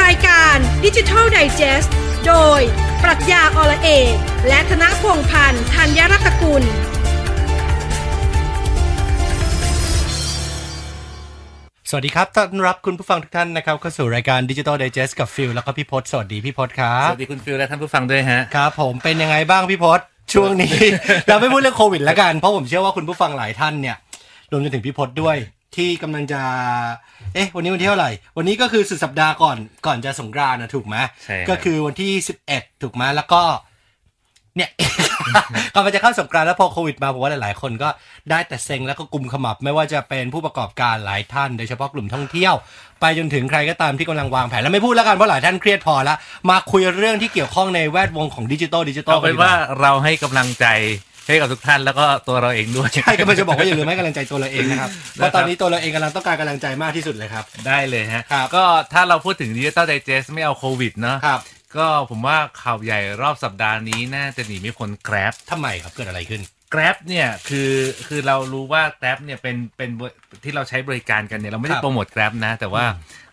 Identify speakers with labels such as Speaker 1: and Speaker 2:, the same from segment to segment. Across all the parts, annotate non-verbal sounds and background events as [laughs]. Speaker 1: ดิจิทัลไดจ e s t โดย ปรัชญาอละเอกและธนพงษ์พันธ์ธัญรัตนกุล
Speaker 2: สวัสดีครับ ต้อนรับคุณผู้ฟังทุกท่านนะครับเข้าสู่รายการดิจิ t a ล d i จ e s t กับฟิลแล้วก็พี่พศสวัสดีพี่พศครั
Speaker 3: ส
Speaker 2: บ
Speaker 3: วัสดีคุณฟิลและท่านผู้ฟังด้วยฮะ
Speaker 2: ครับ ผมเป็นยังไงบ้างพี่พศช่วงนี้ [laughs] เราไม่พูดเรื่องโควิดแล้วกัน เพราะผมเชื่อว่าคุณผู้ฟังหลายท่านเนี่ยรวมจนถึงพี่พศด้วย ที่กำลังจะเอ๊ะวันนี้วันที่เท่าไหร่ วันนี้ก็คือสุดสัปดาห์ก่อนก่อนจะสงกรานต์นะถูกไหม
Speaker 3: ใช่ครับ
Speaker 2: ก็คือวันที่ 11 ถูกไหมแล้วก็เนี่ย [laughs] ก่อนมันจะเข้าสงกรานต์แล้วพอโควิดมาผมว่าหลายๆ คนก็ได้แต่เซ็งแล้วก็กลุ่มขมับ ไม่ว่าจะเป็นผู้ประกอบการหลายท่านโดยเฉพาะกลุ่มท่องเที่ยว ไปจนถึงใครก็ตามที่กำลังวางแผน แล้วไม่พูดแล้วกันเพราะหลายท่านเครียดพอละมาคุยเรื่องที่เกี่ยวข้องในแวดวงของดิจิตอลดิจิตอล
Speaker 3: เอาเป็นว่าเราให้กำลังใจให้กับทุกท่านแล้วก็ตัวเราเองด้วย
Speaker 2: [laughs] ใช่ก็มันจะบอกว่าอย่าลืมให้กำลังใจตัวเราเองนะครับเพราะตอนนี้ตัวเราเองกำลังต้องการกำลังใจมากที่สุดเลยครับ
Speaker 3: ได้เลยฮะ
Speaker 2: ครับ
Speaker 3: ก็ถ้าเราพูดถึงดิจิตอลไดเจสไม่เอาโควิดเนาะ
Speaker 2: ครับ
Speaker 3: ก็ผมว่าข่าวใหญ่รอบสัปดาห์นี้น่าจะหนีไม่พ้น Grab
Speaker 2: ทำไมครับเกิดอะไรขึ้น
Speaker 3: Grab เนี่ยคือคือเรารู้ว่า Grab เนี่ยเป็นเป็นที่เราใช้บริการกันเนี่ยเราไม่ได้
Speaker 2: ครับ
Speaker 3: โปรโมท Grab นะ แต่ว่า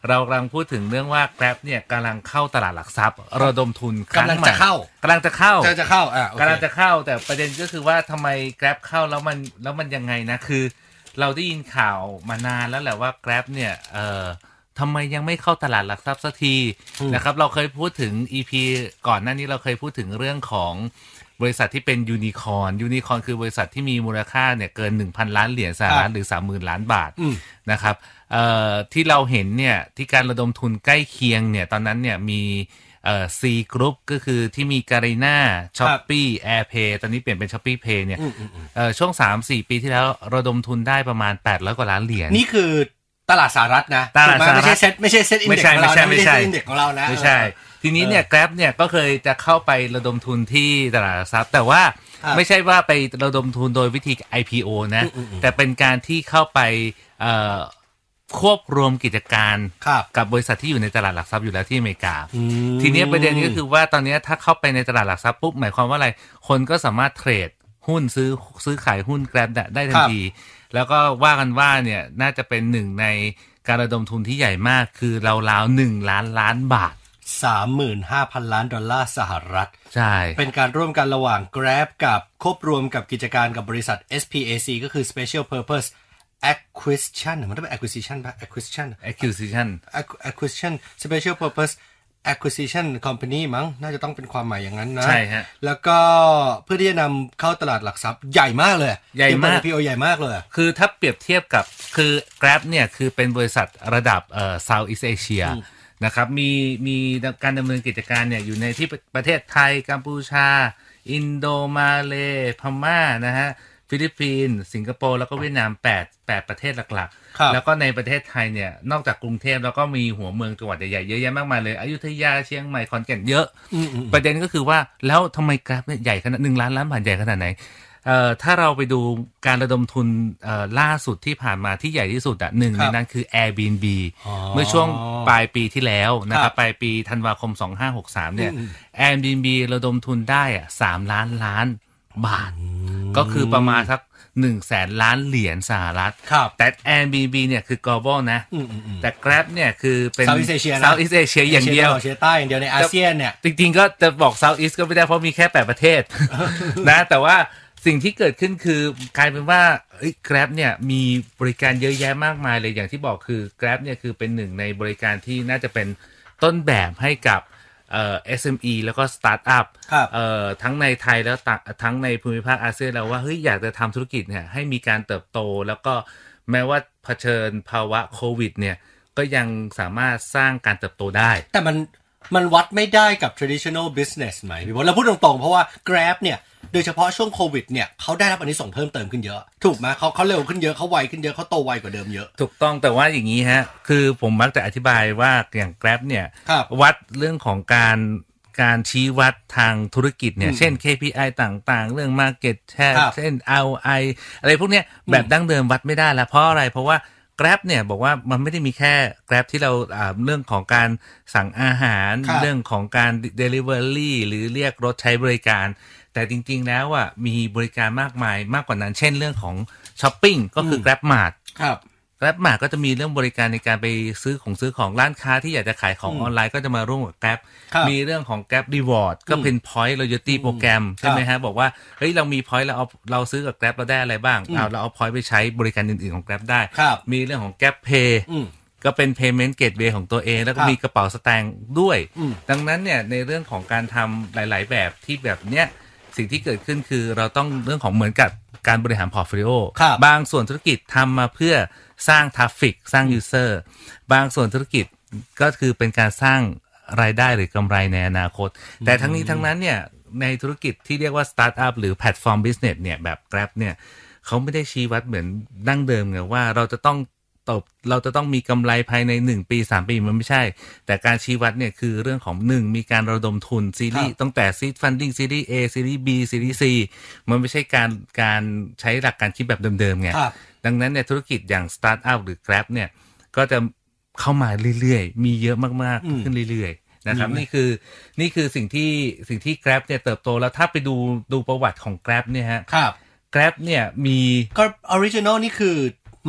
Speaker 3: เรากำลังพูดถึงเรื่องว่า Grab เนี่ยกำลังเข้าตลาดหลักทรัพย์ระดมทุนครั้ง
Speaker 2: กำลัง
Speaker 3: ใหม่
Speaker 2: จะเข้า
Speaker 3: กำลังจะเข้า
Speaker 2: จะจะเข้าอ่ะโอเค
Speaker 3: กำลังจะเข้าแต่ประเด็นก็คือว่าทำไม Grab เข้าแล้วมันแล้วมันยังไงนะ คือ เราได้ยินข่าวมานานแล้วแหละว่า Grab เนี่ยเอ่อทำไมยังไม่เข้าตลาดหลักทรัพย์สักที
Speaker 2: อืม
Speaker 3: นะครับเราเคยพูดถึง EP ก่อนหน้านี้เราเคยพูดถึงเรื่องของบริษัทที่เป็นยูนิคอร์นยูนิคอร์นคือบริษัทที่มีมูลค่าเนี่ยเกิน 1,000 ล้านเหรียญสหรัฐหรือ 30,000 ล้านบาท
Speaker 2: อืม
Speaker 3: นะครับเอ่อที่เราเห็นเนี่ยที่การระดมทุนใกล้เคียงเนี่ยตอนนั้นเนี่ยมีเอ่อ C Group ก็คือที่มีการีนาช้อปปี้แอร์เพย์ตอนนี้เปลี่ยนเป็นช้อปปี้เพย์เนี่ย
Speaker 2: อืมอืมอืม
Speaker 3: เอ่อช่วง 3-4 ปีที่แล้วระดมทุนได้ประมาณ 800 กว่าล้านเหรียญ
Speaker 2: นี่คือตลาดสหรัฐนะ
Speaker 3: ตลาดสหรัฐ
Speaker 2: ไม่ใช่เซ็ตไม่ใช่เซ็ตอิน
Speaker 3: ไม่
Speaker 2: เด็ก
Speaker 3: ใช่
Speaker 2: ของเรานะ
Speaker 3: ไม่
Speaker 2: ไม่ใช่
Speaker 3: ใช่
Speaker 2: เซ็ตอินเด็กของเรานะ
Speaker 3: ไม่ใช่ ทีนี้เนี่ย Grab เนี่ยก็เคยจะเข้าไประดมทุนที่ตลาดหลักทรัพย์ แต่ว่า
Speaker 2: ครับ
Speaker 3: ไม่ใช่ว่าไประดมทุนโดยวิธี IPO นะ
Speaker 2: อืมอืมอืม
Speaker 3: แต่เป็นการที่เข้าไปเอ่อควบรวมกิจการ
Speaker 2: ครับ
Speaker 3: กับบริษัทที่อยู่ในตลาดหลักทรัพย์อยู่แล้วที่อเมริกา
Speaker 2: อืม
Speaker 3: ทีเนี้ยประเด็นก็คือว่าตอนเนี้ยถ้าเข้าไปในตลาดหลักทรัพย์ปุ๊บหมายความว่าอะไร คนก็สามารถเทรดหุ้นซื้อซื้อขายหุ้นแกร็บได้ทันที แล้วก็ว่ากันว่าเนี่ยน่าจะเป็นหนึ่งในการระดมทุนที่ใหญ่มาก คือราวๆหนึ่งล้านล้านบาท
Speaker 2: สามหมื่นห้าพันล้านดอลลาร์สหรัฐ
Speaker 3: ใช่
Speaker 2: เป็นการร่วมกันระหว่าง Grab กับควบรวมกับกิจการกับบริษัท SPAC ก็คือ Special Purpose Acquisition มันต้องเป็น Acquisition ป่ะ Acquisition
Speaker 3: แอคคิวซิชัน
Speaker 2: Ac- Acquisition Special Purpose Acquisition Company มั้งน่าจะต้องเป็นความหมายอย่างนั้นนะ
Speaker 3: ใช่ฮะ
Speaker 2: แล้วก็เพื่อที่จะนำเข้าตลาดหลักทรัพย์ใหญ่มากเลย
Speaker 3: ใหญ่มาก
Speaker 2: พีโอใหญ่มากเลย
Speaker 3: คือถ้าเปรียบเทียบกับคือ Grab เนี่ยคือเป็นบริษัทระดับเอ่อ Southeast Asia นะครับมีมีการดำเนินกิจการเนี่ยอยู่ในที่ประประเทศไทย กัมพูชา อินโดมาเลพม่านะฮะฟิลิปปินส์สิงคโปร์ แล้วก็เวียดนาม 8 8 ประเทศหลัก
Speaker 2: ครับ
Speaker 3: ๆ แล้วก็ในประเทศไทยเนี่ยนอกจากกรุงเทพแล้วก็มีหัวเมืองจังหวัดใหญ่ๆเยอะแยะมากมายเลยอยุธยาเชียงใหม่ขอนแก่นเยอะ
Speaker 2: อืมอืม
Speaker 3: ประเด็นก็คือว่าแล้วทำไมกราฟเนี่ยใหญ่ขนาดหนึ่งล้านล้านบาทใหญ่ขนาดไหนเอ่อถ้าเราไปดูการระดมทุนเอ่อล่าสุดที่ผ่านมาที่ใหญ่ที่สุดอ่ะหนึ่ง
Speaker 2: ครั
Speaker 3: ใน
Speaker 2: บ
Speaker 3: นั้นคือ Airbnb
Speaker 2: อ๋อ
Speaker 3: เมื่อช่วงปลายปีที่แล้วนะค
Speaker 2: ครั
Speaker 3: รับบ ปลายปีธันวาคม 2563 เนี่ย
Speaker 2: อืม
Speaker 3: Airbnb ระดมทุนได้อ่ะสามล้านล้านบาท ก็คือประมาณสักหนึ่งแสนล้านเหรียญสหรัฐ
Speaker 2: ครับ
Speaker 3: แต่ Airbnb เนี่ยคือ global นะ
Speaker 2: อืมอืมอืม
Speaker 3: แต่ Grab เนี่ยคือเป็น
Speaker 2: Southeast Asia นะ
Speaker 3: Southeast Asia อย่างเดียว
Speaker 2: เชียใต้อย่างเดียวในอาเซียนเนี่ย
Speaker 3: จริงๆ ก็จะบอกเซาท์อีสก็ไม่ได้เพราะมีแค่ 8 ประเทศ นะแต่ว่าสิ่งที่เกิดขึ้นคือกลายเป็นว่าเอ้ย Grab เนี่ยมีบริการเยอะแยะมากมายเลยอย่างที่บอกคือ Grab เนี่ยคือเป็นหนึ่งในบริการที่น่าจะเป็นต้นแบบให้กับเอ่อ SME แล้วก็สตาร์ทอัพ
Speaker 2: ครับ
Speaker 3: เอ่อทั้งในไทยแล้วต่างทั้งในภูมิภาคอาเซียนแล้วว่าเฮ้ยอยากจะทำธุรกิจเนี่ยให้มีการเติบโต แล้วก็แม้ว่าเผชิญภาวะโควิดเนี่ยก็ยังสามารถสร้างการเติบโตได้
Speaker 2: แต่มันมันวัดไม่ได้กับ traditional business ไหมพี่บอลเราพูดตรงๆ เพราะว่า Grab เนี่ย โดยเฉพาะช่วงโควิดเนี่ยเขาได้รับอันนี้ส่งส์เพิ่มเติมขึ้นเยอะ ถูกไหมเขาเขาเร็วขึ้นเยอะเขาไวขึ้นเยอะเขาโตไวกว่าเดิมเยอะ
Speaker 3: ถูกต้องแต่ว่าอย่างนี้ฮะ คือผมมักจะอธิบายว่าอย่าง Grab เนี่ย
Speaker 2: ครับ
Speaker 3: วัดเรื่องของการการชี้วัดทางธุรกิจเนี่ย เช่น KPI ต่างๆ เรื่อง Market Share
Speaker 2: ครับ
Speaker 3: เช่น ROI อะไรพวกเนี้ยแบบดั้งเดิมวัดไม่ได้แล้วเพราะอะไร เพราะว่า Grab เนี่ยบอกว่ามันไม่ได้มีแค่ Grab ที่เราอ่าเรื่องของการสั่งอาหาร
Speaker 2: ครับ
Speaker 3: เรื่องของการ Delivery หรือเรียกรถใช้บริการ แต่จริงๆแล้วอ่ะมีบริการมากมายมากกว่านั้น เช่นเรื่องของช้อปปิ้งก็คือ Grab Mart
Speaker 2: ครับ
Speaker 3: แกร็บมาก็จะมีเรื่องบริการในการไปซื้อของซื้อของร้านค้าที่อยากจะขายของ
Speaker 2: อืม
Speaker 3: ออนไลน์ก็จะมาร่วมกับแกร็บ
Speaker 2: ครับ
Speaker 3: มีเรื่องของแกร็บรีวอร์ดก็
Speaker 2: อืม
Speaker 3: เป็นพอยต์ loyalty โปรแกรมใช่ไหมฮะบอกว่าเฮ้ยเรามีพอยต์เราเอาเราซื้อกับแกร็บเราได้อะไรบ้าง
Speaker 2: อืม
Speaker 3: เอาเราเอาพอยต์ไปใช้บริการอื่นๆของแกร็บได้
Speaker 2: ครับ
Speaker 3: มีเรื่องของแกร็บเพย์
Speaker 2: อืม
Speaker 3: ก็เป็น payment gateway ของตัวเอง แล้วก็
Speaker 2: ครับ
Speaker 3: มีกระเป๋าสตางค์ด้วย
Speaker 2: อืม
Speaker 3: ดังนั้นเนี่ยในเรื่องของการทำหลาย ๆ แบบที่แบบเนี้ยสิ่งที่เกิดขึ้นคือเราต้องเรื่องของเหมือนกับการบริหารพอร์ตโฟลิโอ
Speaker 2: ครับ
Speaker 3: บางส่วนธุรกิจทำมาเพื่อสร้างทราฟิกสร้างยูเซอร์บางส่วนธุรกิจก็คือเป็นการสร้างรายได้หรือกำไรในอนาคต แต่ทั้งนี้ทั้งนั้นเนี่ยในธุรกิจที่เรียกว่าสตาร์ทอัพหรือแพลตฟอร์มบิสเนสเนี่ยแบบ Grab เนี่ยเขาไม่ได้ชี้วัดเหมือนดั้งเดิมไงว่าเราจะต้อง ตบเราจะต้องมีกำไรภายใน 1 ปี 3 ปีมันไม่ใช่ แต่การชี้วัดเนี่ยคือเรื่องของ 1 มีการระดมทุนซีรี
Speaker 2: ค
Speaker 3: ส์
Speaker 2: รับ
Speaker 3: ตั้งแต่ซีดฟันดิ้งซีรีส์ A ซีรีส์ B ซีรีส์ C มันไม่ใช่การการใช้หลักการคิดแบบเดิมๆไง
Speaker 2: ครับ
Speaker 3: ดังนั้นเนี่ยธุรกิจอย่างสตาร์ทอัพหรือ Grab เนี่ยก็จะเข้ามาเรื่อยๆ มีเยอะมาก
Speaker 2: อืม
Speaker 3: ๆ ขึ้นเรื่อยๆนะครับ
Speaker 2: ดีไหม
Speaker 3: นี่คือนี่คือสิ่งที่สิ่งที่ Grab เนี่ยเติบโตแล้วถ้าไปดูดูประวัติของ Grab เนี่ยฮะ
Speaker 2: ครับ
Speaker 3: Grab เนี่ยมี
Speaker 2: ก็ออริจินอลนี่คือ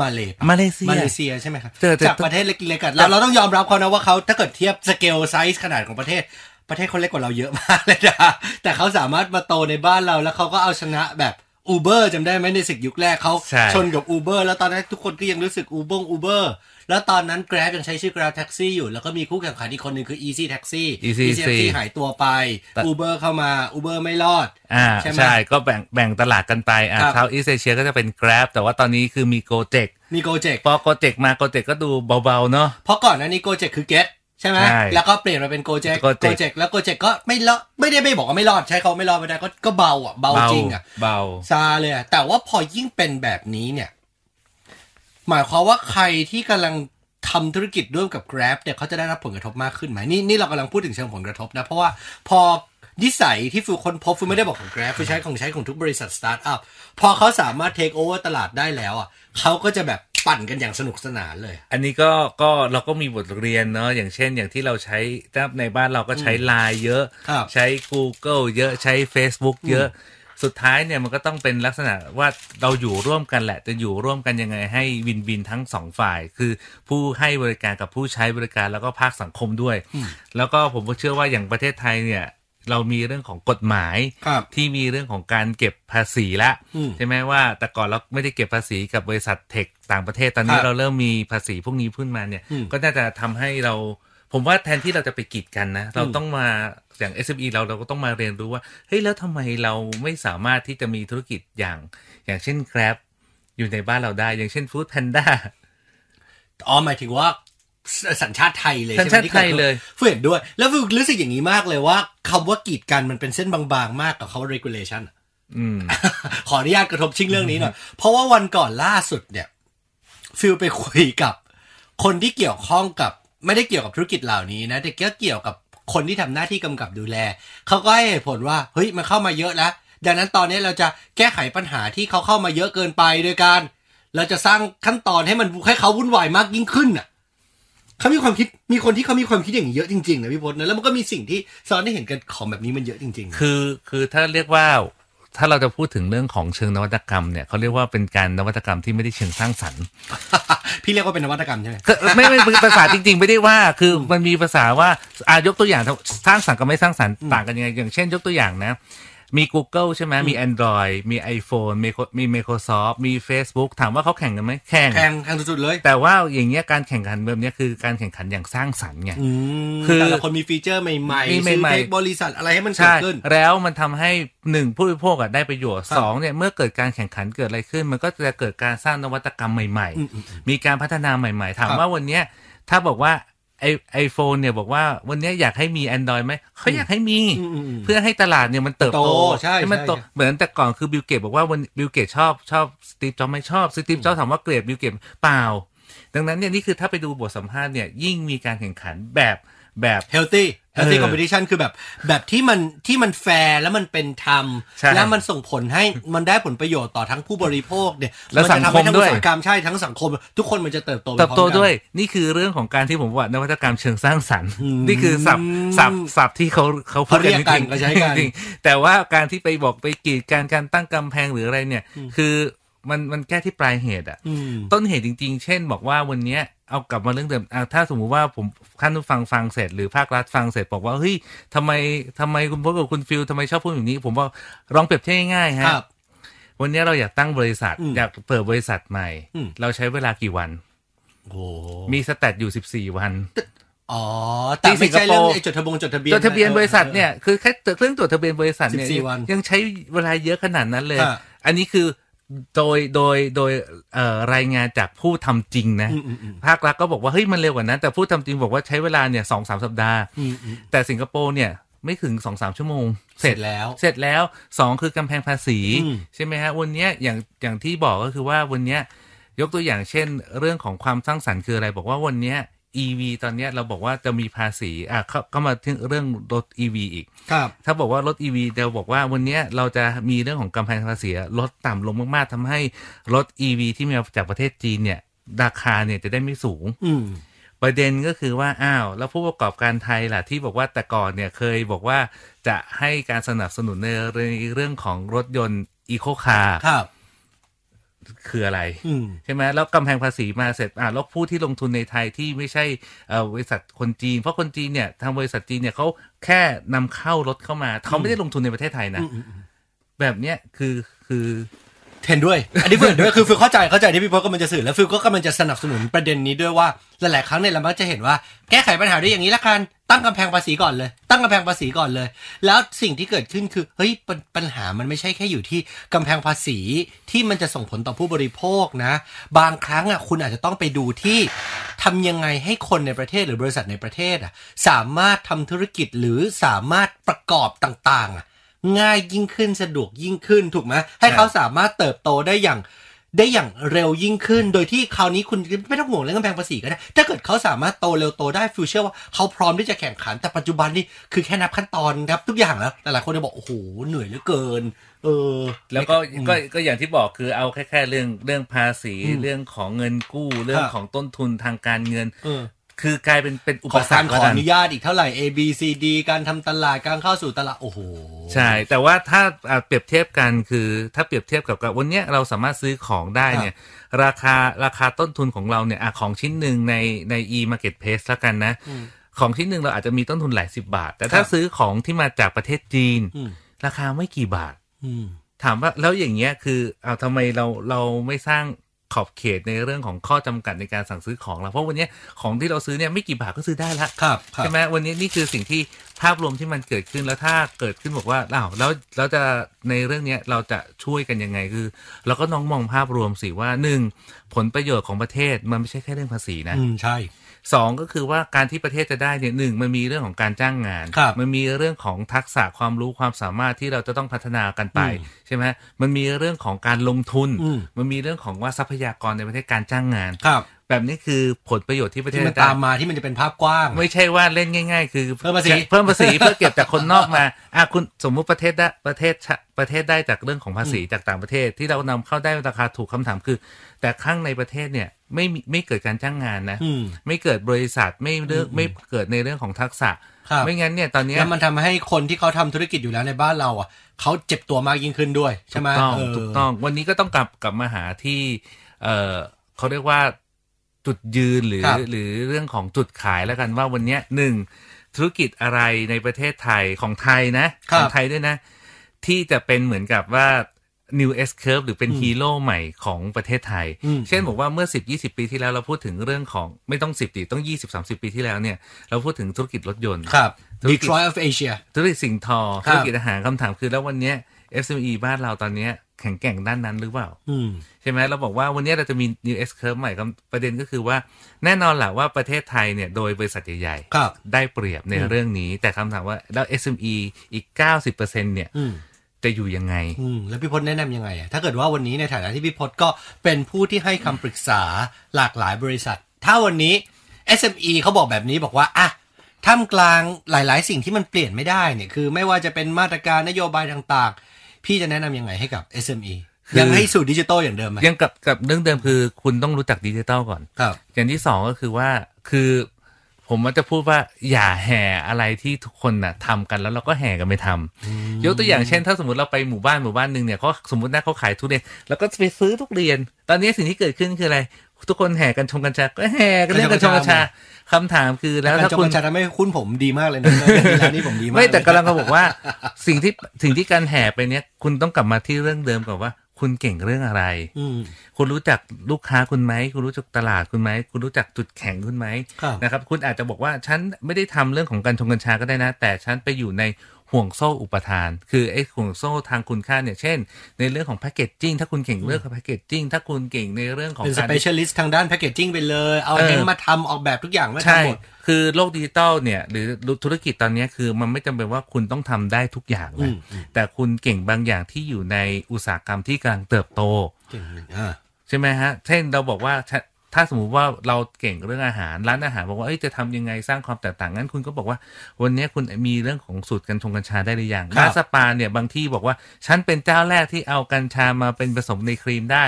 Speaker 2: มาเลยปะ
Speaker 3: มาเลเซีย
Speaker 2: มาเลเซียใช่ไหมครับ
Speaker 3: เจอแต่
Speaker 2: จากประเทศเล็กๆกันเราเราต้องยอมรับเขานะว่าเขาถ้าเกิดเทียบสเกลไซส์ขนาดของประเทศ ประเทศเขาเล็กกว่าเราเยอะมากเลยนะ [laughs] แต่เขาสามารถมาโตในบ้านเราแล้วเขาก็เอาชนะแบบอูเบอร์จำได้ไหมในศึกยุคแรกเขา
Speaker 3: ใช่
Speaker 2: นกับอูเบอร์แล้วตอนนั้นทุกคนก็ยังรู้สึกอูบงอูเบอร์แล้วตอนนั้น Grab ยังใช้ชื่อ Grab Taxi อยู่ แล้วก็มีคู่แข่งขันอีกคนหนึ่งคือ Easy Taxi
Speaker 3: Easy
Speaker 2: Taxi หายตัวไป
Speaker 3: แต่
Speaker 2: อูเบอร์เข้ามาอูเบอร์ไม่รอด
Speaker 3: อ่า
Speaker 2: ใช่ไหม
Speaker 3: ใช่ก็แบ่งแบ่งตลาดกันไปอ่า
Speaker 2: ครับ
Speaker 3: เซาท์อีสเอเชียก็จะเป็น Grab แต่ว่าตอนนี้คือมี Gojek
Speaker 2: มีโกเจก
Speaker 3: พอ Gojek มา Gojek ก็ดูเบา ๆ เนาะ
Speaker 2: เพราะก่อนหน้านี้โกเจกคือเกตใช่ไหม
Speaker 3: ใช่
Speaker 2: แล้วก็เปลี่ยนมาเป็นโกเจก
Speaker 3: Gojek
Speaker 2: โกเจกแล้วโกเจกก็ไม่ละไม่ได้ไม่บอกว่าไม่รอดใช้เขาไม่รอดไม่ได้ก็ก็เบาอ่ะเบาจริงอ่ะ
Speaker 3: เบา
Speaker 2: ซาเลยอ่ะแต่ว่าพอยิ่งเป็นแบบนี้เนี่ย หมายความว่าใครที่กำลังทำธุรกิจร่วมกับ Grab เนี่ยเขาจะได้รับผลกระทบมากขึ้นไหมนี่นี่เรากำลังพูดถึงเชิงผลกระทบนะ เพราะว่าพอนิสัยที่ฟิวคนพบฟิวไม่ได้บอกของ Grab ฟิวใช้ของใช้ของทุกบริษัทสตาร์ทอัพพอเขาสามารถเทคโอเวอร์ตลาดได้แล้วอ่ะเขาก็จะแบบปั่นกันอย่างสนุกสนานเลย
Speaker 3: อันนี้ก็ก็เราก็มีบทเรียนเนาะอย่างเช่นอย่างที่เราใช้ถ้าในบ้านเราก็ใช้ไลน์เยอะ
Speaker 2: ครับ
Speaker 3: ใช้ Google เยอะใช้ Facebook เยอะสุดท้ายเนี่ยมันก็ต้องเป็นลักษณะว่าเราอยู่ร่วมกันแหละ จะอยู่ร่วมกันยังไงให้วินวินทั้งสองฝ่าย คือผู้ให้บริการกับผู้ใช้บริการแล้วก็ภาคสังคมด้วย แล้วก็ผมก็เชื่อว่าอย่างประเทศไทยเนี่ยเรามีเรื่องของกฎหมาย
Speaker 2: ครับ
Speaker 3: ที่มีเรื่องของการเก็บภาษีละ
Speaker 2: อืม
Speaker 3: ใช่ไหมว่าแต่ก่อนเราไม่ได้เก็บภาษีกับบริษัทเทคต่างประเทศตอนนี้
Speaker 2: ครับ
Speaker 3: เราเริ่มมีภาษีพวกนี้ขึ้นมาเนี่ย
Speaker 2: อืม
Speaker 3: ก็น่าจะทำให้เรา ผมว่าแทนที่เราจะไปกีดกันนะ เรา
Speaker 2: อืม
Speaker 3: ต้องมาอย่าง SME เราเราก็ต้องมาเรียนรู้ว่าเฮ้ยแล้วทำไมเราไม่สามารถที่จะมีธุรกิจอย่าง อย่างเช่น Grab อยู่ในบ้านเราได้ อย่างเช่น Food Panda
Speaker 2: อ๋อหมายถึงว่าสสัญชาติไทยเลย
Speaker 3: สัญชาติไทยเลย
Speaker 2: ฟูเห็นด้วย แล้วฟูรู้สึกอย่างนี้มากเลยว่าคำว่ากีดกันมันเป็นเส้นบางๆ มากกับเขา regulation อะ
Speaker 3: อืม
Speaker 2: ขออนุญาตกระทบชิงเรื่องนี้หน่อย เพราะว่าวันก่อนล่าสุดเนี่ย ฟิลไปคุยกับคนที่เกี่ยวข้องกับไม่ได้เกี่ยวกับธุรกิจเหล่านี้นะ แต่ก็เกี่ยวกับคนที่ทำหน้าที่กำกับดูแล เขาก็ให้เหตุผลว่า เฮ้ย มันเข้ามาเยอะแล้ว ดังนั้นตอนนี้เราจะแก้ไขปัญหาที่เขาเข้ามาเยอะเกินไปโดยการ เราจะสร้างขั้นตอนให้มันให้เขาวุ่นวายมากยิ่งขึ้นน่ะเขามีความคิดมีคนที่เขามีความคิดอย่างนี้เยอะจริงๆนะพี่พจน์นะแล้วมันก็มีสิ่งที่ซ้อนให้เห็นกันของแบบนี้มันเยอะจริง ๆ
Speaker 3: คือคือถ้าเรียกว่าถ้าเราจะพูดถึงเรื่องของเชิงนวัตกรรมเนี่ยเขาเรียกว่าเป็นการนวัตกรรมที่ไม่ได้เชิงสร้างสรรค์
Speaker 2: พี่เรียกว่าเป็นนวัตกรรมใช่ไหม
Speaker 3: คือไม่ไม่ภาษาจริง ๆ ไม่ได้ว่าคือมันมีภาษาว่าอายกตัวอย่างสร้างสรรค์กับไม่สร้างสรรค์ต่างกันยังไงอย่างเช่นยกตัวอย่างนะ มี Google ใช่ไหมมี Android มี iPhone มีมี Microsoft มี Facebook ถามว่าเขาแข่งกันไหมแข่ง
Speaker 2: แพงแพงสุดๆเลย
Speaker 3: แต่ว่าอย่างเงี้ยการแข่งขันแบบเนี้ยคือการแข่งขันอย่างสร้างสรรค์ไง
Speaker 2: อืม
Speaker 3: คือ
Speaker 2: แต่ละคนมีฟีเจอร์ใหม่
Speaker 3: มี
Speaker 2: ๆซื้อ
Speaker 3: ใหม่ๆ
Speaker 2: เทคบริษัทอะไรให้มันเกิ
Speaker 3: ใช่
Speaker 2: ดขึ้น
Speaker 3: แล้วมันทำให้หนึ่งผู้บริโภคอะได้ประโยชน์
Speaker 2: ครับ
Speaker 3: สองเนี่ยเมื่อเกิดการแข่งขันเกิดอะไรขึ้น มันก็จะเกิดการสร้างนวัตกรรมใหม่ๆ มีการพัฒนาใหม่ๆ ถาม
Speaker 2: ครับ
Speaker 3: ว่าวันเนี้ยถ้าบอกว่าไอไอโฟนเนี่ยบอกว่าวันเนี้ยอยากให้มี Android ไหมเขาอยากให้มี
Speaker 2: อืมอืมอืม
Speaker 3: เพื่อให้ตลาดเนี่ยมันเติบโต
Speaker 2: โตใช่
Speaker 3: ห้มันโต
Speaker 2: ใช่ใช่
Speaker 3: เหมือนแต่ก่อนคือบิลเกตบอกว่าวันบิลเกตชอบชอบสตีฟจ็อบไม่ชอบสตีฟจ็อบถามว่าเกลียดบิลเกตเปล่า ดังนั้นเนี่ยนี่คือถ้าไปดูบทสัมภาษณ์เนี่ยยิ่งมีการแข่งขันแบบแบบ
Speaker 2: เฮลตี้เฮลตี้
Speaker 3: เออ
Speaker 2: คอมเพติชันคือแบบ แบบที่มันที่มันแฟร์แล้วมันเป็นธรรม
Speaker 3: ใช่
Speaker 2: แล้วมันส่งผลให้มันได้ผลประโยชน์ต่อทั้งผู้บริโภคเนี่ย
Speaker 3: และ
Speaker 2: นจะทำให้
Speaker 3: สั
Speaker 2: ทั้ง
Speaker 3: งคม
Speaker 2: อุ
Speaker 3: ด้วย
Speaker 2: ตสาหกรรมใช่ทั้งสังคม ทุกคนมันจะเติบโตไป
Speaker 3: เติบ
Speaker 2: พ
Speaker 3: โต
Speaker 2: ร้อมกัน
Speaker 3: ด้วยนี่คือเรื่องของการที่ผมว่านวัตกรรมเชิงสร้างสรรค์ นี่คือสับสับสับที่เขาเขาพูดกั
Speaker 2: เขา
Speaker 3: นจ
Speaker 2: เรียกกั
Speaker 3: ริ
Speaker 2: น
Speaker 3: ง
Speaker 2: เขาใช้กัน
Speaker 3: จริงแต่ว่าการที่ไปบอกไปกีดการการตั้งกำแพงหรืออะไรเนี่ย คือ มันมันแก้ที่ปลายเหตุอะ
Speaker 2: อืม
Speaker 3: ต้นเหตุจริงๆ เช่น บอกว่าวันเนี้ยเอากลับมาเรื่องเดิมอ่ะถ้าสมมุติว่าผมขั้นผู้ฟังฟังเสร็จหรือภาครัฐฟังเสร็จบอกว่าเฮ้ยทำไมทำไมคุณพบกับคุณฟิลทำไมชอบพูดแบบนี้ ผมว่าลองเปรียบเทียบง่ายๆ
Speaker 2: ค
Speaker 3: ฮะ
Speaker 2: รับ
Speaker 3: วันเนี้ยเราอยากตั้งบริษัท
Speaker 2: อืม
Speaker 3: อยากเปิดบริษัทใหม่
Speaker 2: อืม
Speaker 3: เราใช้เวลากี่วัน
Speaker 2: โอ้โห
Speaker 3: มีสแตทอยู่ 14 วัน
Speaker 2: อ๋อแต่
Speaker 3: ที่สิ
Speaker 2: ไม่
Speaker 3: งค
Speaker 2: ใช่
Speaker 3: โป
Speaker 2: เรื่อง
Speaker 3: ร์
Speaker 2: ไอ้จดทะบงจดทะเบียน
Speaker 3: จดทะเบียนบริษัทเนี่ยคือแค่เครื่องตรวจทะเบียนบริษัทเนี่ย
Speaker 2: 14วัน
Speaker 3: ยังใช้เวลาเยอะขนาดนั้นเลย
Speaker 2: ฮะ
Speaker 3: อันนี้คือโดยโดยโดยเอ่อรายงานจากผู้ทำจริงนะ
Speaker 2: อืมอืมอืม
Speaker 3: ภาครัฐก็บอกว่า เฮ้ย มันเร็วกว่านั้น แต่ผู้ทำจริงบอกว่าใช้เวลาเนี่ยสองสามสัปดาห์
Speaker 2: อืมอืม
Speaker 3: แต่สิงคโปร์เนี่ย ไม่ถึงสองสามชั่วโมง
Speaker 2: เสร็จแล้ว
Speaker 3: เสร็จแล้วสองคือกำแพงภาษี
Speaker 2: อืม
Speaker 3: ใช่ไหมฮะ วันเนี้ยอย่างอย่างที่บอกก็คือว่าวันเนี้ยยกตัวอย่างเช่น เรื่องของความสร้างสรรค์คืออะไร บอกว่าวันเนี้ย EV ตอนเนี้ยเราบอกว่าจะมีภาษีอ่ะเข้าก็มาถึงเรื่องรถ EV อีก
Speaker 2: ครับ
Speaker 3: ถ้าบอกว่ารถ EV เราบอกว่าวันเนี้ยเราจะมีเรื่องของกำแพงภาษีลดต่ำลงมากๆทำให้รถ EV ที่มาจากประเทศจีนเนี่ยราคาเนี่ยจะได้ไม่สูง
Speaker 2: อืม
Speaker 3: ประเด็นก็คือว่าอ้าวแล้วผู้ประกอบการไทยล่ะที่บอกว่าแต่ก่อนเนี่ยเคยบอกว่าจะให้การสนับสนุนในเรื่องของรถยนต์อีโคคาร์
Speaker 2: ครับ
Speaker 3: คืออะไร
Speaker 2: อืม
Speaker 3: ใช่ไหมแล้วกำแพงภาษีมาเสร็จอ่ะแล้วผู้ที่ลงทุนในไทยที่ไม่ใช่เอ่อบริษัทคนจีน เพราะคนจีนเนี่ยทางบริษัทจีนเนี่ยเขาแค่นำเข้ารถเข้ามาเขาไม่ได้ลงทุนในประเทศไทยนะ
Speaker 2: อืมอืมอืม
Speaker 3: แบบเนี้ยคือคือ
Speaker 2: เห็นด้วย อันนี้เห็นด้วย คือฟิลเข้าใจ เข้าใจที่พี่พจน์กำลังจะสื่อ แล้วฟิลก็กำลังจะสนับสนุนประเด็นนี้ด้วยว่า หลาย ๆ ครั้งเนี่ยเรามักจะเห็นว่า แก้ไขปัญหาด้วยอย่างนี้ละกัน ตั้งกำแพงภาษีก่อนเลย ตั้งกำแพงภาษีก่อนเลย แล้วสิ่งที่เกิดขึ้นคือ เฮ้ยปญปัญหามันไม่ใช่แค่อยู่ที่กำแพงภาษีที่มันจะส่งผลต่อผู้บริโภคนะ บางครั้งอ่ะคุณอาจจะต้องไปดูที่ทำยังไงให้คนในประเทศหรือบริษัทในประเทศอ่ะสามารถทำธุรกิจหรือสามารถประกอบต่าง ๆ อ่ะ ง่ายยิ่งขึ้นสะดวกยิ่งขึ้นถูกไหมให้เขาสามารถเติบโตได้อย่างได้อย่างเร็วยิ่งขึ้น โดยที่คราวนี้คุณไม่ต้องห่วงเรื่องกำแพงภาษีก็ได้ถ้าเกิดเขาสามารถโตเร็วโตได้ฟิวเชื่อว่าเขาพร้อมที่จะแข่งขันแต่ปัจจุบันนี่คือแค่นับขั้นตอนครับทุกอย่างแล้วแต่หลายคนจะบอกโอ้โหเหนื่อยเหลือเกิน เออ
Speaker 3: แล้วก็ก็ก็อย่างที่บอกคือเอาแค่แค่เรื่องเรื่องภาษี
Speaker 2: อืม
Speaker 3: เรื่องของเงินกู้เรื่อ
Speaker 2: ค
Speaker 3: ง
Speaker 2: รับ
Speaker 3: ของต้นทุนทางการเงิน
Speaker 2: เออ
Speaker 3: คือกลายเป็นเป็นอุ
Speaker 2: ข
Speaker 3: ป
Speaker 2: อ
Speaker 3: สร
Speaker 2: การ
Speaker 3: รค
Speaker 2: ข
Speaker 3: แล้ว
Speaker 2: ออ
Speaker 3: กั
Speaker 2: น นุญาตอีกเท่าไหร่ A B C D การทำตลาดการเข้าสู่ตลาด โอ้โห
Speaker 3: ใช่ แต่ว่าถ้าอ่ะเปรียบเทียบกันคือ ถ้าเปรียบเทียบกับกับวันเนี้ยเราสามารถซื้อของได้เนี่ย ราคาราคาต้นทุนของเราเนี่ยอะของชิ้นหนึ่งในใน e marketplace แล้วกันนะ ของชิ้นหนึ่งเราอาจจะมีต้นทุนหลายสิบบาท แต่
Speaker 2: ค
Speaker 3: ถ้า
Speaker 2: รับ
Speaker 3: ซื้อของที่มาจากประเทศจีน
Speaker 2: อืม
Speaker 3: ราคาไม่กี่บาท
Speaker 2: อืม
Speaker 3: ถามว่าแล้วอย่างเงี้ยคือเอาทำไมเราเราไม่สร้างขอบเขตในเรื่องของข้อจำกัดในการสั่งซื้อของเราเพราะวันเนี้ยของที่เราซื้อเนี่ยไม่กี่บาทก็ซื้อได้ละ
Speaker 2: ครับครับ
Speaker 3: ใช่ไหมวันนี้นี่คือสิ่งที่ภาพรวมที่มันเกิดขึ้นแล้วถ้าเกิดขึ้นบอกว่าอ้าวแล้วเราจะในเรื่องเนี้ยเราจะช่วยกันยังไงคือเราก็น้องมองภาพรวมสิว่าหนึ่งผลประโยชน์ของประเทศมันไม่ใช่แค่เรื่องภาษีนะ
Speaker 2: อืมใช่
Speaker 3: สองก็คือว่าการที่ประเทศจะได้เนี่ยหนึ่งมันมีเรื่องของการจ้างงาน
Speaker 2: ครับ
Speaker 3: มันมีเรื่องของทักษะความรู้ความสามารถที่เราจะต้องพัฒนากันไป
Speaker 2: อืม
Speaker 3: ใช่ไหมมันมีเรื่องของการลงทุน
Speaker 2: อืม
Speaker 3: มันมีเรื่องของว่าทรัพยากรในประเทศการจ้างงาน
Speaker 2: ครับ
Speaker 3: แบบนี้คือผลประโยชน์ที่ประเทศ
Speaker 2: ที่มัน
Speaker 3: จะได้
Speaker 2: ตามมาที่มันจะเป็นภาพกว้าง
Speaker 3: ไม่ใช่ว่าเล่นง่าย ๆ คือ
Speaker 2: เพิ่มภาษี
Speaker 3: เพิ่มภาษีเพื่อเก็บจากคนนอกมา [laughs] อ่ะคุณสมมุติประเทศได้ประเทศชะประเทศได้จากเรื่องของภาษีจากต่างประเทศที่เรานำเข้าได้ราคาถูกคำถามคือ แต่ข้างในประเทศเนี่ยไม่มีไม่เกิดการจ้างงานนะ
Speaker 2: อืม
Speaker 3: ไม่เกิดบริษัทไม่เลือกไม่เกิดในเรื่องของทักษะ
Speaker 2: ครับ
Speaker 3: ไม่งั้นเนี่ยตอนเนี้ย
Speaker 2: แล้วมันทำให้คนที่เขาทำธุรกิจอยู่แล้วในบ้านเราอ่ะเขาเจ็บตัวมากยิ่งขึ้นด้วย ใช่ไหม
Speaker 3: ถูกต้อง
Speaker 2: เ
Speaker 3: ถูกต้องวันนี้ก็ต้องกลับกลับมาหาที่ เออเขาเรียกว่าจุดยืนหรือ
Speaker 2: ครับ
Speaker 3: หรือเรื่องของจุดขายแล้วกันว่าวันเนี้ยหนึ่งธุรกิจอะไรในประเทศไทยของไทยนะครับ ของไทยด้วยนะ ที่จะเป็นเหมือนกับว่า New S Curve หรือเป็นฮีโร่ใหม่ของประเทศไทย
Speaker 2: อืม
Speaker 3: เช่นบอกว่าเมื่อ 10 20 ปีที่แล้วเราพูดถึงเรื่องของไม่ต้อง 10ปีต้อง 20 30 ปีที่แล้วเนี่ยเราพูดถึงธุรกิจรถยนต์
Speaker 2: ครับ
Speaker 3: ธุรกิจ
Speaker 2: Detroit of Asia
Speaker 3: ธุรกิจสิ่งทอ
Speaker 2: ครั
Speaker 3: ธุ
Speaker 2: บ
Speaker 3: รกิจอาหารคำถามคือแล้ววันเนี้ย SME บ้านเราตอนเนี้ยแข็งแกร่งด้านนั้นหรือเปล่า
Speaker 2: อืม
Speaker 3: ใช่ไหมเราบอกว่าวันเนี้ยเราจะมี New S Curve ใหม่ครับประเด็นก็คือว่าแน่นอนแหละว่าประเทศไทยเนี่ยโดยบริษัทใหญ่
Speaker 2: ครับ
Speaker 3: ๆ ได้เปรียบในเรื่องนี้ แต่คำถามว่าแล้ว SME อีก 90%เนี่ย
Speaker 2: อืม
Speaker 3: จะอยู่ยังไง
Speaker 2: อืมแล้วพี่พจน์แนะนำยังไงอะถ้าเกิดว่าวันนี้ในฐานะที่พี่พจน์ก็เป็นผู้ที่ให้คำปรึกษาหลากหลายบริษัท ถ้าวันนี้ SME เขาบอกแบบนี้บอกว่าอ่ะท่ามกลางหลาย ๆ สิ่งที่มันเปลี่ยนไม่ได้เนี่ยคือไม่ว่าจะเป็นมาตรการนโยบายต่าง ๆ พี่จะแนะนำยังไงให้กับ SME
Speaker 3: คือ
Speaker 2: ยังให้สู่ดิจิตอลอย่างเดิมไหม
Speaker 3: ยังกับกับเรื่องเดิมคือคุณต้องรู้จักดิจิตอลก่อน
Speaker 2: ครับ
Speaker 3: อย่างที่สองก็คือว่าคือ ผมมักจะพูดว่าอย่าแห่อะไรที่ทุกคนน่ะทำกันแล้วเราก็แห่กันไม่ทำยกตัวอย่างเช่น ถ้าสมมติเราไปหมู่บ้านหมู่บ้านหนึ่งเนี่ยเขาสมมตินะเขาขายทุเรียนแล้วก็ไปซื้อทุเรียน ตอนนี้สิ่งที่เกิดขึ้นคืออะไร ทุกคนแห่กันชงกัญชาก็แห่กันเล่นกันชงกัญชาคำถามคือแล้ว
Speaker 2: การ
Speaker 3: ถ้า
Speaker 2: จง
Speaker 3: คุ
Speaker 2: กั
Speaker 3: ณ
Speaker 2: ญชาทำให้คุณผมดีมากเลยนะ
Speaker 3: [laughs]
Speaker 2: เรื่องนี้ร้านนี้ผมดีมาก
Speaker 3: ไม่แต่
Speaker 2: เลย
Speaker 3: กำลังจะบอกว่า [laughs] สิ่งที่สิ่งที่การแห่ไปเนี้ยคุณต้องกลับมาที่เรื่องเดิมก่อนว่า คุณเก่งเรื่องอะไร
Speaker 2: อืม
Speaker 3: คุณรู้จักลูกค้าคุณไหม คุณรู้จักตลาดคุณไหม คุณรู้จักจุดแข็งคุณไหม
Speaker 2: ครับ
Speaker 3: นะครับ คุณอาจจะบอกว่าฉันไม่ได้ทำเรื่องของการชงกัญชาก็ได้นะ แต่ฉันไปอยู่ในห่วงโซ่อุปทาน คือไอ้ห่วงโซ่ทางคุณค่าเนี่ย เช่น ในเรื่องของแพคเกจจิ้ง ถ้าคุณเก่งเรื่องของแพคเกจจิ้ง ถ้าคุณเก่งในเรื่องของ
Speaker 2: เป็นส
Speaker 3: การ
Speaker 2: เปเชียลิสต์ทางด้านแพคเกจจิ้งไปเลย เอา
Speaker 3: เออ
Speaker 2: เน้นมาทำออกแบบทุกอย่างไว้ทั้
Speaker 3: ใช่
Speaker 2: งหมด
Speaker 3: คือโลกดิจิตอลเนี่ย หรือธุรกิจตอนเนี้ยคือมันไม่จำเป็นว่าคุณต้องทำได้ทุกอย่าง
Speaker 2: อื
Speaker 3: นะ
Speaker 2: มอืม
Speaker 3: แต่คุณเก่งบางอย่างที่อยู่ในอุตสาหกรรมที่กำลังเติบโต
Speaker 2: เก่งหนึ่งอ่า
Speaker 3: ใช่ไหมฮะ เช่นเราบอกว่าถ้าถ้าสมมุติว่าเราเก่งเรื่องอาหาร ร้านอาหารบอกว่าเอ้ยจะทำยังไงสร้างความแตกต่างงั้นคุณก็บอกว่า วันนี้คุณมีเรื่องของสูตรกัญชงกัญชาได้หรือยัง
Speaker 2: ครับ
Speaker 3: ร้านสปาเนี่ยบางที่บอกว่า ฉันเป็นเจ้าแรกที่เอากัญชามาเป็นผสมในครีมได้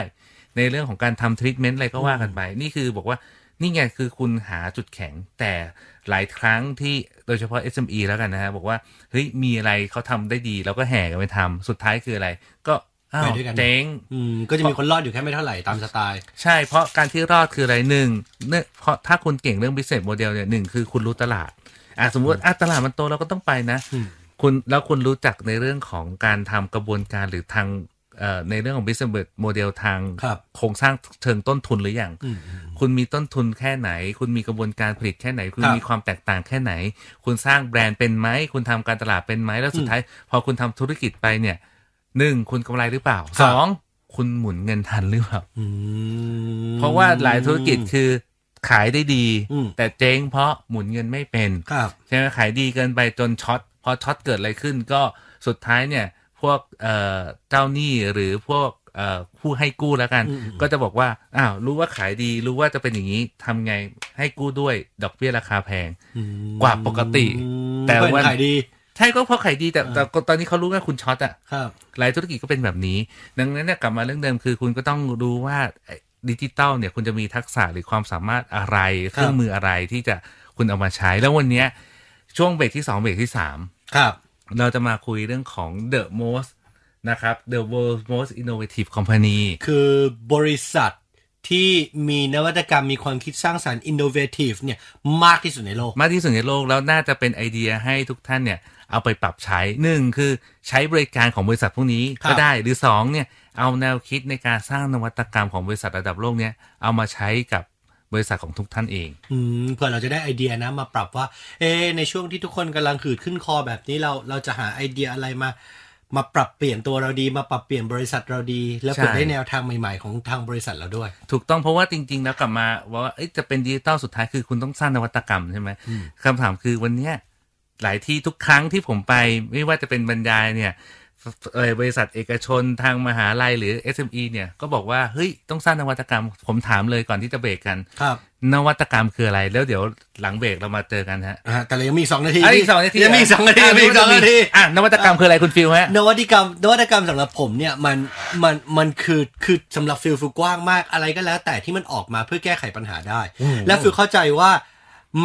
Speaker 3: ในเรื่องของการทำทรีทเมนต์อะไรก็ว่ากันไป นี่คือบอกว่านี่ไงคือคุณหาจุดแข็งแต่หลายครั้งที่โดยเฉพาะ SME แล้วกันนะฮะบอกว่าเฮ้ยมีอะไรเขาทำได้ดีเราก็แห่กันไปทำสุดท้ายคืออะไร ก็อ้า
Speaker 2: ไป
Speaker 3: ว
Speaker 2: ด้วยกัน
Speaker 3: เจ๊ง
Speaker 2: อืม ก็จะมีคนรอดอยู่แค่ไม่เท่าไหร่ตามสไตล์
Speaker 3: ใช่ เพราะการที่รอดคืออะไรหนึ่งเนื่องเพราะถ้าคุณเก่งเรื่อง business model เนี่ยหนึ่งคือคุณรู้ตลาดอ่ะสมมติอ่ะตลาดมันโตเราก็ต้องไปนะ
Speaker 2: อืม
Speaker 3: คุณแล้วคุณรู้จักในเรื่องของการทำกระบวนการหรือทางเอ่อในเรื่องของ business model ทาง
Speaker 2: ครับ
Speaker 3: โครงสร้างเชิงต้นทุนหรือยัง
Speaker 2: อืม
Speaker 3: คุณมีต้นทุนแค่ไหน คุณมีกระบวนการผลิตแค่ไหน คุณ
Speaker 2: ครับ
Speaker 3: มีความแตกต่างแค่ไหน คุณสร้างแบรนด์เป็นไหม คุณทำการตลาดเป็นไหม แล้วสุดท้าย พอคุณทำธุรกิจไปเนี่ยหนึ่งคุณกำไรหรือเปล่า
Speaker 2: ครับ
Speaker 3: สองคุณหมุนเงินทันหรือเปล่า
Speaker 2: อืม
Speaker 3: เพราะว่าหลายธุรกิจคือขายได้ดี
Speaker 2: อืม
Speaker 3: แต่เจ๊งเพราะหมุนเงินไม่เป็น
Speaker 2: ครับ
Speaker 3: ใช่ไหมขายดีเกินไปจนช็อตพอช็อตเกิดอะไรขึ้นก็สุดท้ายเนี่ยพวกเอ่อเจ้าหนี้หรือพวกเอ่อผู้ให้กู้แล้วกัน
Speaker 2: อืมอืม
Speaker 3: ก็จะบอกว่าอ้าวรู้ว่าขายดีรู้ว่าจะเป็นอย่างนี้ทำไงให้กู้ด้วยดอกเบี้ยราคาแพง
Speaker 2: อืม
Speaker 3: กว่าปกติแต่
Speaker 2: เพื่อน
Speaker 3: วัน
Speaker 2: ขายดี
Speaker 3: ใช่ก็เพราะขายดีแต่แต่ตอนนี้เขารู้ว่าคุณช็อตอะ
Speaker 2: ครับ
Speaker 3: หลายธุรกิจก็เป็นแบบนี้ ดังนั้นเนี่ยกลับมาเรื่องเดิมคือคุณก็ต้องรู้ว่าดิจิตอลเนี่ยคุณจะมีทักษะหรือความสามารถอะไร เครื่องมืออะไรที่จะคุณเอามาใช้ แล้ววันเนี้ยช่วงเบรกที่ 2 เบรกที่ 3
Speaker 2: ครับ
Speaker 3: เราจะมาคุยเรื่องของ the most นะครับ the world most innovative company
Speaker 2: คือบริษัทที่มีนวัตกรรมมีความคิดสร้างสรรค์ innovative เนี่ยมากที่สุดในโลก
Speaker 3: มากที่สุดในโลกแล้วน่าจะเป็นไอเดียให้ทุกท่านเนี่ยเอาไปปรับใช้หนึ่งคือใช้บริการของบริษัทพวกนี้
Speaker 2: ครับ
Speaker 3: ก็ได้หรือสองเนี่ยเอาแนวคิดในการสร้างนวัตกรรมของบริษัทระดับโลกเนี่ยเอามาใช้กับบริษัทของทุกท่านเอง
Speaker 2: อืมเผื่อเราจะได้ไอเดียนะมาปรับว่า เอะในช่วงที่ทุกคนกำลังขืดขึ้นคอแบบนี้เราเราจะหาไอเดียอะไรมา มาปรับเปลี่ยนตัวเราดีมาปรับเปลี่ยนบริษัทเราดี แล้วเผื่อ
Speaker 3: ใช่
Speaker 2: ได้แนวทางใหม่ๆของทางบริษัทเราด้วย
Speaker 3: ถูกต้องเพราะว่าจริง ๆ แล้วกลับมาว่าเอ้ยจะเป็นดิจิตอลสุดท้ายคือคุณต้องสร้างนวัตกรรมใช่ไหมคำถามคือวันเนี้ยหลายที่ทุกครั้งที่ผมไปไม่ว่าจะเป็นบรรยายเนี่ยเอ่อบริษัทเอกชนทางมหาลัยหรือ SME เนี่ยก็บอกว่าเฮ้ยต้องสร้างนวัตกรรม ผมถามเลยก่อนที่จะเบรกกัน
Speaker 2: ครับ
Speaker 3: นวัตกรรมคืออะไร แล้วเดี๋ยวหลังเบรกเรามาเจอกันฮะ
Speaker 2: อ่าแต่เรายังมีอีกสองนาที
Speaker 3: ะก
Speaker 2: ยังมีอีกสองนาที
Speaker 3: ะ
Speaker 2: ยังมีอีกสองนาที
Speaker 3: อ่ะนวัตกรรมคืออะไรคุณฟิลฮะ
Speaker 2: [laughs] นวัตกรรมนวัตกรรมสำหรับผมเนี่ยมันมันมันคือคือสำหรับฟิลฟิลกว้างมากอะไรก็แล้ว แต่ที่มันออกมาเพื่อแก้ไขปัญหาได้
Speaker 3: อืม
Speaker 2: และฟิลเข้าใจว่า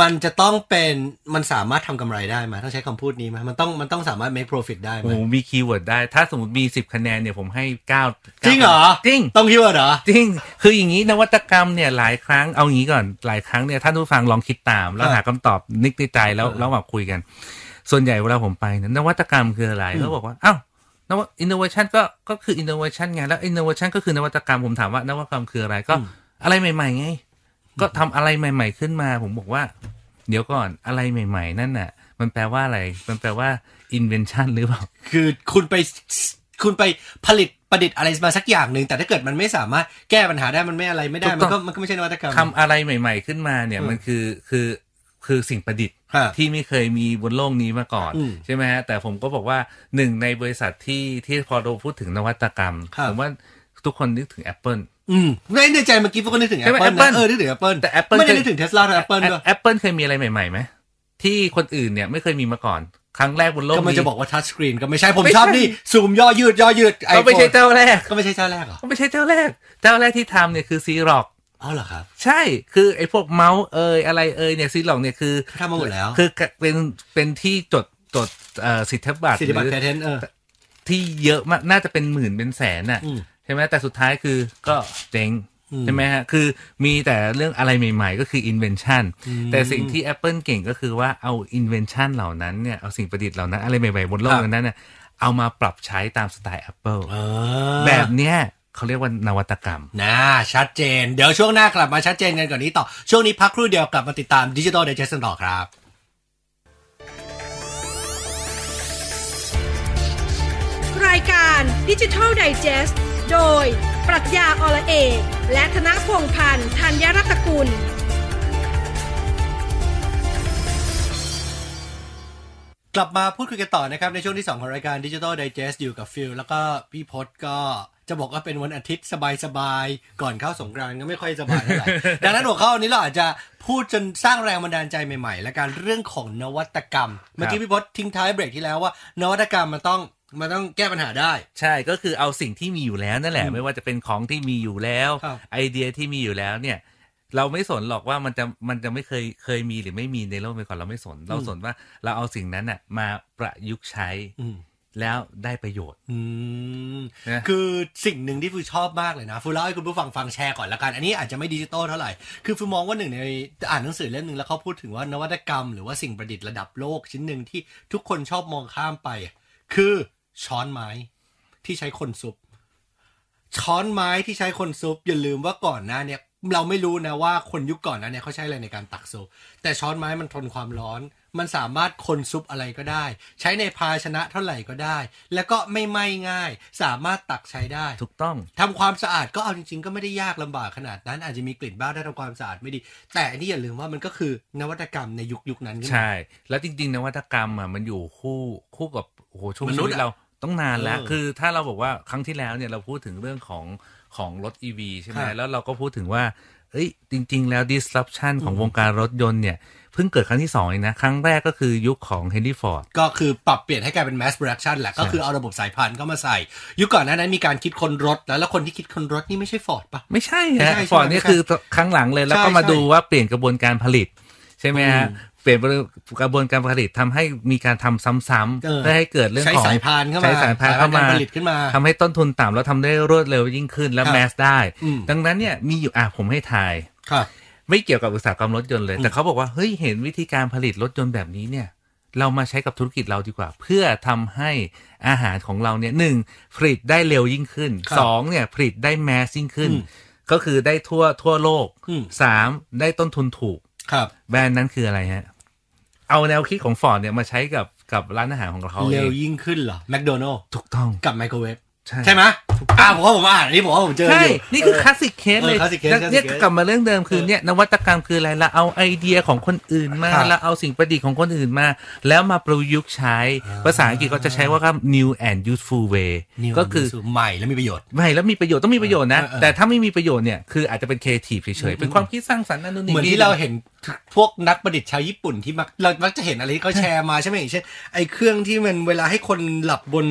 Speaker 2: มันจะต้องเป็นมันสามารถทำกำไรได้ไหมต้องใช้คำพูดนี้ไหมมันต้องมันต้องสามารถ make profit ได้ไหม
Speaker 3: โอ้โหมีคีย์เวิร์ดได้ ถ้าสมมติมี 10 คะแนนเนี่ยผมให้9ก้า
Speaker 2: จริงเหรอ
Speaker 3: จริง
Speaker 2: ต้องคิดว่าเหรอ
Speaker 3: จริง คืออย่างนี้นวัตกรรมเนี่ยหลายครั้งเอางี้ก่อนหลายครั้งเนี่ยท่านผู้ฟังลองคิดตาม แล้
Speaker 2: ค
Speaker 3: ว
Speaker 2: รับ
Speaker 3: หาคำตอบนึกในใจแล้ว
Speaker 2: ครับ
Speaker 3: แล้วมาคุยกัน ส่วนใหญ่เวลาผมไปเนยนวัตกรรมคืออะไรเขาบอกว่าอ้าวนวัตอินโนเวชันก็ก็คืออินโนเวชันไงแล้วอินโนเวชันก็คือนวัตกรรมผมถามว่านวัตกรรมคืออะไรก็
Speaker 2: อืม
Speaker 3: อะไรใหม่ ๆ ไง ก็ทำอะไรใหม่ ๆ ขึ้นมา ผมบอกว่า เดี๋ยวก่อนอะไรใหม่ ๆ นั่นน่ะ มันแปลว่าอะไร มันแปลว่า invention หรือเปล่า
Speaker 2: คือคุณไปคุณไปผลิตประดิษฐ์อะไรมาสักอย่างหนึ่งแต่ถ้าเกิดมันไม่สามารถแก้ปัญหาได้มันไม่อะไรไม่ได้
Speaker 3: ถูก
Speaker 2: มั
Speaker 3: ต้อน ง
Speaker 2: ก็มันก็ไม่ใช่นวัตกรรม
Speaker 3: ทำอะไรใหม่ ๆ ขึ้นมาเนี่ย
Speaker 2: อืม
Speaker 3: มันคือคือคือสิ่งประดิษฐ์
Speaker 2: ครับ
Speaker 3: ที่ไม่เคยมีบนโลกนี้มาก่อน
Speaker 2: อืม
Speaker 3: ใช่ไหมฮะแต่ผมก็บอกว่าหนึ่งในบริษัทที่ที่พอเราพูดถึงนวัตกรรม
Speaker 2: ครับ
Speaker 3: ผมว่าทุกคนนึกถึง Apple
Speaker 2: อืมในในใจเมื่อกี้พวกก็นึกถึง
Speaker 3: ใช่ไหม
Speaker 2: Apple นะ
Speaker 3: Apple
Speaker 2: เออนึกถึง Apple
Speaker 3: แต่ Apple
Speaker 2: ไม่ได้
Speaker 3: เคย
Speaker 2: นึกถึง Tesla แต่ Apple ด้วย
Speaker 3: แอ Apple เคยมีอะไรใหม่ๆไหมที่คนอื่นเนี่ยไม่เคยมีมาก่อน ครั้งแรกบนโลก
Speaker 2: ก็มัน
Speaker 3: นี้
Speaker 2: จะบอกว่าทัชสกรีนก็ไม่ใช่ ผม
Speaker 3: ไม่ใช่
Speaker 2: ชอบนี่ ซูมย่อยืดย่อยืด
Speaker 3: ก็ไม่ใช่
Speaker 2: iPhone
Speaker 3: เจ้าแรก
Speaker 2: ก็ไม่ใช่เจ้าแรกเหรอ
Speaker 3: ก็ไม่ใช่เจ้าแรก เจ้าแรกที่ทำเนี่ยคือซีร็อก
Speaker 2: อ๋อเหรอครับ
Speaker 3: ใช่คือไอ้พวกเมาส์เอยอะไรเอยเนี่ยซีหลองเนี่ยคือ
Speaker 2: ทำมาหมดแล้ว
Speaker 3: คือเป็นเป็นที่จดจดเอ่อสิทธิบัตร
Speaker 2: สิทธิบัตร
Speaker 3: ห
Speaker 2: แพ
Speaker 3: รือ
Speaker 2: เทนต์เออ
Speaker 3: ที่เยอะมากน่าจะเป็นหมื่นเป็นแสนอ่ะ
Speaker 2: อืม
Speaker 3: ใช่ไหมแต่สุดท้ายคือก็เจ๊ง
Speaker 2: อืม
Speaker 3: ใช่ไหมฮะคือมีแต่เรื่องอะไรใหม่ ๆ ก็คือ invention
Speaker 2: อืม
Speaker 3: แต่สิ่งที่ Apple เก่งก็คือว่าเอา invention เหล่านั้นเนี่ยเอาสิ่งประดิษฐ์เหล่านั้นอะไรใหม่ๆบนโลก
Speaker 2: ครับ
Speaker 3: นั้นเนี่ยเอามาปรับใช้ตามสไตล์ Apple
Speaker 2: เออ
Speaker 3: แบบเนี้ยเขาเรียกว่านวัตกรรม
Speaker 2: นะชัดเจน เดี๋ยวช่วงหน้ากลับมาชัดเจนกันกว่อนนี้ต่อ ช่วงนี้พักครู่เดียวกลับมาติดตามดิจิ t a ลเด g e s กันต่อครับ
Speaker 1: รายการดิจิทัลไดจ e s t โดย ปรัชญาอลเอกและธนพงษ์พันธ์ธัญรัตนกุล
Speaker 2: กลับมาพูดคุยกันต่อนะครับ ในช่วงที่ 2 ของรายการดิจิ t a ลไดจ e s t อยู่กับฟิลแล้วก็พี่พศก็จะบอกว่าเป็นวันอาทิตย์สบายๆ ก่อนเข้าสงกรานต์ก็ไม่ค่อยสบายเท่าไหร่ ดังนั้นหัวข้อวันนี้เราอาจจะพูดจนสร้างแรงบันดาลใจใหม่ๆ และการเรื่องของนวัตกรรม เมื่อกี้พี่พศทิ้งท้ายเบรกที่แล้วว่า นวัตกรรมมันต้องมันต้องแก้ปัญหาได้
Speaker 3: ใช่ก็คือเอาสิ่งที่มีอยู่แล้วนั่นแหละ ไม่ว่าจะเป็นของที่มีอยู่แล้ว
Speaker 2: ครับ
Speaker 3: ไอเดียที่มีอยู่แล้วเนี่ย เราไม่สนหรอกว่ามันจะมันจะไม่เคยเคยมีหรือไม่มีในโลกไปก่อนเราไม่สน เราสนว่าเราเอาสิ่งนั้นน่ะมาประยุกต์ใช้
Speaker 2: อืม
Speaker 3: แล้วได้ประโยชน์
Speaker 2: อืม
Speaker 3: นะ
Speaker 2: คือสิ่งหนึ่งที่ฟูชอบมากเลยนะฟูเล่าให้คุณผู้ฟังฟังแชร์ก่อนละกัน อันนี้อาจจะไม่ดิจิตอลเท่าไหร่ คือฟูมองว่าหนึ่งในอ่านหนังสือเล่มหนึ่งแล้วเขาพูดถึงว่านวัตกรรมหรือว่าสิ่งประดิษฐ์ระดับโลกชิ้นหนึ่งที่ทุกคนชอบมองข้ามไป คือช้อนไม้ที่ใช้คนซุป ช้อนไม้ที่ใช้คนซุปอย่าลืมว่าก่อนหน้าเนี่ยเราไม่รู้นะว่าคนยุคก่อนหนั้นเนี่ยเขาใช้อะไรในการตักซุป แต่ช้อนไม้มันทนความร้อน มันสามารถคนซุปอะไรก็ได้ ใช้ในภาชนะเท่าไหร่ก็ได้ แล้วก็ไม่ไหม้ง่าย สามารถตักใช้ได้
Speaker 3: ถูกต้อง
Speaker 2: ทำความสะอาดก็เอาจริงๆ ก็ไม่ได้ยากลำบากขนาดนั้น อาจจะมีกลิ่นบ้างถ้าทำความสะอาดไม่ดี แต่อันนี้อย่าลืมว่ามันก็คือนวัตกรรมในยุคยุคๆนั้นขึ้นมา
Speaker 3: ใช่ แล้วจริง ๆนวัตกรรมอ่ะมันอยู่คู่คู่กับโอ้โหช่วง
Speaker 2: มนุ
Speaker 3: ชี
Speaker 2: ษย์
Speaker 3: วิต
Speaker 2: อะ
Speaker 3: เราต้องนานแล้ว
Speaker 2: เออ
Speaker 3: คือถ้าเราบอกว่าครั้งที่แล้วเนี่ยเราพูดถึงเรื่องของของรถ E ีวีใช่ไหม
Speaker 2: ครับ
Speaker 3: แล้วเราก็พูดถึงว่าเอ้ยจริง ๆ แล้ว disruption ของวงการรถยนต์เนี่ยเพิ่งเกิดครั้งที่สองเองนะ ครั้งแรกก็คือยุคของเฮนรี่ฟอร์ด
Speaker 2: ก็คือปรับเปลี่ยนให้กลายเป็น mass production แหละ ก็คือเอาระบบสายพานเข้ามาใส่ ยุคก่อนหน้านั้นมีการคิดคนรถแล้วแล้วคนที่คิดคนรถนี่ไม่ใช่ฟอร์ดปะ
Speaker 3: ไม่ใช่
Speaker 2: ไม่
Speaker 3: ฮะ
Speaker 2: ใช่ใช่ไหม
Speaker 3: ฟอร์ดเนี่ยคือครั้งหลังเลยแล้วก็
Speaker 2: ใช่
Speaker 3: มา
Speaker 2: ใช่
Speaker 3: ดูว่าเปลี่ยนกระบวนการผลิต ใช่ไหมฮะ
Speaker 2: อืม
Speaker 3: เปลี่ยนกระบวนการผลิตทำให้มีการทำซ้ำ
Speaker 2: เออ
Speaker 3: ๆเพื่อให้เกิดเรื่อง
Speaker 2: ใช้
Speaker 3: ของ
Speaker 2: สายพานเข้ามา
Speaker 3: ใช้สายพานเข้ามา
Speaker 2: สายพานการผลิตขึ้นมา
Speaker 3: ทำให้ต้นทุนต่ำแล้วทำได้รวดเร็วยิ่งขึ้นแล้ว
Speaker 2: ครับ
Speaker 3: แมสได้
Speaker 2: อืม
Speaker 3: ดังนั้นเนี่ยมีอยู่อ่ะผมให้ทาย
Speaker 2: ค่ะ
Speaker 3: ไม่เกี่ยวกับอุตสาหกรรมรถยนต์เลย แต่เขาบอกว่าเฮ้ยเห็นวิธีการผลิตรถยนต์แบบนี้เนี่ย เรามาใช้กับธุรกิจเราดีกว่า เพื่อทำให้อาหารของเราเนี่ยหนึ่งผลิตได้เร็วยิ่งขึ้น
Speaker 2: ครับ
Speaker 3: สองเนี่ยผลิตได้แมสยิ่งขึ้น
Speaker 2: อืม
Speaker 3: ก็คือได้ทั่วทั่วโลก
Speaker 2: อืม
Speaker 3: สามได้ต้นทุนถูก
Speaker 2: ครับ
Speaker 3: แบรนด์นั้นคืออะไรฮะ เอาแนวคิดของฟอร์ดเนี่ยมาใช้กับกับร้านอาหารของเขาเอ
Speaker 2: เร็ว
Speaker 3: ง
Speaker 2: ยิ่งขึ้นเหรอแม d โดนัล
Speaker 3: ถูกต้อง
Speaker 2: กับไมโครเวฟ
Speaker 3: ใช่
Speaker 2: ใช่ไหมอ่าผมว่าผมอ่านอันนี้ผมว่าผมเจออ
Speaker 3: ใช่
Speaker 2: ยู่
Speaker 3: นี่คือคลาสสิกเคสเลย
Speaker 2: เออ classic case
Speaker 3: แล้ว
Speaker 2: classic
Speaker 3: เนี่ย
Speaker 2: case
Speaker 3: กลับมาเรื่องเดิมคือเนี่ยนวัตกรรมคืออะไรละเอาไอเดียของคนอื่นมา
Speaker 2: ครับ
Speaker 3: แล้วเอาสิ่งประดิษฐ์ของคนอื่นมา แล้วมาประยุกต์ใช้ ภาษาอังกฤษเขาจะใช้ว่าคำ new and useful way
Speaker 2: นี่
Speaker 3: ก็คือ
Speaker 2: ใหม่และมีประโยชน์
Speaker 3: ไม่แล้วมีประโยชน์ต้องมีประโยชน์นะ
Speaker 2: เออเออ
Speaker 3: แต่ถ้าไม่มีประโยชน์เนี่ย คืออาจจะเป็น creative เฉยๆ เป็นความคิดสร้างสรรค์นั่นนู่นนี่
Speaker 2: เหมือนที่เราเห็นพวกนักประดิษฐ์ชาวญี่ปุ่นที่มักเรามักจะเห็นอะไรที่เขาแชร์มาใช่ไหมอย่างเช่นไอ้เครื่องที่มันเวลาให้คนหลับบน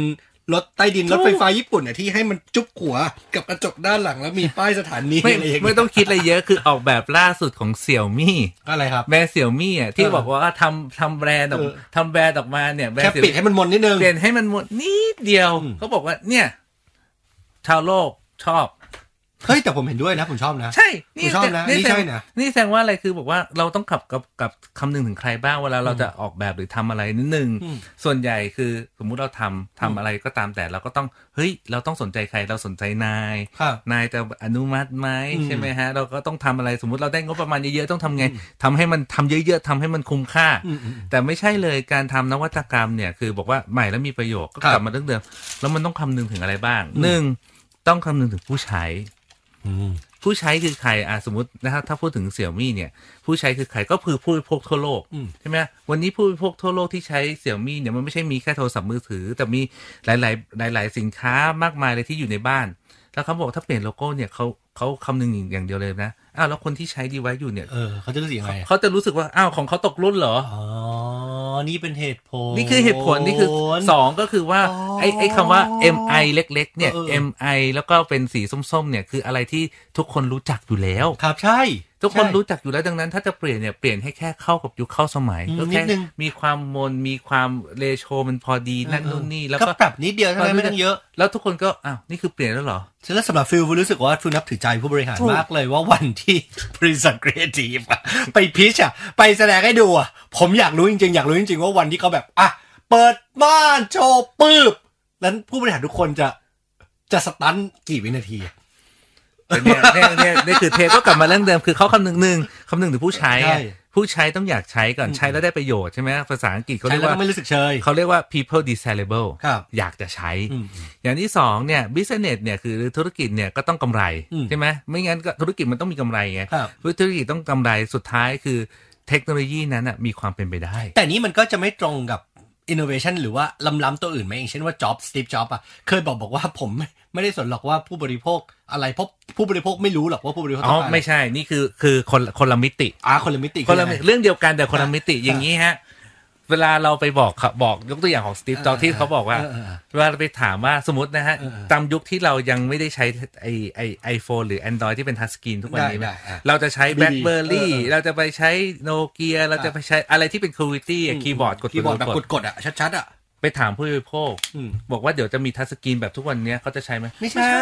Speaker 2: รถใต้ดินรถไฟฟ้าญี่ปุ่นอ่ะที่ให้มันจุ๊บหัวกับกระจกด้านหลังแล้วมีป้ายสถานี
Speaker 3: ไม่
Speaker 2: อะไรอย่างเงี้
Speaker 3: ไม่
Speaker 2: ย
Speaker 3: ต้องคิดอะไรเยอะคือออกแบบล่าสุดของเสี่ยวมี่
Speaker 2: อะไรครับ
Speaker 3: แบรนด์เสี่ยวมี่อ่ะที่
Speaker 2: เออ
Speaker 3: บอกว่าทำทำแบรนด์ออก
Speaker 2: เออ
Speaker 3: ทำแบรนด์ออกมาเนี่ยแบรน
Speaker 2: แค่
Speaker 3: ด์เสี่ยว
Speaker 2: ปิดให้มันมนนิดนึง
Speaker 3: เปลี่ยนให้มันหมดนิดเดียว
Speaker 2: อืม
Speaker 3: เขาบอกว่าเนี่ย ชาวโลกชอบ
Speaker 2: เฮ้ยแต่ผมเห็นด้วยนะผมชอบนะ
Speaker 3: ใช่
Speaker 2: ผมชอบนะ
Speaker 3: แต่
Speaker 2: นี่
Speaker 3: แสดง
Speaker 2: ใช่นะ
Speaker 3: นี่แสดงว่าอะไรคือบอกว่าเราต้องขับกับกับคำนึงถึงใครบ้างเวลาเราจะออกแบบหรือทำอะไรนิดนึง
Speaker 2: อืม
Speaker 3: ส่วนใหญ่คือสมมุติเราทำทำอะไรก็ตามแต่เราก็ต้องเฮ้ย เราต้องสนใจใครเราสนใจนาย
Speaker 2: ครับ
Speaker 3: นายจะอนุมัติไหม
Speaker 2: อืม
Speaker 3: ใช่ไหมฮะ เราก็ต้องทำอะไรสมมุติเราได้งบประมาณเยอะๆต้องทำไงทำให้มันทำเยอะๆทำให้มันคุ้มค่า
Speaker 2: อืมอืม
Speaker 3: แต่ไม่ใช่เลยการทำนวัตกรรมเนี่ยคือบอกว่าใหม่แล้วมีประโยชน์ก็
Speaker 2: ครับ
Speaker 3: กลับมาเรื่องเดิมแล้วมันต้องคำนึงถึงอะไรบ้างหนึ่งต้องคำนึงถึงผู้ใช้
Speaker 2: อืม
Speaker 3: ผู้ใช้คือใครอ่ะสมมตินะครับถ้าพูดถึงเสี่ยมี่เนี่ย ผู้ใช้คือใครก็คือผู้บริโภคทั่วโลก
Speaker 2: อืม
Speaker 3: ใช่ไหมวันนี้ผู้บริโภคทั่วโลกที่ใช้เสี่ยมี่เนี่ยมันไม่ใช่มีแค่โทรศัพท์มือถือ แต่มีหลาย ๆ หลาย ๆ สินค้ามากมายเลยที่อยู่ในบ้าน แล้วเขาบอกถ้าเปลี่ยนโลโก้เนี่ยเขาเขาคำนึงอย่างเดียวเลยนะอ้าวแล้วคนที่ใช้ดีไว้อยู่เนี่ย
Speaker 2: เออเขาจะรู้สึกยังไงอะ
Speaker 3: เขาจะรู้สึกว่าอ้าวของเขาตกรุ่นเหรอ
Speaker 2: อ๋อนี่เป็นเหตุผล
Speaker 3: นี่คือเหตุผลนี่คือสองก็คือว่า
Speaker 2: อ๋อ
Speaker 3: ไอ้ไอ้คำว่า MI เล็กๆเนี่ย
Speaker 2: เออเออ
Speaker 3: MI แล้วก็เป็นสีส้มๆเนี่ยคืออะไรที่ทุกคนรู้จักอยู่แล้ว
Speaker 2: ครับใช่
Speaker 3: ทุกคน
Speaker 2: ใช่
Speaker 3: รู้จักอยู่แล้วดังนั้น ถ้าจะเปลี่ยนเนี่ยเปลี่ยนให้แค่เข้ากับยุคเข้าสมัย
Speaker 2: อืม
Speaker 3: ก็แค่
Speaker 2: นิดนึง
Speaker 3: มีความมนมีความเรโชมันพอดีนั่นนู่นนี่แล้วก็
Speaker 2: ก็ปรับนิดเดียวเท่านั้นไม่ต้องเยอะ
Speaker 3: แล้วทุกคนก็อ้าวนี่คือเปลี่ยนแล้วเหรอ
Speaker 2: ฉะนั้นสำหรับฟิลรู้สึกว่าฟิลนับถือใจผู้บริหาร
Speaker 3: ถูก
Speaker 2: มากเลยว่าวันที่ [laughs] บริษัทครีเอทีฟไปพิชอะไปแสดงให้ดูอะผมอยากรู้จริงๆ อยากรู้จริงๆ ว่าวันที่เขาแบบอ่ะเปิดม่านโชว์ปื๊บแล้วผู้บริหารทุกคนจะจะสตันกี่วินาที
Speaker 3: แต่เนี่ย [laughs] เนี่ยเนี่ยเนี่ยคือเทปก็กลับมาเรื่องเดิมคือเขาคำนึงหนึ่งคำนึงถึงผู้ใช้
Speaker 2: ใช่
Speaker 3: อะผู้ใช้ต้องอยากใช้ก่อนใช้แล้วได้ประโยชน์ใช่ไหมภาษาอังกฤษเขา
Speaker 2: ใช้
Speaker 3: เรียก
Speaker 2: แล้ว
Speaker 3: ว่า
Speaker 2: ก็ไม่รู้สึกเชย
Speaker 3: เขาเรียกว่า people desirable
Speaker 2: ครับ
Speaker 3: อยากจะใช้
Speaker 2: อืม
Speaker 3: อย่างที่สองเนี่ย business เนี่ยคือธุรกิจเนี่ยก็ต้องกำไร
Speaker 2: อืม
Speaker 3: ใช่ไหมไม่งั้นก็ธุรกิจมันต้องมีกำไรไง
Speaker 2: ครับ
Speaker 3: ธุรกิจต้องกำไรสุดท้ายคือเทคโนโลยีนั้นน่ะมีความเป็นไปได้
Speaker 2: แต่นี้มันก็จะไม่ตรงกับ innovation หรือว่าล้ำๆตัวอื่นไหมอย่างเช่นว่า job Steve Job อ่ะเคยบอกบอกว่าผมไม่ได้สนหรอกว่าผู้บริโภคอะไรเพราะผู้บริโภคไม่รู้หรอกว่าผู้บริโภค
Speaker 3: อ๋
Speaker 2: ต้
Speaker 3: อ
Speaker 2: องการอะไร
Speaker 3: ไม่ใช่ นี่คือคือคนคนละมิติ
Speaker 2: อ่าคนละมิติ
Speaker 3: คนละ
Speaker 2: อ
Speaker 3: มิติเรื่องเดียวกันแต่คนละมิติอย่างนี้ฮะ เวลาเราไปบอกเขาบอกยกตัวอย่างของสตีฟจ็อบที่เขาบอกว่า
Speaker 2: เเอ
Speaker 3: เวลาเราไปถามว่าสมมตินะฮะ
Speaker 2: เออเออ
Speaker 3: ตามยุคที่เรายังไม่ได้ใช้ไอไอไอโฟนหรือ Android ที่เป็นทัชสกรีนทุกวันนี้
Speaker 2: ได้
Speaker 3: เนี่ย
Speaker 2: ได้อ่ะ
Speaker 3: เราจะใช้
Speaker 2: บีบี
Speaker 3: แบล็คเบอร์
Speaker 2: เอ
Speaker 3: รี่
Speaker 2: อเออ
Speaker 3: เราจะไปใช้โนเกียเราจะไปใช้อะไรที่เป็นคูวิตี้
Speaker 2: อืม
Speaker 3: คีย์บอร์ดกด
Speaker 2: คีย์บอร์ดแบบ
Speaker 3: กด
Speaker 2: กดๆอ่ะ ชัดๆอ่ะ
Speaker 3: ไปถามผู้บริโภค
Speaker 2: อืม
Speaker 3: บอกว่าเดี๋ยวจะมีทัชสกรีนแบบทุกวันเนี้ยเขาจะใช้ไหม
Speaker 2: ไม่ใช่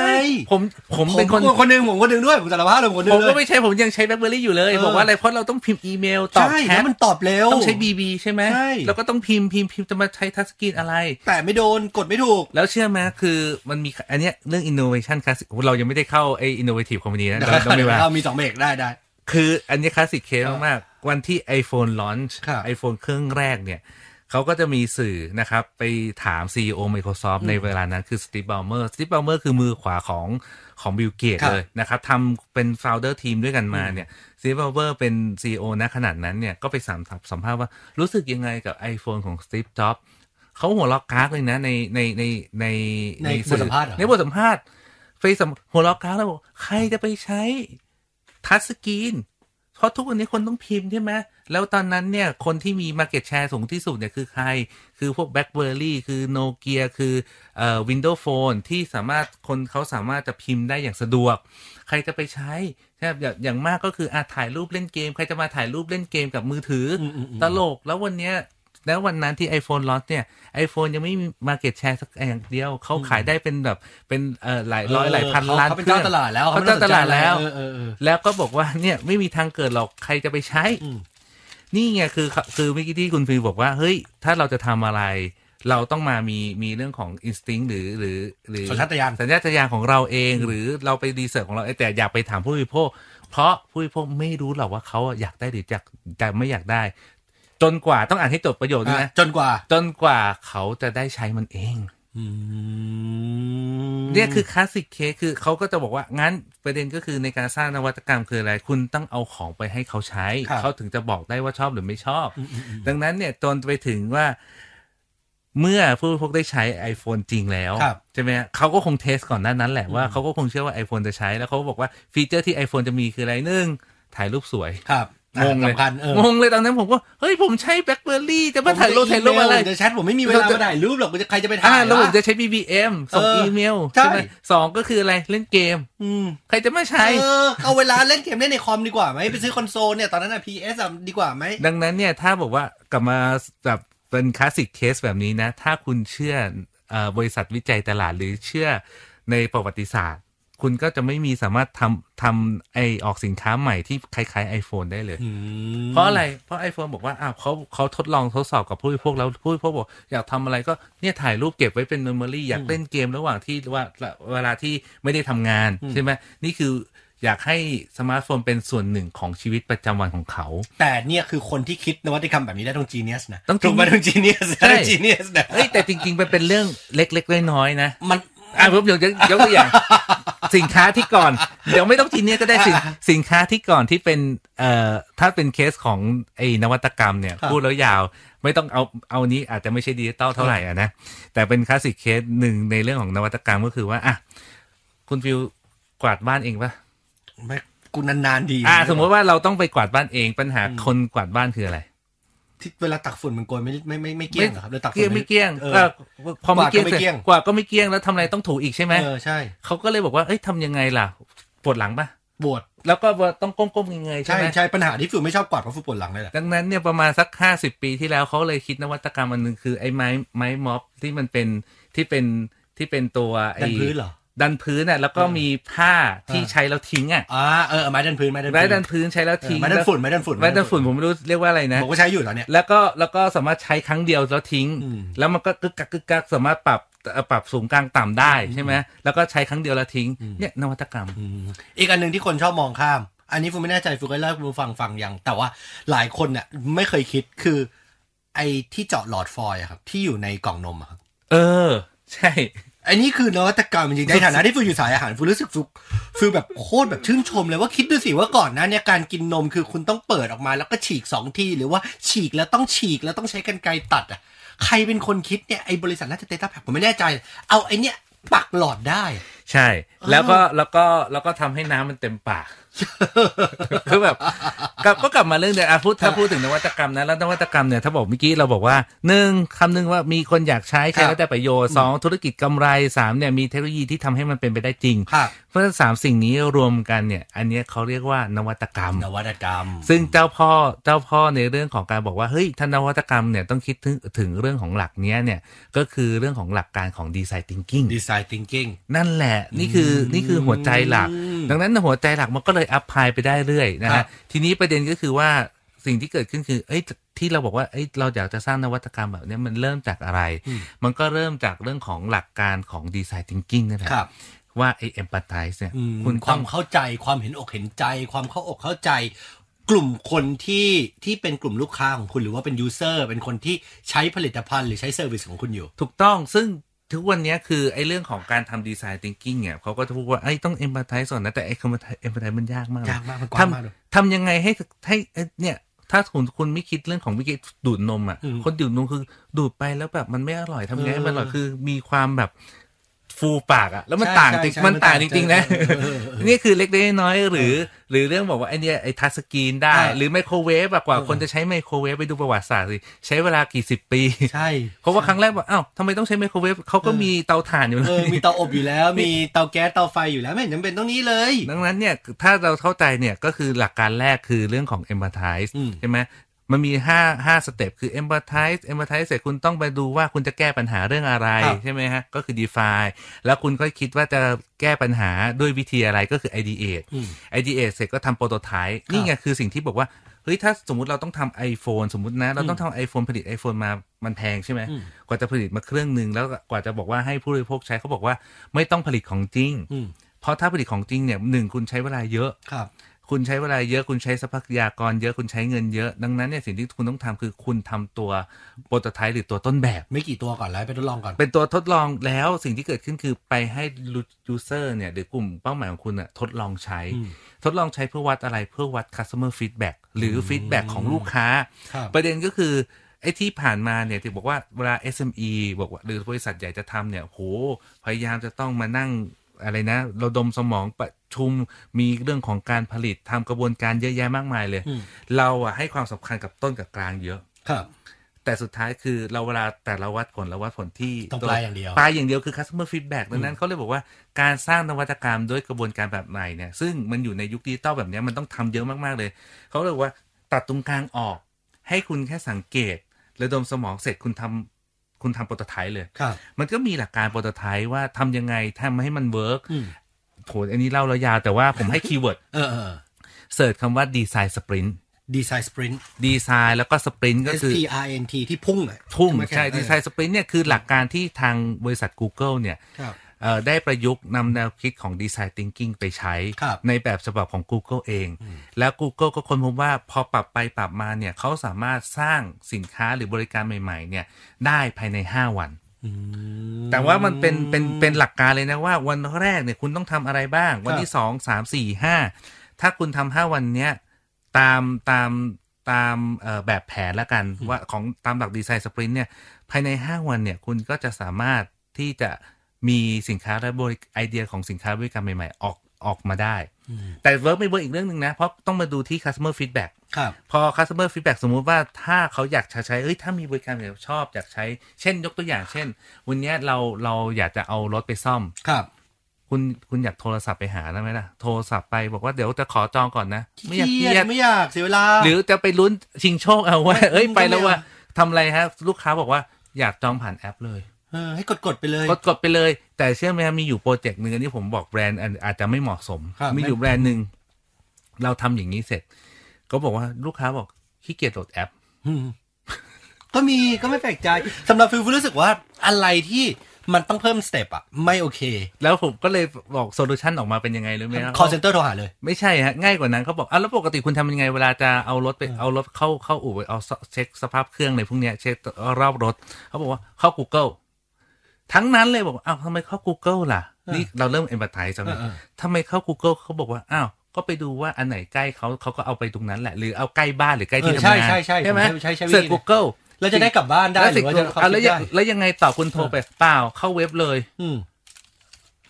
Speaker 3: ผมผม
Speaker 2: ผม
Speaker 3: เป็นคน
Speaker 2: คนหนึ่งผมคนหนึ่งด้วย ผมสารภาพเลยผมคนหนึ่
Speaker 3: ผม
Speaker 2: งเล
Speaker 3: ก็
Speaker 2: ย
Speaker 3: ไม่ใช่ผมยังใช้แบล็คเบอร์รี่อยู่เลย
Speaker 2: เออ
Speaker 3: บอกว่าอะไรเพราะเราต้องพิมพ์อีเมลตอบ
Speaker 2: ใช่
Speaker 3: แช
Speaker 2: แล้
Speaker 3: ท
Speaker 2: วมันตอบเร็ว
Speaker 3: ต้องใช้บีบีใช่ไหม
Speaker 2: ใช่
Speaker 3: แล้วก็ต้องพิมพ์พิมพ์พิมพ์จะมาใช้ทัชสกรีนอะไร
Speaker 2: แต่ไม่โดนกดไม่ถูก
Speaker 3: แล้วเชื่อไหมคือมันมีอันเนี้ยเรื่อง innovation คลาสสิกเรายังไม่ได้เข้าไอ้ innovative company นะ
Speaker 2: [laughs] เดี๋ยว
Speaker 3: เราต้องไม่ว่า
Speaker 2: เรามีสองเบรกได้ได้
Speaker 3: คืออันเนี้คลาสสิกเคสมากๆ วันที่ iPhone launch
Speaker 2: ครับ
Speaker 3: iPhone เครื่องแรกเนี่ยเขาก็จะมีสื่อนะครับ ไปถาม CEO Microsoft ในเวลานั้นคือ Steve Ballmer Steve Ballmer คือมือขวาของของ Bill Gates
Speaker 2: ครับ
Speaker 3: เลยนะครับทำเป็น founder team ด้วยกันมาเนี่ย Steve Ballmer เป็น CEO นะขนาดนั้นเนี่ย ก็ไปสัมสัมภาษณ์ว่ารู้สึกยังไงกับ iPhone ของ Steve Jobs เขาหัวเราะกากเลยนะในในในใน
Speaker 2: ในบทสัมภาษณ์เหรอ
Speaker 3: ในบทสัมภาษณ์เฟซสัมหัวเราะก้าวแล้วบอกใครจะไปใช้ทัชสกรีน เพราะทุกวันนี้คนต้องพิมพ์ใช่ไหมแล้วตอนนั้นเนี่ย คนที่มี Market Share สูงที่สุดเนี่ยคือใคร คือพวก b l a c k b e r r y คือโนเกียคือเอ่อ Windows Phone ที่สามารถคนเขาสามารถจะพิมพ์ได้อย่างสะดวก ใครจะไปใช้ใช่ไหมอย่างอย่างมากก็คืออาถ่ายรูปเล่นเกม ใครจะมาถ่ายรูปเล่นเกมกับมือถือ
Speaker 2: ม
Speaker 3: อ
Speaker 2: อืมอืม
Speaker 3: ตลกแล้ววันเนี้ยแล้ววันนั้นที่ iPhone ลอ h เนี่ย iPhone ยังไม่มี Market Share สักอย่างเดียวเขาขายได้เป็นแบบเป็นเอ่อหลายร้อยหลายพันล้าน
Speaker 2: เขาเป็นเจ้า
Speaker 3: ครื่อง
Speaker 2: ตลาดแล้ว
Speaker 3: เขาเจ้าตลาดแล้ว
Speaker 2: เออเออเออ
Speaker 3: แล้วก็บอกว่า [laughs] เนี่ยไม่มีทางเกิดหรอกใครจะไปใช้
Speaker 2: อืม
Speaker 3: นี่ไงคือคือเมื่อกี้ที่คุณฟิวบอกว่า เฮ้ย ถ้าเราจะทำอะไร เราต้องมามีมีเรื่องของอินสติ้งหรือหรือหรือ
Speaker 2: สัญชาตญาณ
Speaker 3: สัญชาตญาณของเราเองหรือเราไปรีเสิร์ชของเราเองแต่อยากไปถามผู้บริโภคเพราะผู้บริโภคไม่รู้หรอกว่าเขาอยากได้หรืออยากแต่ไม่อยากได้ จนกว่าต้องอ่านให้จบประโยชน์ด้วย
Speaker 2: อ่ะ
Speaker 3: นะ
Speaker 2: จนกว่า
Speaker 3: จนกว่าเขาจะได้ใช้มันเอง
Speaker 2: อืม
Speaker 3: เนี่ยคือคลาสสิกเคสคือเขาก็จะบอกว่า งั้นประเด็นก็คือในการสร้างนวัตกรรมคืออะไร คุณต้องเอาของไปให้เขาใช้
Speaker 2: ครับ
Speaker 3: เขาถึงจะบอกได้ว่าชอบหรือไม่ชอบ ดังนั้นเนี่ยจนไปถึงว่า เมื่อผู้บริโภคได้ใช้ iPhone จริงแล้ว
Speaker 2: ครับ
Speaker 3: ใช่ไหมฮะเขาก็คงเทสก่อนหน้านั้นแหละว่าเขาก็คงเชื่อว่า iPhone จะใช้ แล้วเขาก็บอกว่าฟีเจอร์ที่ iPhone จะมีคืออะไรหนึ่งถ่ายรูปสวย
Speaker 2: ครับ
Speaker 3: งงเลย
Speaker 2: สำคัญเออง
Speaker 3: งเลยตอนนั้นผมก็เฮ้ยผมใช้แบล็คเบอร์รี่จะมาถ่ายรูปถ่ายรูปอะไร
Speaker 2: ผมจแชทผมไม่มีเวลามาถ่ายรูปหรอกใครจะไปถ่า
Speaker 3: อ่าย ระบบจะใช้ BBM ส่ง
Speaker 2: เออ
Speaker 3: อีเมล
Speaker 2: ใช่
Speaker 3: ใช่ไหมสองก็คืออะไรเล่นเกม
Speaker 2: อืม
Speaker 3: ใครจะมาใช้
Speaker 2: เออเอาเวลาเล่นเกมเล่นในคอมดีกว่าไหมไปซื้อคอนโซลเนี่ย ตอนนั้นอะ PS อะดีกว่าไหม
Speaker 3: ดังนั้นเนี่ย ถ้าบอกว่ากลับมาแบบเป็นคลาสสิกเคสแบบนี้นะ ถ้าคุณเชื่อเออบริษัทวิจัยตลาดหรือเชื่อในประวัติศาสตร์ คุณก็จะไม่มีสามารถทำทำไอออกสินค้าใหม่ที่คล้ายๆ iPhone ได้เลย เพราะอะไร เพราะ iPhone บอกว่าอ้าวเขาเขาทดลองทดสอบกับผู้บริโภคแล้วผู้บริโภคบอก อยากทำอะไรก็เนี่ยถ่ายรูปเก็บไว้เป็นเมมโมรีอยากเล่นเกมระหว่างที่ว่าเวลาที่ไม่ได้ทำงาน ใช่ไหมนี่คืออยากให้สมาร์ทโฟนเป็นส่วนหนึ่งของชีวิตประจำวันของเขา
Speaker 2: แต่เนี่ยคือคนที่คิดนวัตกรรมแบบนี้ได้ต้องจีเนียสนะ
Speaker 3: ต้อง genius
Speaker 2: ถูกไหมต้องจีเนียส
Speaker 3: ใช่
Speaker 2: ต้องจีเนียสนะ
Speaker 3: เอ้ยแต่จริงๆมันเป็นเรื่องเล็กๆน้อยๆนะ
Speaker 2: มัน
Speaker 3: อ่ะผมยกยกตัว
Speaker 2: [laughs]
Speaker 3: อย่าง สินค้าที่ก่อน เดี๋ยวไม่ต้องจีเนียสก็ได้สิน
Speaker 2: อ่ะ
Speaker 3: สินค้าที่ก่อนที่เป็นเอ่อถ้าเป็นเคสของไอ้นวัตกรรมเนี่ย
Speaker 2: ครับ
Speaker 3: พูดแล้วยาว ไม่ต้องเอาเอานี้อาจจะไม่ใช่ดิจิตอลเท่าไหร่อ่ะนะแต่เป็นคลาสสิกเคสหนึ่งในเรื่องของนวัตกรรมก็คือว่าอ่ะคุณฟิวกวาดบ้านเองปะ
Speaker 2: ไม่กูนานๆดี
Speaker 3: อ่ะสมมติว่าเราต้องไปกวาดบ้านเองปัญหาคนกวาดบ้านคืออะไร
Speaker 2: ที่เวลาตักฝุ่นมันโกยไม่ไม่ไม่ไม่เกี่ยงเหรอครับหรือตัก
Speaker 3: เกี้
Speaker 2: ฝุ่
Speaker 3: ยง
Speaker 2: น
Speaker 3: ไม่เกี้ยง
Speaker 2: เออ
Speaker 3: ก็พอไม่เกี้ยง
Speaker 2: กวาดก็ไม่เกี้ยง
Speaker 3: เสร็จกว่าดก็ไม่เกี้ยงแล้วทำอะไรต้องถูอีกใช่ไหม
Speaker 2: เออใช่
Speaker 3: เขาก็เลยบอกว่าเอ้ยทำยังไงล่ะปวดหลังปะ
Speaker 2: ปวด
Speaker 3: แล้วก็ว่าต้องก้มๆเงยๆใช่
Speaker 2: ใช่
Speaker 3: ไหม
Speaker 2: ใช่ปัญหาที่ฝุ่นไม่ชอบกวาดเพราะฝุ่นปวดหลังเลยแหละ
Speaker 3: ดังนั้นเนี่ยประมาณสัก 50 ปีที่แล้วเขาเลยคิดนวัตกรรมอันหนึงคือไอ้ไม้ไม้ม็อบที่มันเป็นที่เป็นที่เป็นตัวไอ้
Speaker 2: ดันพื้นเหรอ
Speaker 3: ดันพื้นน่ะแล้วก็
Speaker 2: เออ
Speaker 3: มีผ้าที่
Speaker 2: เออ
Speaker 3: ใช้แล้วทิ้งอ่ะ
Speaker 2: อ่าเออไม้ดันพื้นไม้ดัน
Speaker 3: ไม้
Speaker 2: พื้น
Speaker 3: ดันพื้นใช้แล้ว
Speaker 2: เออ
Speaker 3: ทิ้ง
Speaker 2: ไม้ดันฝุ่นไม้ดันฝุ่น
Speaker 3: ไม้ดันฝุ่นผมไม่รู้เรียกว่าอะไรนะ
Speaker 2: ผมก็ใช้อยู่แล้วเนี่ย
Speaker 3: แล้วก็แล้วก็สามารถใช้ครั้งเดียวแล้วทิ้ง
Speaker 2: อืม
Speaker 3: แล้วมันก็กึกกักกึกกักสามารถปรับเอ่อปรับสูงกลางต่ำได้ใช่ไหมแล้วก็ใช้ครั้งเดียวแล้วทิ้ง
Speaker 2: อืม
Speaker 3: เนี่ยนวัตกรรม
Speaker 2: อืมอีกอันหนึ่งที่คนชอบมองข้าม อันนี้ผมไม่แน่ใจฟูเคยเล่าให้คุณผู้ฟังฟังยัง แต่ว่าหลายคนเนี่ยไม่เคยคิดคือ ไอ้ที่เจาะหลอดฟอยล์อะครับ ที่อยู่ในกล่องนมอะครับ
Speaker 3: เออ ใช่
Speaker 2: อันนี้คือนวัตกรรมจริงๆในฐานะที่ฟูอยู่สายอาหารฟูรู้สึกฟูฟูแบบโคตรแบบชื่นชมเลยว่าคิดดูสิว่าก่อนหนะเนี่ยการกินนมคือคุณต้องเปิดออกมาแล้วก็ฉีกสองทีหรือว่าฉีกแล้วต้องฉีกแล้วต้องใช้กรรไกรตัดอ่ะใครเป็นคนคิดเนี่ยไอ้บริษัทน่าจะเตต้าแพ็ผมไม่แน่ใจ เอาไอ้เนี่ยปักหลอดได้
Speaker 3: ใช่ แล้วก็แล้วก็แล้วก็ทำให้น้ำมันเต็มปาก [laughs] คือแบบกลับก็กลับมาเรื่องเดียวอ่ะพูดถ้าพูดถึงนวัตกรรมนะแล้วนวัตกรรมเนี่ยถ้าบอกเมื่อกี้เราบอกว่าหนึ่งคำหนึ่งว่ามีคนอยากใช้ใช้แล้วได้ประโยชน์สองธุรกิจกำไรสามเนี่ยมีเทคโนโลยีที่ทำให้มันเป็นไปได้จริง
Speaker 2: ค่ะ
Speaker 3: เพราะฉะนั้นสามสิ่งนี้รวมกันเนี่ย อันเนี้ยเขาเรียกว่านวัตกรรม
Speaker 2: นวัตกรรม
Speaker 3: ซึ่งเจ้าพ่อเจ้าพ่อในเรื่องของการบอกว่าเฮ้ยท่านนวัตกรรมเนี่ยต้องคิดถึงถึงเรื่องของหลักเนี้ยเนี่ยก็คือเรื่องของหลักการของดีไซน์ thinking
Speaker 2: ดีไซน์ thinking
Speaker 3: นั่นแหละนี่คืออนี่คือหัวใจหลัก ดังนั้นหัวใจหลักมันก็เลยอัพพายไปได้เรื่อยนะ
Speaker 2: ครั
Speaker 3: ฮะ
Speaker 2: บ
Speaker 3: ทีนี้ประเด็นก็คือว่าสิ่งที่เกิดขึ้นคือเอ้ยที่เราบอกว่าเอ้ยเราอยากจะสร้างนวัตกรรมแบบเนี้ยมันเริ่มจากอะไร มันก็เริ่มจากเรื่องของหลักการของดีไซน์ thinking นั่นแหละ
Speaker 2: ครับ
Speaker 3: ว่าไอ้ empathize เนี่ย
Speaker 2: อืม
Speaker 3: คุณ
Speaker 2: ค
Speaker 3: ต้
Speaker 2: วา
Speaker 3: อง
Speaker 2: มเข้าใจความเห็นอกเห็นใจ ความเข้าอกเข้าใจ กลุ่มคนที่ที่เป็นกลุ่มลูกค้าของคุณหรือว่าเป็นยูเซอร์เป็นคนที่ใช้ผลิตภัณฑ์หรือใช้เซอร์วิสของคุณอยู่
Speaker 3: ถูกต้องซึ่งทุกวันเนี้ยคือไอ้เรื่องของการทำดีไซน์ thinking เนี่ยเขาก็จะพูดว่าไอ้ยต้อง empathize ส่วนนะแต่ไอ้คำว่า empathize มันยากมากเลย
Speaker 2: ยากมากมันกว้างมากเลย
Speaker 3: ทำทำยังไงให้ให้เอ้ยเนี่ย ถ้าคุณคุณไม่คิดเรื่องของวิกฤตดูดนมอ่ะ
Speaker 2: อืม
Speaker 3: คนดูดนมคือดูดไปแล้วแบบมันไม่อร่อยทำยังไงให้มันอร่อย
Speaker 2: เออ
Speaker 3: คือมีความแบบฟูปากอ่ะแล้วมัน
Speaker 2: ใช่
Speaker 3: ต่าง
Speaker 2: ใช่
Speaker 3: จริง
Speaker 2: ใช่
Speaker 3: มันต่างจริงๆนะ
Speaker 2: เออเออเออ
Speaker 3: [laughs] นี่คือเล็กๆน้อยๆหรือ หรือเรื่องบอกว่าไอเนี่ยไอทัชสกรีนได้
Speaker 2: อ่า
Speaker 3: หรือไมโครเวฟอะกว่า
Speaker 2: เออ
Speaker 3: คนจะใช้ไมโครเวฟไปดูประวัติศาสตร์สิใช้เวลากี่สิบปี
Speaker 2: ใช่
Speaker 3: เพราะว่าครั้งแรกบอกอ้าวทำไมต้องใช้ไมโครเวฟเขาก็
Speaker 2: เออ
Speaker 3: มีเตาถ่านอยู่
Speaker 2: เอ
Speaker 3: เล
Speaker 2: อย มีเตาอบอยู่แล้ว มีเตาแก๊สเตาไฟอยู่แล้วไม่เห็นจำเป็นต้องนี้เลย
Speaker 3: ดังนั้นเนี่ยถ้าเราเข้าใจเนี่ยก็คือหลักการแรกคือเรื่องของ empathize
Speaker 2: อืม
Speaker 3: ใช่ไหมมันมี5 5สเต็ปคือ empathize empathize เสร็จคุณต้องไปดูว่าคุณจะแก้ปัญหาเรื่องอะไรใช่ไหมฮะ ก็คือ define แล้วคุณก็คิดว่าจะแก้ปัญหาด้วยวิธีอะไรก็คือ ideate
Speaker 2: อืม
Speaker 3: ideate เสร็จก็ทำโปรโตไทป์นี่ไงคือสิ่งที่บอกว่าเฮ้ยถ้าสมมติเราต้องทำ iPhone สมมตินะเราต้องทำ iPhone ผลิต iPhone มามันแพงใช่ไหม
Speaker 2: อืม
Speaker 3: กว่าจะผลิตมาเครื่องหนึ่งแล้วกว่าจะบอกว่าให้ผู้บริโภคใช้เขาบอกว่าไม่ต้องผลิตของจริง
Speaker 2: อืม
Speaker 3: เพราะถ้าผลิตของจริงเนี่ยหนึ่งคุณใช้เวลาเยอะ
Speaker 2: ครับ
Speaker 3: คุณใช้เวลาเยอะคุณใช้ทรัพยากรเยอะคุณใช้เงินเยอะ ดังนั้นเนี่ยสิ่งที่คุณต้องทำคือคุณทำตัวโปรโตไทป์หรือตัวต้นแบบ
Speaker 2: ไม่กี่ตัวก่อนแล้วไปทดลองก่อน
Speaker 3: เป็นตัวทดลองแล้วสิ่งที่เกิดขึ้นคือไปให้ยูเซอร์เนี่ยหรือกลุ่มเป้าหมายของคุณน่ะทดลองใช้
Speaker 2: อืม
Speaker 3: ทดลองใช้เพื่อวัดอะไรเพื่อวัด customer feedback หรือ feedback ของลูกค้า
Speaker 2: ครับ
Speaker 3: ประเด็นก็คือไอ้ที่ผ่านมาเนี่ยที่บอกว่าเวลา SME บอกว่าหรือบริษัทใหญ่จะทำเนี่ยโหพยายามจะต้องมานั่งอะไรนะระดมสมองประชุมมีเรื่องของการผลิตทำกระบวนการเยอะแยะมากมายเลย
Speaker 2: อืม
Speaker 3: เราอะให้ความสำคัญกับต้นกับกลางเยอะ
Speaker 2: ครับ
Speaker 3: แต่สุดท้ายคือเราเวลาแต่เราวัดผลเราวัดผลที่
Speaker 2: ต้องปลายอย่างเดียว
Speaker 3: ปลายอย่างเดียวคือ customer feedback ดังนั้นเขาเลยบอกว่าการสร้างนวัตกรรมด้วยกระบวนการแบบใหม่เนี่ยซึ่งมันอยู่ในยุคดิจิตอลแบบเนี้ยมันต้องทำเยอะมาก ๆ เลย เขาเลยบอกว่าตัดตรงกลางออก ให้คุณแค่สังเกตระดมสมองเสร็จคุณทำคุณทำโปรโตไทป์เลย
Speaker 2: ครับ
Speaker 3: มันก็มีหลักการโปรโตไทป์ว่าทำยังไงทำให้มันเวิร์ก
Speaker 2: อืม
Speaker 3: โหอันนี้เล่าแล้วยาวแต่ว่าผมให้คีย์เวิร์ด
Speaker 2: เออเออ
Speaker 3: เสิร์ชคำว่าดีไซน์สปรินต์
Speaker 2: ดีไซน์สปรินต์
Speaker 3: ดีไซน์แล้วก็สปรินต์ก็
Speaker 2: S
Speaker 3: คือ
Speaker 2: P R N T ที่พุ่งอะ
Speaker 3: ทุ่ง
Speaker 2: ไหม
Speaker 3: ใช่ดีไซน์สปรินเนี่ยคือหลักการที่ทางบริษัท Google เนี่ย
Speaker 2: ครับ
Speaker 3: เอ่อได้ประยุกต์นำแนวคิดของดีไซน์ thinking ไปใช้
Speaker 2: ครับ
Speaker 3: ในแบบฉบับของ Google เอง แล้ว Google ก็ค้นพบว่าพอปรับไปปรับมาเนี่ยเขาสามารถสร้างสินค้าหรือบริการใหม่ๆเนี่ยได้ภายใน 5 วัน แต่ว่ามันเป็นเป็นเป็นหลักการเลยนะว่าวันแรกเนี่ยคุณต้องทำอะไรบ้าง วันที่สองสามสี่ห้าถ้าคุณทำห้าวันเนี้ยตามตามตามเอ่อแบบแผนละกันว่าของตามหลักดีไซน์สปรินต์เนี่ยภายใน 5 วันเนี่ยคุณก็จะสามารถที่จะมีสินค้าและบริไอเดียของสินค้าบริการใหม่ ๆ ออก ออกมาได้ แต่ work ไม่ work อีกเรื่องหนึ่งนะ เพราะต้องมาดูที่ customer feedback
Speaker 2: ครับ
Speaker 3: พอ customer feedback สมมุติว่าถ้าเขาอยากจะใช้เอ้ยถ้ามีบริการที่เราชอบอยากใช้ เช่นยกตัวอย่างเช่น วันเนี้ยเราเราอยากจะเอารถไปซ่อม
Speaker 2: ครับ
Speaker 3: คุณคุณอยากโทรศัพท์ไปหาแล้วไหมล่ะ โทรศัพท์ไปบอกว่าเดี๋ยวจะขอจองก่อนนะ
Speaker 2: ไม่
Speaker 3: ไม่
Speaker 2: อา
Speaker 3: อ
Speaker 2: ยเครีย
Speaker 3: ยาก กเครีย
Speaker 2: ด
Speaker 3: ด
Speaker 2: ไม่อยากเสียเวลา
Speaker 3: หรือจะไปลุ้นชิงโชคเอาว่า เอ้ย
Speaker 2: มันก็
Speaker 3: ไปแล้ว
Speaker 2: ไม่
Speaker 3: ว่า
Speaker 2: เอ
Speaker 3: ทำอะไรฮะลูกค้าบอกว่าอยากจองผ่านแอปเลย
Speaker 2: เออให้กดๆไปเลย
Speaker 3: กดกดไปเลย แต่เชื่อไหมครับมีอยู่โปรเจกต์หนึ่งอันนี้ผมบอกแบรนด์อันอาจจะไม่เหมาะสม
Speaker 2: ครับ
Speaker 3: มี
Speaker 2: ไม่
Speaker 3: อยู่แบรนด์หนึ่งเราทำอย่างนี้เสร็จ ก็บอกว่าลูกค้าบอกขี้เกียจโหลดแอป
Speaker 2: อืมก็มีก็ไม่แปลกใจสำหรับฟิลฟิลรู้สึกว่าอะไรที่มันต้องเพิ่มสเต็ปอะไม่โอเค
Speaker 3: แล้วผมก็เลยบอกโซลูชันออกมาเป็นยังไงรู้ไหมครับ
Speaker 2: คอเซนเตอร์โทรหาเลย
Speaker 3: ไม่ใช่ฮะง่ายกว่านั้นเขาบอกอ่ะแล้วปกติคุณทำยังไงเวลาจะเอารถไปเอารถเข้าเข้าอู่ไปเอาเช็คสภาพเครื่องอะไรพวกเนี้ยเช็ครอบรถเขาบอกว่าเข้า Google ทั้งนั้นเลยบอกว่าอ้าวทำไมเข้า Google ล่ะ นี่เราเริ่มเอ็มบัตไทจังเลย
Speaker 2: เออเออ
Speaker 3: ทำไมเข้า Google เขาบอกว่าอ้าวก็ไปดูว่าอันไหนใกล้เขาเขาก็เอาไปตรงนั้นแหละ หรือเอาใกล้บ้านหรือใกล้ที่
Speaker 2: เออ
Speaker 3: ทำ
Speaker 2: ใช่
Speaker 3: งาน
Speaker 2: ใช่ใช่
Speaker 3: ใช่ไหม
Speaker 2: ผมใช้ใช้วิธี
Speaker 3: เสิร์ช
Speaker 2: นี้
Speaker 3: Google
Speaker 2: เราจะได้กลับบ้านได้
Speaker 3: แล้ว
Speaker 2: หรื
Speaker 3: สิ
Speaker 2: อว่าจะเข้า
Speaker 3: อ่ะแล้ว
Speaker 2: คิด
Speaker 3: ยัง
Speaker 2: ได้
Speaker 3: แล้วยังไงต่อคุณโทรไปเปล่าเข้าเว็บเลย
Speaker 2: อืม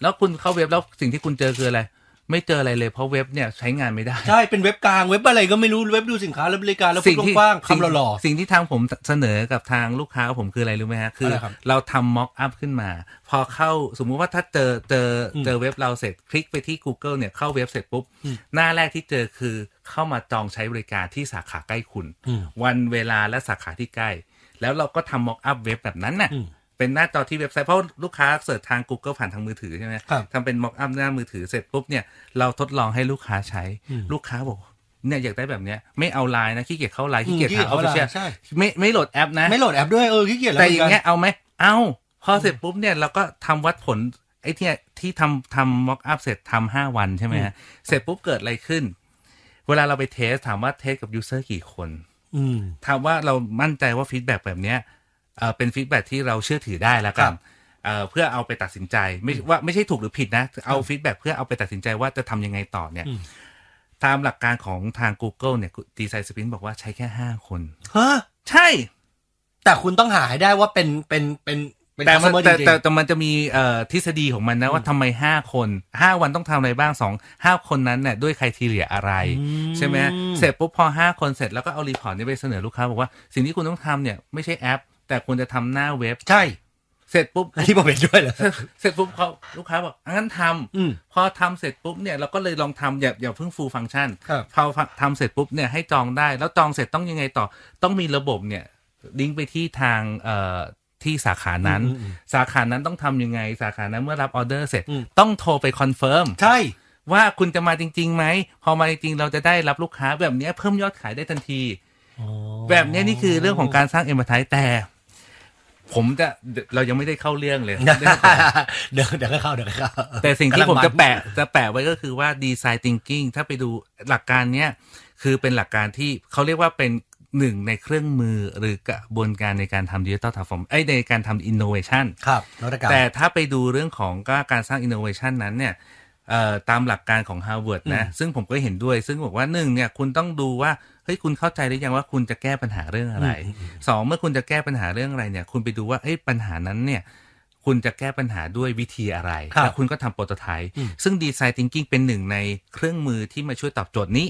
Speaker 3: แล้วคุณเข้าเว็บแล้วสิ่งที่คุณเจอคืออะไร ไม่เจออะไรเลยเพราะเว็บเนี่ยใช้งานไม่ได้
Speaker 2: ใช่ เป็นเว็บกลางเว็บอะไรก็ไม่รู้เว็บดูสินค้าแล้วบริการแล้วพู
Speaker 3: สิ่
Speaker 2: ด
Speaker 3: งที่
Speaker 2: กว้างๆ
Speaker 3: สิ่ง
Speaker 2: คำหล่อ
Speaker 3: สิ่งที่ทางผมเสนอกับทางลูกค้าของผมคืออะไรรู้ไหมฮะ คืออะไร
Speaker 2: ครับ
Speaker 3: เราทำม็อกอัพขึ้นมา พอเข้าสมมุติว่าถ้าเจอเจอ
Speaker 2: อืม
Speaker 3: เจอเว็บเราเสร็จคลิกไปที่ Google เนี่ยเข้าเว็บเสร็จปุ๊บ
Speaker 2: อืม
Speaker 3: หน้าแรกที่เจอคือเข้ามาจองใช้บริการที่สาขาใกล้คุณ
Speaker 2: อืม
Speaker 3: วันเวลาและสาขาที่ใกล้ แล้วเราก็ทำม็อกอัพเว็บแบบนั้นน่ะ
Speaker 2: อืม
Speaker 3: เป็นหน้าจอที่เว็บไซต์เพราะลูกค้าเสิร์ชทาง Google ผ่านทางมือถือใช่ไหม
Speaker 2: ครับ
Speaker 3: ทำเป็นม็อกอัพหน้ามือถือเสร็จปุ๊บเนี่ยเราทดลองให้ลูกค้าใช้
Speaker 2: อืม
Speaker 3: ลูกค้าบอกเนี่ยอยากได้แบบเนี้ยไม่เอาไลน์นะขี้เกียจเข้าไลน์
Speaker 2: อืม
Speaker 3: ขี้เกียจหาออฟฟิเชียล
Speaker 2: ขี้เกียจเข้า line ใช่
Speaker 3: ไม่ไม่โหลดแอปนะ
Speaker 2: ๆ ไม่โหลดแอปด้วยเออขี้เกียจแล้ว
Speaker 3: แต่อย่างเงี้
Speaker 2: หมืนก
Speaker 3: ยเอาไหมเอาพอเสร็จปุ๊บเนี่ยเราก็ทำวัดผลไอ้ที่ที่ทำทำม็อกอัพเสร็จทำห้าวันใช่ไหมฮะเสร็จปุ๊บเกิดอะไรขึ้น เวลาเราไปเทสถามว่าเทสกับยูเซอร์กี่คน
Speaker 2: ัอืม
Speaker 3: ถามว่าเรามั่นใจว่าฟีดแบ็กแบบเนี้ยเอ่อเป็นฟีดแบ็กที่เราเชื่อถือได้แล้วกั
Speaker 2: ครั
Speaker 3: น
Speaker 2: บ
Speaker 3: เอ่อเพื่อเอาไปตัดสินใจไม่ว่าไม่ใช่ถูกหรือผิดนะ เอาฟีดแบ็กเพื่อเอาไปตัดสินใจว่าจะทำยังไงต่อเนี่ย
Speaker 2: อืม
Speaker 3: ตามหลักการของทาง Google เนี่ยดีไซน์สปินบอกว่าใช้แค่ 5 คน
Speaker 2: ฮะ
Speaker 3: ใช่
Speaker 2: แต่คุณต้องหาให้ได้ว่าเป็นเป็นเป็นเป็น
Speaker 3: แต่มัน
Speaker 2: customer
Speaker 3: แต่
Speaker 2: จริง
Speaker 3: แต่
Speaker 2: ๆ
Speaker 3: แต่มันจะมีเอ่อทฤษฎีของมันนะว่าทำไม 5 คน 5 วันต้องทำอะไรบ้าง 2 5 คนนั้นเนี่ยด้วยใครทีเรียอะไร
Speaker 2: อืม
Speaker 3: ใช่ไหมเสร็จปุ๊บพอ 5 คนเสร็จแล้วก็เอารีพอร์ตนี้ไปเสนอลูกค้าบอกว่าสิ่งที่คุณต้องทำเนี่ยไม่ใช่แอป แต่ควรจะทำหน้าเว็บ
Speaker 2: ใช่
Speaker 3: เสร็จปุ๊บ [laughs]
Speaker 2: ที่ผมเห็นด้วยเหรอ
Speaker 3: เสร็จปุ๊บเขาลูกค้าบอกอ่ะงั้นทำ
Speaker 2: อืม
Speaker 3: พอทำเสร็จปุ๊บเนี่ยเราก็เลยลองทำอย่าอย่าเพิ่งฟูลฟังก์ชัน
Speaker 2: ครับ
Speaker 3: พอทำเสร็จปุ๊บเนี่ยให้จองได้ แล้วจองเสร็จต้องยังไงต่อต้องมีระบบเนี่ยลิงก์ไปที่ทางเอ่อที่สาขานั้น
Speaker 2: อืมอืม
Speaker 3: สาขานั้นต้องทำยังไง สาขานั้นเมื่อรับออเดอร์เสร็จ
Speaker 2: อืม
Speaker 3: ต้องโทรไปคอนเฟิร์ม
Speaker 2: ใช่
Speaker 3: ว่าคุณจะมาจริงๆไหมพอมาจริงๆเราจะได้รับลูกค้าแบบเนี้ยเพิ่มยอดขายได้ทันที แบบเนี้ยนี่คือเรื่องของการสร้างเอ็มบทายแต่ ผมจะเรายังไม่ได้เข้าเรื่อง
Speaker 2: [laughs]
Speaker 3: เลย
Speaker 2: เดี๋ยวเดี๋ยวก็เข้าเดี๋ยวก็เข้า
Speaker 3: แต่สิ่งที่ผม
Speaker 2: กำ
Speaker 3: จะ
Speaker 2: ลังน
Speaker 3: แปะจะแปะไว้ก็คือว่าดีไซน์ thinking ถ้าไปดูหลักการเนี้ยคือเป็นหลักการที่เขาเรียกว่าเป็นหนึ่งในเครื่องมือหรือกระบวนการในการทำดิจิตอลทาร์ฟอร์มไอยในการทำอินโนเวชัน
Speaker 2: ครับนวัตกรรม
Speaker 3: แต่ถ้าไปดูเรื่องของก็การสร้างอินโนเวชันนั้นเนี่ยเอ่อตามหลักการของ Harvard นะ ซึ่งผมก็เห็นด้วย ซึ่งบอกว่าหนึ่งเนี่ยคุณต้องดูว่าเฮ้ยคุณเข้าใจหรือยังว่าคุณจะแก้ปัญหาเรื่องอะไรสองเมื่อคุณจะแก้ปัญหาเรื่องอะไรเนี่ย คุณไปดูว่าเอ้ยปัญหานั้นเนี่ย คุณจะแก้ปัญหาด้วยวิธีอะไร
Speaker 2: ครับ
Speaker 3: แล้วคุณก็ทำโปรโตไทป์
Speaker 2: อืม
Speaker 3: ซึ่งดีไซน์ thinking เป็นหนึ่งในเครื่องมือที่มาช่วยตอบโจทย์นี้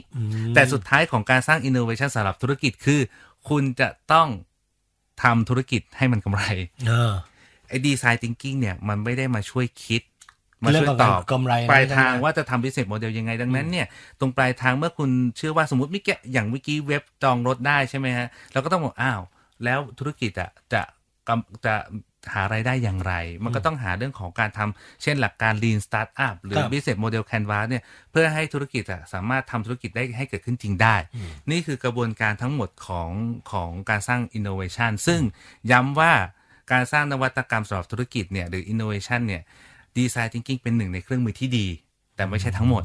Speaker 3: แต่สุดท้ายของการสร้าง innovation สำหรับธุรกิจคือ คุณจะต้องทำธุรกิจให้มันกำไร
Speaker 2: เออ
Speaker 3: ไอ้ดีไซน์ thinking เนี่ย มันไม่ได้มาช่วยคิด มาช่วยตอบ
Speaker 2: เรื่องของการกำไรนะ
Speaker 3: ปลายทาง
Speaker 2: ใช่ไหม
Speaker 3: ว่าจะทำ business model ยังไงดังนั้นเนี่ย ตรงปลายทางเมื่อคุณเชื่อว่าสมมติเมื่อกี้อย่างเมื่อกี้เว็บจองรถได้ใช่ไหมฮะเราก็ต้องบอกอ้าว แล้วธุรกิจอะจะกำจะหารายได้อย่างไร มันก็ต้องหาเรื่องของการทำเช่นหลักการ lean startup หรือ
Speaker 2: ครับ
Speaker 3: business model canvas เนี่ยเพื่อให้ธุรกิจอะสามารถทำธุรกิจได้ให้เกิดขึ้นจริงได้ นี่คือกระบวนการทั้งหมดของของการสร้าง innovation ซึ่งย้ำว่าการสร้างนวัตกรรมสำหรับธุรกิจเนี่ยหรือ innovation เนี่ย design thinking เป็นหนึ่งในเครื่องมือที่ดี แต่ไม่ใช่ทั้งหมด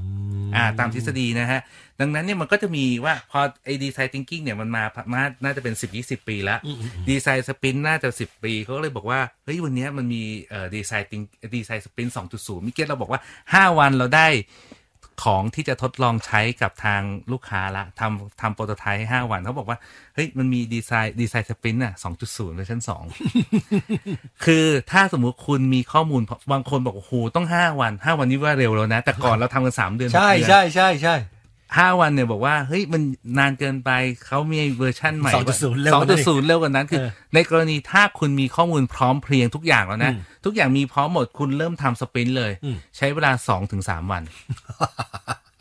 Speaker 3: อ่าตามทฤษฎีนะฮะ ดังนั้นเนี่ยมันก็จะมีว่าพอไอ้ design thinking เนี่ยมันมามาน่าจะเป็น 10 20 ปีแล้ว design sprint น่าจะ 10 ปีเขาก็เลยบอกว่า เฮ้ยวันเนี้ยมันมีเอ่อ design think design sprint 2.0เมิเกตเราบอกว่า 5 วันเราได้ ของที่จะทดลองใช้กับทางลูกค้าละทำทำโปรโตไทป์ให้ห้าวันเขาบอกว่า เฮ้ย มันมีดีไซน์ดีไซน์สปรินต์อ่ะสองจุดศูนย์เวอร์ชันสอง คือถ้าสมมุติคุณมีข้อมูลบางคนบอกโอ้โหต้องห้าวันห้าวันนี้ว่าเร็วแล้วนะ แต่ก่อนเราทำกันสามเดือนหก
Speaker 2: ใช่
Speaker 3: เดือน
Speaker 2: ใช่ใช่ใช่
Speaker 3: ห้าวันเนี่ยบอกว่าเฮ้ยมันนานเกินไปเขามีเวอร์ชั่นใหม่
Speaker 2: 2.0เร็ว
Speaker 3: ส
Speaker 2: ก
Speaker 3: อง
Speaker 2: ว่านั้
Speaker 3: จุ
Speaker 2: น
Speaker 3: ด
Speaker 2: อี
Speaker 3: ศูนย์เร็วกว่านั้นคือ
Speaker 2: เออ
Speaker 3: ในกรณีถ้าคุณมีข้อมูลพร้อมเพรียงทุกอย่างแล้วนะ
Speaker 2: อืม
Speaker 3: ทุกอย่างมีพร้อมหมดคุณเริ่มทำสปรินต์เลย
Speaker 2: อืม
Speaker 3: ใช้เวลาสองถึงสาม
Speaker 2: [laughs]
Speaker 3: วัน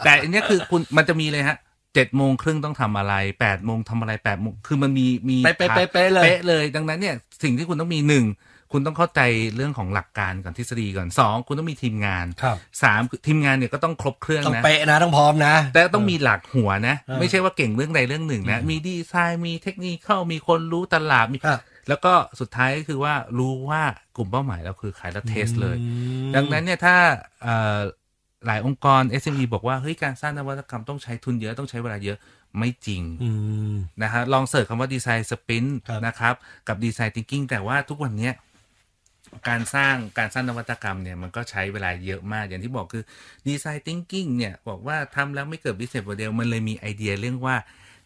Speaker 3: แต่อันเนี้ยคือคุณมันจะมีเลยฮะเจ็ดโมงครึ่งต้องทำอะไรแปดโมงทำอะไรแปดโมงคือมันมีมี
Speaker 2: ไปไปไปไปเลย
Speaker 3: เป๊ะเลยดังนั้นเนี่ยสิ่งที่คุณต้องมีหนึ่งคุณต้องเข้าใจเรื่องของหลักการก่อนทฤษฎีก่อนสองคุณต้องมีทีมงาน
Speaker 2: ครับ
Speaker 3: สามคือทีมงานเนี่ยก็ต้องครบเครื่อง
Speaker 2: ต้อง
Speaker 3: นะ
Speaker 2: เป๊ะนะต้องพร้อมนะ
Speaker 3: แต่ต้องมีหลักหัวนะ
Speaker 2: เออ
Speaker 3: ไม่ใช่ว่าเก่งเรื่องใดเรื่องหนึ่งนะ
Speaker 2: อืม
Speaker 3: มีดีไซน์มีเทคนิคเข้ามีคนรู้ตลาดมี
Speaker 2: ครับ
Speaker 3: แล้วก็สุดท้ายก็คือว่ารู้ว่ากลุ่มเป้าหมายเราคือขายแล้วเทสเลย
Speaker 2: อืม
Speaker 3: ดังนั้นเนี่ยถ้าเอ่อหลายองค์กร SME บอกว่าเฮ้ยการสร้างนวัตกรรมต้องใช้ทุนเยอะต้องใช้เวลาเยอะไม่จริง
Speaker 2: อืม
Speaker 3: นะฮะลองเสิร์ชคำว่าดีไซน์สปิน
Speaker 2: ครับ
Speaker 3: นะครับกับดีไซน์ thinking แต่ว่าทุกวันเนี้ยการสร้างการสร้างนวัตกรรมเนี่ยมันก็ใช้เวลาเยอะมากอย่างที่บอกคือดีไซน์ thinking เนี่ยบอกว่าทำแล้วไม่เกิด business model มันเลยมีไอเดียเรื่องว่า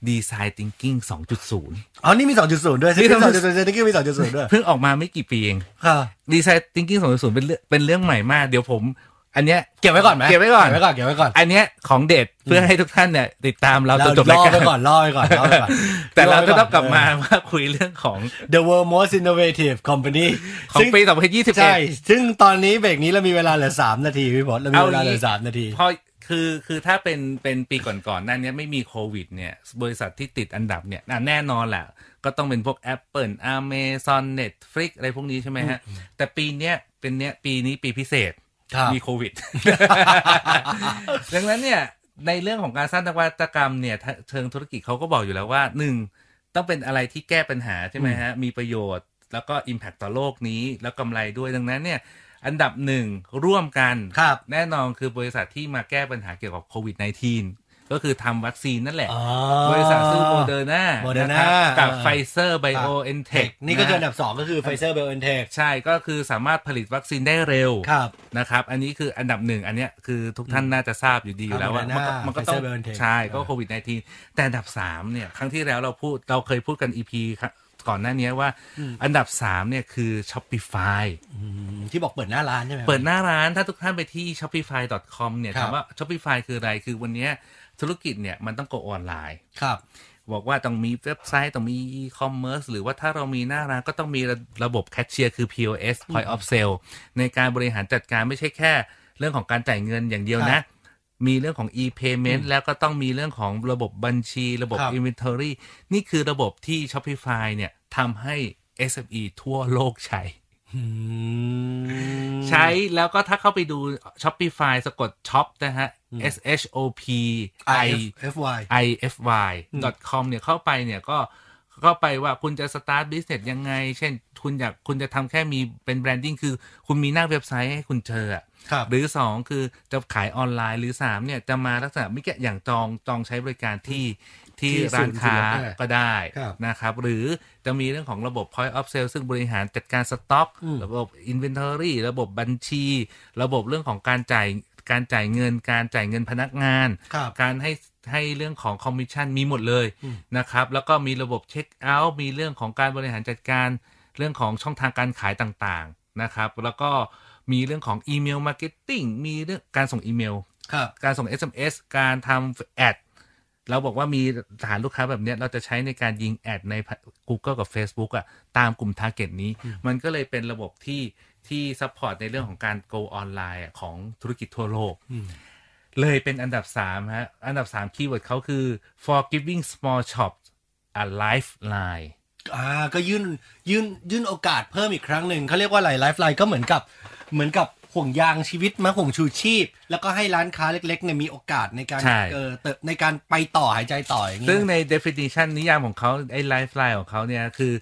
Speaker 3: ดีไซน์ thinking 2.0
Speaker 2: อ๋อ นี่มี 2.0 ด้วย
Speaker 3: มี
Speaker 2: มี
Speaker 3: 2.0
Speaker 2: 2.0เซนติคิวมี 2.0 ด้วย
Speaker 3: เพิ่งออกมาไม่กี่ปีเอง
Speaker 2: ค่ะ
Speaker 3: ดีไซน์ thinking 2.0 เป็นเรื่องเป็นเรื่องใหม่มาก เดี๋ยวผม อันเนี้ย
Speaker 2: เก็บไว้ก่อนไหม
Speaker 3: เก็บไว้ก่อน
Speaker 2: เก็บไว้ก่อนเก็บไว้ก่อน
Speaker 3: อันเนี้ยของเด็ดเพื่อให้ทุกท่านเนี่ยติดตามเราจนจบ
Speaker 2: ร
Speaker 3: ราย
Speaker 2: อ
Speaker 3: การ
Speaker 2: ไว้ก่อนรอไว้ก่อนรอไว้ก่อน
Speaker 3: แต่เราจะต้องกลับมาว่าคุยเรื่องของ
Speaker 2: เออ The World Most Innovative Company
Speaker 3: ของ
Speaker 2: ซึ่
Speaker 3: ปี 2021
Speaker 2: ใช่ ซึ่งตอนนี้เบรกนี้เรามีเวลาเหลือ 3 นาทีพี่พศเรามีเวลาเหลือ
Speaker 3: เอางี้
Speaker 2: 3 นาที
Speaker 3: พอคือคือถ้าเป็นเป็นปีก่อนๆหนั้นเนี้ยไม่มีโควิดเนี่ย บริษัทที่ติดอันดับเนี่ยอ่ะแน่นอนแหละก็ต้องเป็นพวก Apple Amazon Netflix อะไรพวกนี้ใช่ไหมฮะ แต่ปีเนี้ยเป็นเนี้ยปีนี้ปีพิเศษ
Speaker 2: ครับ
Speaker 3: มีโควิด [laughs] ดังนั้นเนี่ย ในเรื่องของการสร้างนวัตกรรมเนี่ยทะเชิงธุรกิจเขาก็บอกอยู่แล้วว่าหนึ่งต้องเป็นอะไรที่แก้ปัญหาใช่ไหมฮะ มีประโยชน์ แล้วก็ Impact ต่อโลกนี้แล้วกำไรด้วยดังนั้นเนี่ย อันดับหนึ่งร่วมกัน
Speaker 2: ครับ
Speaker 3: แน่นอนคือบริษัทที่มาแก้ปัญหาเกี่ยวกับโควิด -19 ก็คือทำวัคซีนนั่นแหละ
Speaker 2: อ๋อ
Speaker 3: บริษัทซื้อโมเดอร์นา
Speaker 2: โมเดอร์นา
Speaker 3: กับไฟเซอร์ไบโอเอ็นเทค
Speaker 2: นี่ก็คืออันดับ 2 ก็คือ Pfizer BioNTech
Speaker 3: ใช่ก็คือสามารถผลิตวัคซีนได้เร็ว
Speaker 2: ครับ
Speaker 3: นะครับ อันนี้คืออันดับหนึ่ง อันเนี้ยคือทุกท่านน่าจะทราบอยู่ดีอยู่แล้วว่า
Speaker 2: ครับ Moderna
Speaker 3: มันก็มันก็ต้อง
Speaker 2: Pfizer BioNTech
Speaker 3: ใช่ก็โควิด -19 แต่อันดับสามเนี่ย ครั้งที่แล้วเราพูดเราเคยพูดกัน EP ครับก่อนหน้านี้ว่าอันดับสามเนี่ยคือ Shopify
Speaker 2: อืมที่บอกเปิดหน้าร้านใช่ไหม
Speaker 3: เปิดหน้าร้านถ้าทุกท่านไปที่ shopify.com เนี่ย
Speaker 2: ครับ
Speaker 3: ถามว่า Shopify คืออะไรคือวันเนี้ยธุรกิจเนี่ยมันต้อง go ออนไลน์
Speaker 2: ครับ
Speaker 3: บอกว่าต้องมีเว็บไซต์ ต้องมี e-commerce หรือว่าถ้าเรามีหน้าร้านก็ต้องมีระระบบแคชเชียร์คือ POS point of sale ในการบริหารจัดการไม่ใช่แค่ เรื่องของการจ่ายเงินอย่างเดียวนะ มีเรื่องของ e-payment แล้วก็ต้องมีเรื่องของระบบบัญชี ระบบ
Speaker 2: ครับ
Speaker 3: inventory นี่คือระบบที่ Shopify เนี่ยทำให้ SME ทั่วโลกใช้
Speaker 2: อืม
Speaker 3: ใช้แล้วก็ถ้าเข้าไปดู Shopify สะกด shop นะฮะ s h o p i
Speaker 2: IFY
Speaker 3: i f y com เนี่ยเข้าไปเนี่ยก็เข้าไปว่าคุณจะ start business ยังไง เช่นคุณอยากคุณจะทำแค่มีเป็นแบรนดิ้งคือคุณมีหน้าเว็บไซต์ให้คุณเจออะ
Speaker 2: ครับ
Speaker 3: หรือ 2 คือจะขายออนไลน์หรือ 3 เนี่ยจะมาลักษณะไม่แก่อย่างจองจองใช้บริการที่ที่
Speaker 2: ที่
Speaker 3: ร้านค้า
Speaker 2: ศูนย์ศูนย์
Speaker 3: ก็ได้
Speaker 2: ครับ
Speaker 3: นะครับ หรือจะมีเรื่องของระบบ point of sale ซึ่งบริหารจัดการสต็อก
Speaker 2: อืม
Speaker 3: ระบบ inventory ระบบบัญชี ระบบเรื่องของการจ่ายการจ่ายเงิน การจ่ายเงินพนักงาน
Speaker 2: ครับ
Speaker 3: การให้ให้เรื่องของคอมมิชชั่นมีหมดเลย
Speaker 2: อืม
Speaker 3: นะครับ แล้วก็มีระบบเช็คเอาท์มีเรื่องของการบริหารจัดการเรื่องของช่องทางการขายต่างๆนะครับ แล้วก็มีเรื่องของอีเมลมาร์เก็ตติ้งมีเรื่องการส่งอีเมล
Speaker 2: ครับ
Speaker 3: การส่ง SMS การทำแอดเราบอกว่ามีฐานลูกค้าแบบเนี้ยเราจะใช้ในการยิงแอดใน Google กับ Facebook อะตามกลุ่ม t a r g e t นี้ มันก็เลยเป็นระบบที่ที่ซัพพอร์ตในเรื่องของการ go ออนไลน์ของธุรกิจทั่วโลก เลยเป็นอันดับ 3 ฮะ อันดับ 3 คีย์เวิร์ดเขาคือ for giving small shops a lifeline
Speaker 2: อ่าก็ยื่นยื่นยื่นโอกาสเพิ่มอีกครั้งหนึ่งเขาเรียกว่าอะไรไลฟ์ไลน์ก็เหมือนกับเหมือนกับห่วงยางชีวิตมาห่วงชูชีพ แล้วก็ให้ร้านค้าเล็กๆเนี่ยมีโอกาสในการ
Speaker 3: ใช่
Speaker 2: เออเติบในการไปต่อหายใจต่ออย่าง
Speaker 3: ซึ่ง
Speaker 2: เงี้ย
Speaker 3: ใน definition นิยามของเขาไอ้ lifeline ของเขาเนี่ย คือ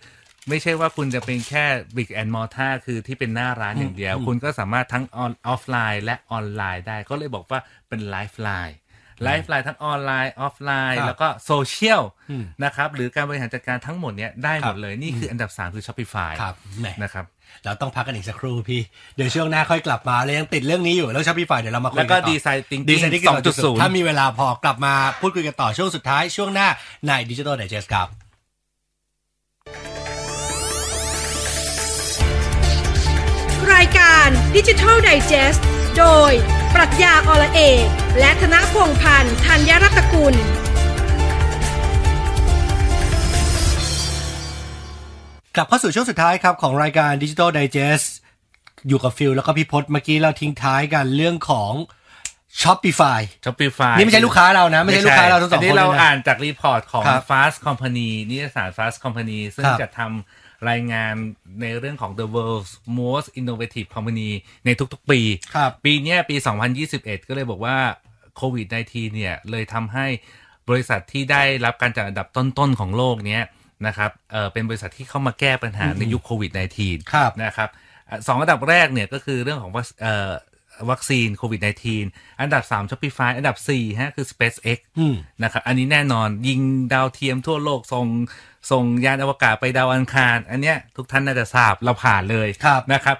Speaker 3: ไม่ใช่ว่าคุณจะเป็นแค่ big and mortar คือที่เป็นหน้าร้านอย่างเดียว คุณก็สามารถทั้งออนออฟไลน์และออนไลน์ได้ ก็เลยบอกว่าเป็น lifeline ไลฟ์ไลน์ทั้งออนไลน์ออฟไลน์
Speaker 2: ครับ
Speaker 3: แล้วก็โซเชียล
Speaker 2: อืม
Speaker 3: นะครับหรือการบริหารจัดการทั้งหมดเนี่ยได้ห
Speaker 2: ครั
Speaker 3: ม
Speaker 2: บ
Speaker 3: ดเลยนี่คืออันดับ 3 คือ Shopify
Speaker 2: ครับแหม
Speaker 3: นะครับ
Speaker 2: เราต้องพักกันอีกสักครู่พี่ เดี๋ยวช่วงหน้าค่อยกลับมาเลยยังติดเรื่องนี้อยู่แล้วชอบพี่ฝ่ายเดี๋ยวเรามาคุย
Speaker 3: แล้ว
Speaker 2: กัน
Speaker 3: ก็
Speaker 2: ต่อ
Speaker 3: ดีไซน์ติง
Speaker 2: ดี
Speaker 3: กิ้
Speaker 2: ไซน์ที่
Speaker 3: งสองจุดศูนย์
Speaker 2: ถ้ามีเวลาพอกลับมาพูดคุยกันต่อช่วงสุดท้ายช่วงหน้าในดิจิ t a ล i ด e s t ครับ
Speaker 1: รายการดิจิทัลไดจ e s t โดย ปรัชญาอละเอกและธนพงษ์พันธ์ธัญรัตนกุล
Speaker 2: กลับเข้าสู่ช่วงสุดท้ายครับ ของรายการดิจิ t a ล i ด e s t อยู่กับฟิลแล้วก็พี่พศเมื่อกี้เราทิ้งท้ายกันเรื่องของ Shopify
Speaker 3: Shopify
Speaker 2: นี่ไม่ใช่ลูกค้าเรานะ ไม่ใช่ลูกค้าเราทั้งสอง
Speaker 3: น
Speaker 2: ค
Speaker 3: นี้
Speaker 2: น
Speaker 3: เรา
Speaker 2: เลยนะ
Speaker 3: อ่านจากรีพอร์ตของ
Speaker 2: ครับ
Speaker 3: Fast Company นิตยสาร Fast Company ซึ่ง
Speaker 2: ครับ
Speaker 3: จะทำรายงานในเรื่องของ the world's most innovative company ในทุกๆปี
Speaker 2: ครับ
Speaker 3: ปีเนี้ยปี 2021 ก็เลยบอกว่าโควิด -19 เนี่ย เลยทำให้บริษัทที่ได้รับการจัดอันดับต้นๆ ของโลกเนี้ยนะครับเอ่อเป็นบริษัทที่เข้ามาแก้ปัญหาในยุคโควิด -19
Speaker 2: ครับ
Speaker 3: นะครับอ่ะสองอันดับแรกเนี่ยก็คือเรื่องของวัคเอ่อวัคซีนโควิด -19 อันดับ 3 Shopify อันดับ4ฮะคือ SpaceX
Speaker 2: อืม
Speaker 3: นะครับอันนี้แน่นอนยิงดาวเทียมทั่วโลกส่งส่งยานอวกาศไปดาวอังคาร อันเนี้ยทุกท่านน่าจะทราบเราผ่านเลย
Speaker 2: ครับ
Speaker 3: นะครับ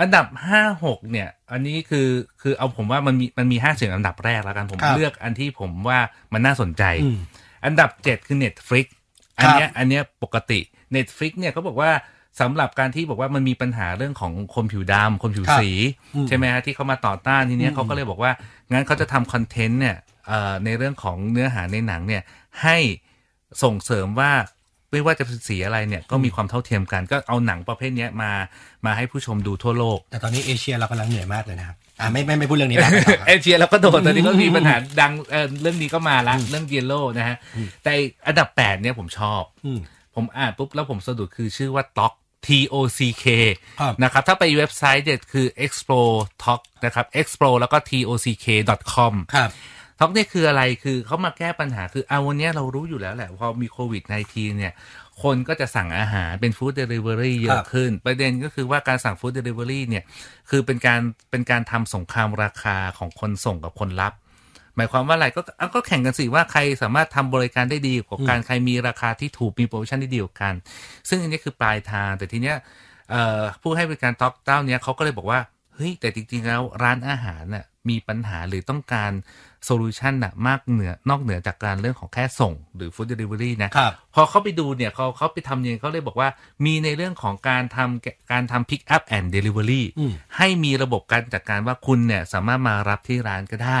Speaker 3: อันดับ 5 6เนี่ย อันนี้คือคือเอาผมว่ามันมีมันมี5เสียงอันดับแรกแล้วกันผม
Speaker 2: ครับ
Speaker 3: เลือกอันที่ผมว่ามันน่าสนใจ
Speaker 2: อืม
Speaker 3: อันดับ 7 คือ Netflix อันเนี้ยอันเนี้ยปกติ Netflix เนี่ยเขาบอกว่าสำหรับการที่บอกว่ามันมีปัญหาเรื่องของคนผิวดำคนผิว
Speaker 2: ครับ
Speaker 3: สี ใช่ไหมฮะที่เขามาต่อต้านทีเนี้ยเขาก็เลยบอกว่า งั้นเขาจะทำคอนเทนต์เนี่ยเอ่อในเรื่องของเนื้อหาในหนังเนี่ยให้ส่งเสริมว่าไม่ว่าจะเป็นสีอะไรเนี่ยก็มีความเท่าเทียมกัน ก็เอาหนังประเภทเนี้ยมามาให้ผู้ชมดูทั่ว [laughs] โลก
Speaker 2: แต่ตอนนี้เอเชียเรากำลังเหนื่อยมากเลยนะครับอ่าไม่ไม่ไม่พูดเรื่องนี้แล้ว
Speaker 3: เอเชียเราก็โดดตอนนี้ก็มีปัญหาดังเอ่อเรื่องนี้ก็มาละเรื่องเยลโล่นะฮะแต่อันดับ 8 เนี่ยผมชอบ
Speaker 2: อืม
Speaker 3: ผมอ่านปุ๊บแล้วผมสะดุดคือชื่อว่า TOK T O C K
Speaker 2: ครับ
Speaker 3: นะครับ ถ้าไปเว็บไซต์เด็ดคือ explore talk นะครับ explore แล้วก็ t o c k com
Speaker 2: ครับ
Speaker 3: ท็อกนี่คืออะไรคือเขามาแก้ปัญหาคือเอาวันเนี้ยเรารู้อยู่แล้วแหละ พอมีโควิด -19 เนี่ย คนก็จะสั่งอาหารเป็นฟู้ดเดลิเวอรี่เย
Speaker 2: ครั
Speaker 3: อะ
Speaker 2: บ
Speaker 3: ขึ้น ประเด็นก็คือว่าการสั่งฟู้ดเดลิเวอรี่เนี่ย คือเป็นการเป็นการทำสงครามราคาของคนส่งกับคนรับ หมายความว่าอะไรก็เอาก็แข่งกันสิว่าใครสามารถทำบริการได้ดีกว่ากันใครมีราคาที่ถูกมีโปรโมชั่นที่ดีกว่ากัน ซึ่งอันนี้คือปลายทางแต่ทีเนี้ยเอ่อผู้ให้บริการท็อกเต้าเนี้ยเขาก็เลยบอกว่าเฮ้ยแต่จริงๆแล้วร้านอาหารน่ะมีปัญหาหรือต้องการโซลูชันน่ะมากเหนือนอกเหนือจากการเรื่องของแค่ส่งหรือฟู้ดเดลิเวอรี่นะครับ พอเขาไปดูเนี่ยเขาเขาไปทำเนี่ยเขาเลยบอกว่ามีในเรื่องของการทำการทำพิกอัพแอนด์เดลิเวอรี่
Speaker 2: อืม
Speaker 3: ให้มีระบบการจัดการว่าคุณเนี่ยสามารถมารับที่ร้านก็ได้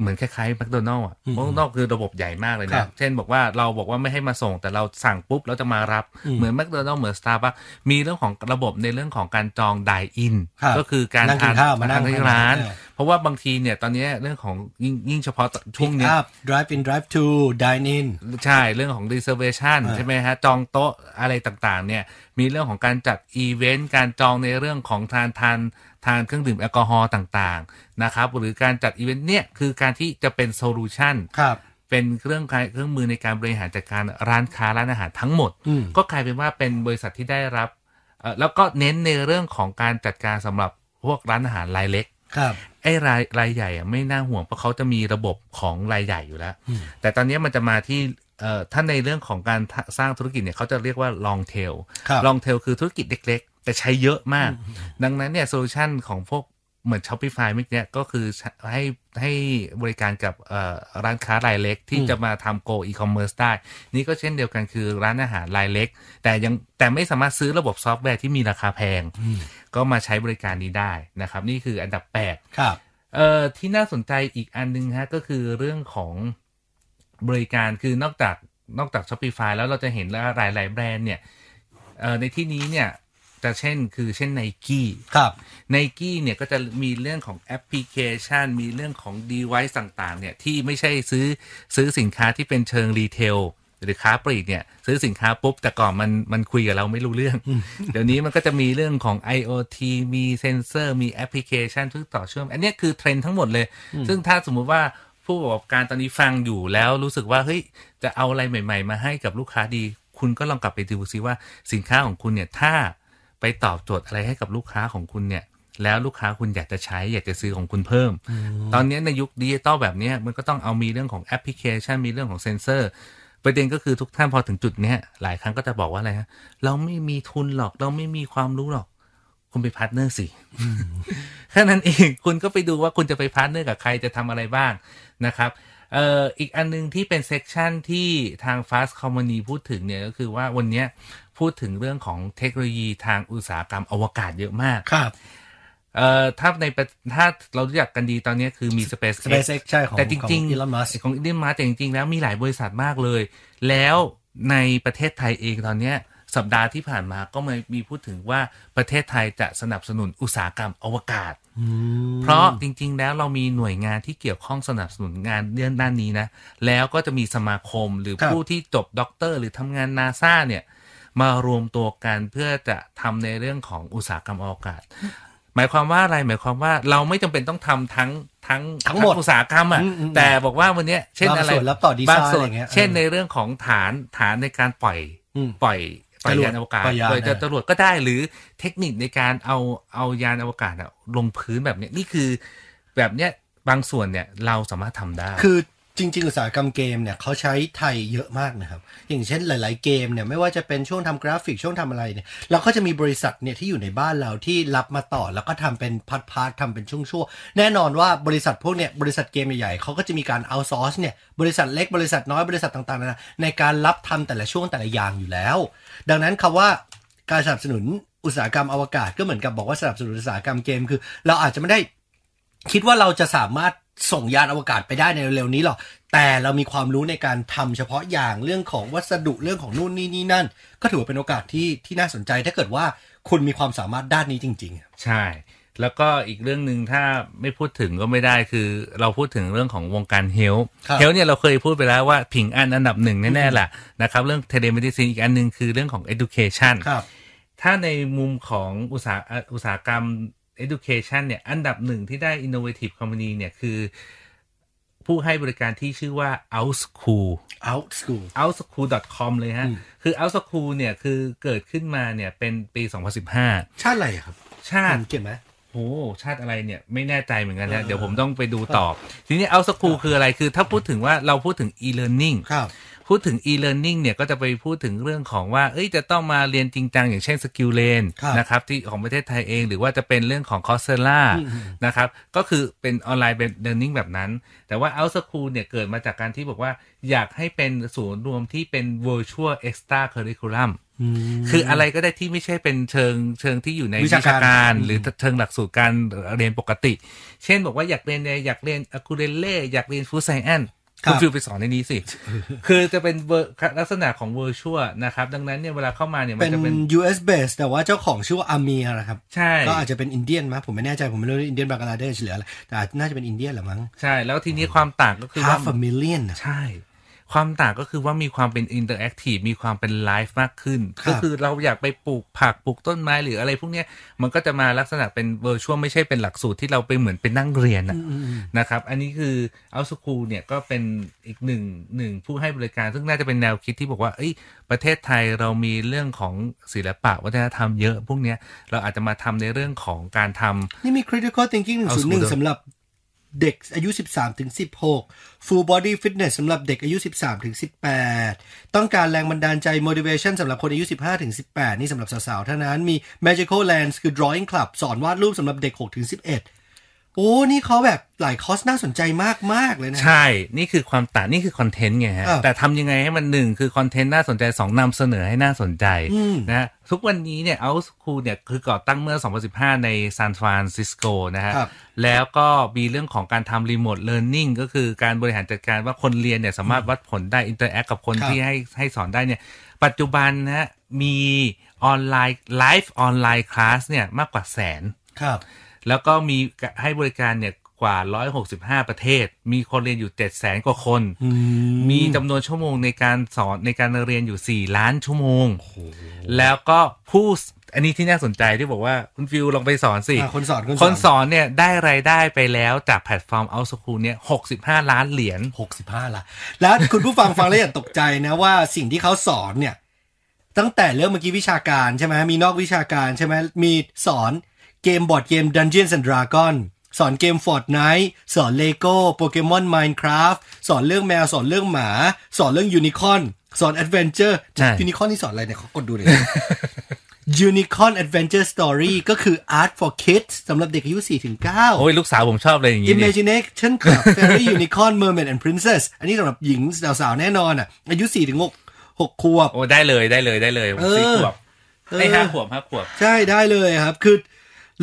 Speaker 3: เหมือนคล้ายๆแมคโดนัลล์อ่ะ
Speaker 2: อืม
Speaker 3: แมคโดนัลล์คือระบบใหญ่มากเลย
Speaker 2: ครั
Speaker 3: นะ
Speaker 2: บ
Speaker 3: เช่นบอกว่าเราบอกว่าไม่ให้มาส่งแต่เราสั่งปุ๊บแล้วจะมารับ
Speaker 2: อืม
Speaker 3: เหมือนแมคโดนัลล์เหมือนสตาร์บัคมีเรื่องของระบบในเรื่องของการจองไดอิน
Speaker 2: ครับ
Speaker 3: ก็คือการ
Speaker 2: นั่งกินข้าวมานั่ง
Speaker 3: ทที่ร้าน
Speaker 2: เออ
Speaker 3: เพราะว่าบางทีเนี่ยตอนเนี้ยเรื่องของยิ่งยิ่งเฉพาะช่วงเนี้ย
Speaker 2: Pick up, drive in drive to dine in
Speaker 3: ใช่ เรื่องของ reservation
Speaker 2: อ่า
Speaker 3: ใช่ไหมฮะ จองโต๊ะอะไรต่างๆ เนี่ย มีเรื่องของการจัดอีเวนต์การจองในเรื่องของทานทานทานเครื่องดื่มแอลกอฮอล์ต่างๆ นะครับ หรือการจัดอีเวนต์เนี่ย คือการที่จะเป็นโซลูชัน
Speaker 2: ครับ
Speaker 3: เป็นเครื่องเครื่องมือในการบริหารจัดการร้านค้าร้านอาหารทั้งหมด
Speaker 2: อืม
Speaker 3: ก็กลายเป็นว่าเป็นบริษัทที่ได้รับเอ่อแล้วก็เน้นในเรื่องของการจัดการสำหรับพวกร้านอาหารรายเล็ก
Speaker 2: ครับ
Speaker 3: ไอ้รายรายใหญ่อะไม่น่าห่วงเพราะเขาจะมีระบบของรายใหญ่อยู่แล้ว
Speaker 2: อืม
Speaker 3: แต่ตอนนี้มันจะมาที่เอ่อถ้าในเรื่องของการทะสร้างธุรกิจเนี่ยเขาจะเรียกว่า long tail
Speaker 2: ครับ
Speaker 3: long tail คือธุรกิจเล็ก ๆ แต่ใช้เยอะมาก ดังนั้นเนี่ยโซลูชันของพวกเหมือน Shopify เมื่อกี้ก็คือให้ให้บริการกับเอ่อร้านค้ารายเล็กที่
Speaker 2: อืม
Speaker 3: จะมาทำ Go e-commerce ได้ นี่ก็เช่นเดียวกันคือร้านอาหารรายเล็ก แต่ยังแต่ไม่สามารถซื้อระบบซอฟต์แวร์ที่มีราคาแพง ก็มาใช้บริการนี้ได้นะครับ นี่คืออันดับ 8
Speaker 2: ครับ
Speaker 3: เอ่อที่น่าสนใจอีกอันหนึงฮะก็คือเรื่องของบริการคือนอกจากนอกจาก Shopify แล้วเราจะเห็นว่าหลายหลายๆแบรนด์เนี่ยเอ่อในที่นี้เนี่ยจะเช่นคือเช่น n i กี้
Speaker 2: ครับ
Speaker 3: ไนกี้เนี่ยก็จะมีเรื่องของแอปพลิเคชัน มีเรื่องของ device ต่างๆเนี่ยที่ไม่ใช่ซื้อซื้อสินค้าที่เป็นเชิงรีเทลหรือค้าปลีกเนี่ยซื้อสินค้าปุ๊บ แต่ก่อนมันมันคุยกับเราไม่รู้เรื่อง เดี๋ยวนี้มันก็จะมีเรื่องของ IoT มีเซ็นเซอร์ มีแอปพลิเคชันที่ต่อเชื่อม อันเนี้ยคือเทรนด์ทั้งหมดเลย ซึ่งถ้าสมมุติว่าผู้ประกอบการตอนนี้ฟังอยู่แล้วรู้สึกว่า เฮ้ย จะเอาอะไรใหม่ๆ มาให้กับลูกค้าดี คุณก็ลองกลับไปดูซิว่าสินค้าของคุณเนี่ย ถ้าไปตอบโจทย์อะไรให้กับลูกค้าของคุณเนี่ย แล้วลูกค้าคุณอยากจะใช้อยากจะซื้อของคุณเพิ่ม ตอนนี้ในยุคดิจิตอลแบบเนี้ยมันก็ต้องเอามีเรื่องของแอปพลิเคชันมีเรื่องของเซ็นเซอร์ ประเด็นก็คือทุกท่านพอถึงจุดเนี้ยหลายครั้งก็จะบอกว่าอะไรฮะเราไม่มีทุนหรอกเราไม่มีความรู้หรอก คุณไปพาร์ทเนอร์สิ [laughs] แค่นั้นเอง คุณก็ไปดูว่าคุณจะไปพาร์ทเนอร์กับใครจะทำอะไรบ้างนะครับเอ่ออีกอันนึงที่เป็นเซกชันที่ทาง Fast Company พูดถึงเนี่ยก็คือว่าวันเนี้ยพูดถึงเรื่องของเทคโนโลยีทางอุตสาหกรรมอวกาศเยอะมาก
Speaker 2: ครับ
Speaker 3: เอ่อถ้าในประถ้าเรารู้จักกันดีตอนนี้คือมี
Speaker 2: ส
Speaker 3: Space
Speaker 2: เปซใช่ของ
Speaker 3: แต่จริง
Speaker 2: ๆ
Speaker 3: ๆ
Speaker 2: อีลอนมัส
Speaker 3: ของอีลอนมัสแต่จริง ๆ แล้วมีหลายบริษัทมากเลย แล้วในประเทศไทยเองตอนเนี้ยสัปดาห์ที่ผ่านมาก็มีมีพูดถึงว่าประเทศไทยจะสนับสนุนอุตสาหกรรมอวกาศ เพราะจริง ๆ แล้วเรามีหน่วยงานที่เกี่ยวข้องสนับสนุนงานเรื่องด้านนี้นะ แล้วก็จะมีสมาคมหรือ
Speaker 2: ครับ
Speaker 3: ผู้ที่จบด็อกเตอร์ หรือทำงานนาซาเนี่ย มารวมตัวกันเพื่อจะทำในเรื่องของอุตสาหกรรมอวกาศ หมายความว่าอะไรหมายความว่าเราไม่จำเป็นต้องทำทั้งทั้ง
Speaker 2: ทั้งหมด
Speaker 3: อุตสาหกรรมอ่ะ
Speaker 2: อืมอืม
Speaker 3: แต่บอกว่าวันเนี้ยเช่นอะไร
Speaker 2: บางส่วนรับต่อดีไซน์
Speaker 3: บางส่วน
Speaker 2: อะไรเงี้ย
Speaker 3: เช่น
Speaker 2: เออ
Speaker 3: ในเรื่องของฐานฐานในการปล่อย
Speaker 2: อืม
Speaker 3: ปล่อยปล่อ
Speaker 2: จร
Speaker 3: ย
Speaker 2: วด
Speaker 3: ยานอวกาศ
Speaker 2: ปล่อยยาน
Speaker 3: โดยจะ
Speaker 2: เออ
Speaker 3: จรวดก็ได้หรือเทคนิคในการเอาเอายานอวกาศอะลงพื้นแบบเนี้ยนี่คือแบบเนี้ยบางส่วนเนี่ยเราสามารถทำได้
Speaker 2: คือจริง ๆ อุตสาหกรรมเกมเนี่ยเขาใช้ไทยเยอะมากนะครับ อย่างเช่นหลาย ๆ เกมเนี่ยไม่ว่าจะเป็นช่วงทำกราฟิกช่วงทำอะไรเนี่ยเราก็จะมีบริษัทเนี่ยที่อยู่ในบ้านเราที่รับมาต่อแล้วก็ทำเป็นพาร์ทพาร์ททำเป็นช่วงๆแน่นอนว่าบริษัทพวกเนี่ยบริษัทเกมใหญ่ ๆเขาก็จะมีการเอาซอร์สเนี่ยบริษัทเล็กบริษัทน้อยบริษัทต่างๆนานาในการรับทำแต่ละช่วงแต่ละอย่างอยู่แล้ว ดังนั้นคำว่า การสนับสนุนอุตสาหกรรมอวกาศก็เหมือนกับบอกว่าสนับสนุนอุตสาหกรรมเกมคือ เราอาจจะไม่ได้ คิดว่าเราจะสามารถส่งยานอวกาศไปได้ในเร็วๆนี้หรอก แต่เรามีความรู้ในการทำเฉพาะอย่างเรื่องของวัสดุเรื่องของนู่นนี่นี่นั่น ก็ถือว่าเป็นโอกาสที่ที่น่าสนใจถ้าเกิดว่าคุณมีความสามารถด้านนี้จริง ๆอะ
Speaker 3: ใช่ แล้วก็อีกเรื่องหนึ่งถ้าไม่พูดถึงก็ไม่ได้คือเราพูดถึงเรื่องของวงการเฮลท์เฮลท์เนี่ยเราเคยพูดไปแล้วว่าผิงอันอันดับหนึ่งแน่ๆแหละนะครับเรื่องเทเลมดิซินอีกอันหนึ่งคือเรื่องของ education
Speaker 2: ครับ
Speaker 3: ถ้าในมุมของอุตสาหเอ่ออุตสาหกรรม education เนี่ยอันดับหนึ่งที่ได้ innovative company เนี่ยคือผู้ให้บริการที่ชื่อว่า outschool
Speaker 2: out school
Speaker 3: outschool.com เลยฮะ
Speaker 2: อืม
Speaker 3: คือ outschool เนี่ยคือเกิดขึ้นมาเนี่ยเป็นปี 2015
Speaker 2: ชาติอะไรอะครับ
Speaker 3: ชาติ
Speaker 2: เกี่ยวไหม
Speaker 3: โหชาติอะไรเนี่ยไม่แน่ใจเหมือนกัน
Speaker 2: เออ
Speaker 3: นะเดี๋ยวผมต้องไปดูต่อ ทีนี้เอาสกูคืออะไรคือ ถ้าพูดถึงว่าเราพูดถึง e-learning
Speaker 2: ครับ
Speaker 3: พูดถึง e-learning เนี่ยก็จะไปพูดถึงเรื่องของว่า เอ้ยจะต้องมาเรียนจริงจังอย่างเช่น Skill Lane
Speaker 2: ครับ
Speaker 3: นะครับที่ของประเทศไทยเอง หรือว่าจะเป็นเรื่องของ c o r s e r a
Speaker 2: อืม
Speaker 3: นะครับก็คือเป็นออนไลน์เป็น learning แบบนั้น แต่ว่า out school เนี่ยเกิดมาจากการที่บอกว่าอยากให้เป็นศูนย์รวมที่เป็น virtual extra curriculum คืออะไรก็ได้ที่ไม่ใช่เป็นเชิงเชิงที่อยู่ใน
Speaker 2: วิ
Speaker 3: วิชา
Speaker 2: ชาการ
Speaker 3: การ
Speaker 2: อืม
Speaker 3: หรือเชิงหลักสูตรการเรียนปกติ เช่นบอกว่าอยากเรียนเนี่ยอยากเรียนอะคูเรเล่อยากเรียนฟูดไซแอน
Speaker 2: ครับ
Speaker 3: คุณฟิลไปสอนในนี้สิ คือจะเป็น ver- ลักษณะของเวอร์ชวนะครับ ดังนั้นเนี่ยเวลาเข้ามาเนี่ยมัน
Speaker 2: เป็น
Speaker 3: จะเป็น
Speaker 2: US base แต่ว่าเจ้าของชื่อว่าอาเมียนะครับ
Speaker 3: ใช่
Speaker 2: ก็อาจจะเป็นอินเดียนมั้ยผมไม่แน่ใจผมไม่รู้อินเดียนบังกลาเดชหรืออะไรแต่อาจน่าจะเป็นอินเดียนแหละมั้ง
Speaker 3: ใช่ แล้วทีนี้ความต่างก็คือว่า
Speaker 2: half a million นะ
Speaker 3: ใช่ ความต่างก็คือว่ามีความเป็นอินเตอร์แอคทีฟมีความเป็นไลฟ์มากขึ้น
Speaker 2: ครับ
Speaker 3: ก็คือเราอยากไปปลูกผักปลูกต้นไม้หรืออะไรพวกเนี้ยมันก็จะมาลักษณะเป็นเวอร์ชวลไม่ใช่เป็นหลักสูตรที่เราไปเหมือนเป็นนั่งเรียนอะนะครับ อันนี้คือเอาสคูเนี่ยก็เป็นอีกหนึ่งหนึ่งผู้ให้บริการ ซึ่งน่าจะเป็นแนวคิดที่บอกว่าเอ้ยประเทศไทยเรามีเรื่องของศิลปะวัฒนธรรมเยอะพวกเนี้ยเราอาจจะมาทำในเรื่องของการทำ
Speaker 2: นี่มี critical thinking
Speaker 3: เอาสูงด้วย
Speaker 2: 101สำหรับเด็กอายุ 13ถึง16 full body fitness สำหรับเด็กอายุ13ถึง18 ต้องการแรงบันดาลใจ motivation สำหรับคนอายุ 15ถึง18 นี่สำหรับสาวๆเท่านั้นมี magical lands คือ drawing club สอนวาดรูปสำหรับเด็ก6ถึง11 โอ้ นี่เขาแบบหลายคอร์สน่าสนใจมาก ๆ เลยนะ
Speaker 3: ใช่ นี่คือความต่างนี่คือคอนเทนต์ไงฮะ
Speaker 2: อ่า
Speaker 3: แต่ทำยังไงให้มันหนึ่งคือคอนเทนต์น่าสนใจสองนำเสนอให้น่าสนใจ
Speaker 2: อืม
Speaker 3: นะฮะทุกวันนี้เนี่ยเอาคูเนี่ยคือก่อตั้งเมื่อ 2015 ในซานฟรานซิสโกนะฮะ
Speaker 2: ครับ
Speaker 3: แล้วก็มีเรื่องของการทำรีโมทเลิร์นนิ่งก็คือการบริหารจัดการว่าคนเรียนเนี่ยสามารถวัดผลได้อินเตอร์แอคกับคน
Speaker 2: ครับ
Speaker 3: ที่ให้ให้สอนได้เนี่ย ปัจจุบันนะฮะมีออนไลน์ไลฟ์ออนไลน์คลาสเนี่ยมากกว่าแสน
Speaker 2: ครับ
Speaker 3: แล้วก็มีให้บริการเนี่ยกว่า 165 ประเทศ มีคนเรียนอยู่ 7 0 0 0 0 0 กว่าคน มีจำนวนชั่วโมงในการสอนในการเรียนอยู่ 4 ล้านชั่วโมง แล้วก็ผู้สอันนี้ที่น่าสนใจที่บอกว่าคุณฟิวลองไปสอนสิ
Speaker 2: อ่าคนสอนคนสอน
Speaker 3: คนสอนเนี่ยได้ไรายได้ไปแล้วจากแพลตฟอร์มเอาสคูลเนี่ย 65 ล้านเหรียญ
Speaker 2: 65ละแล้วคุณผู้ฟัง ฟังแล้วอย่าตกใจนะว่าสิ่งที่เขาสอนเนี่ย ตั้งแต่เรื่องเมื่อกี้วิชาการใช่ไหมมีนอกวิชาการใช่ไหมมีสอน เกมบอร์ดเกม Dungeons and Dragon สอนเกม Fortnite สอน Lego Pokemon Minecraft สอนเรื่องแมว สอนเรื่องหมา สอนเรื่องยูนิคอนสอนแอดเวนเจอร์
Speaker 3: ใช่
Speaker 2: ยูนิค [laughs] อนนี่สอนอะไรเนี่ยเขากดดูเลย Unicorn Adventure Story ก็คือ Art for Kids สำหรับเด็กอายุ4ถึง9
Speaker 3: โอ้ยลูกสาวผมชอบเลยอย่างงี้เนี่ย
Speaker 2: Imagination Club
Speaker 3: [laughs]
Speaker 2: Fairy Unicorn Mermaid and Princess อันนี้สำหรับหญิงสาวๆ แน่นอนอ่ะ อายุ4ถึง6 6ขวบ
Speaker 3: โอ้ได้เลยได้เลยได้เลยผมสี่
Speaker 2: เออ
Speaker 3: ขวบ
Speaker 2: เออ
Speaker 3: ไอ้ยห้าขวบห้าขวบ
Speaker 2: ใช่ได้เลยครับ คือ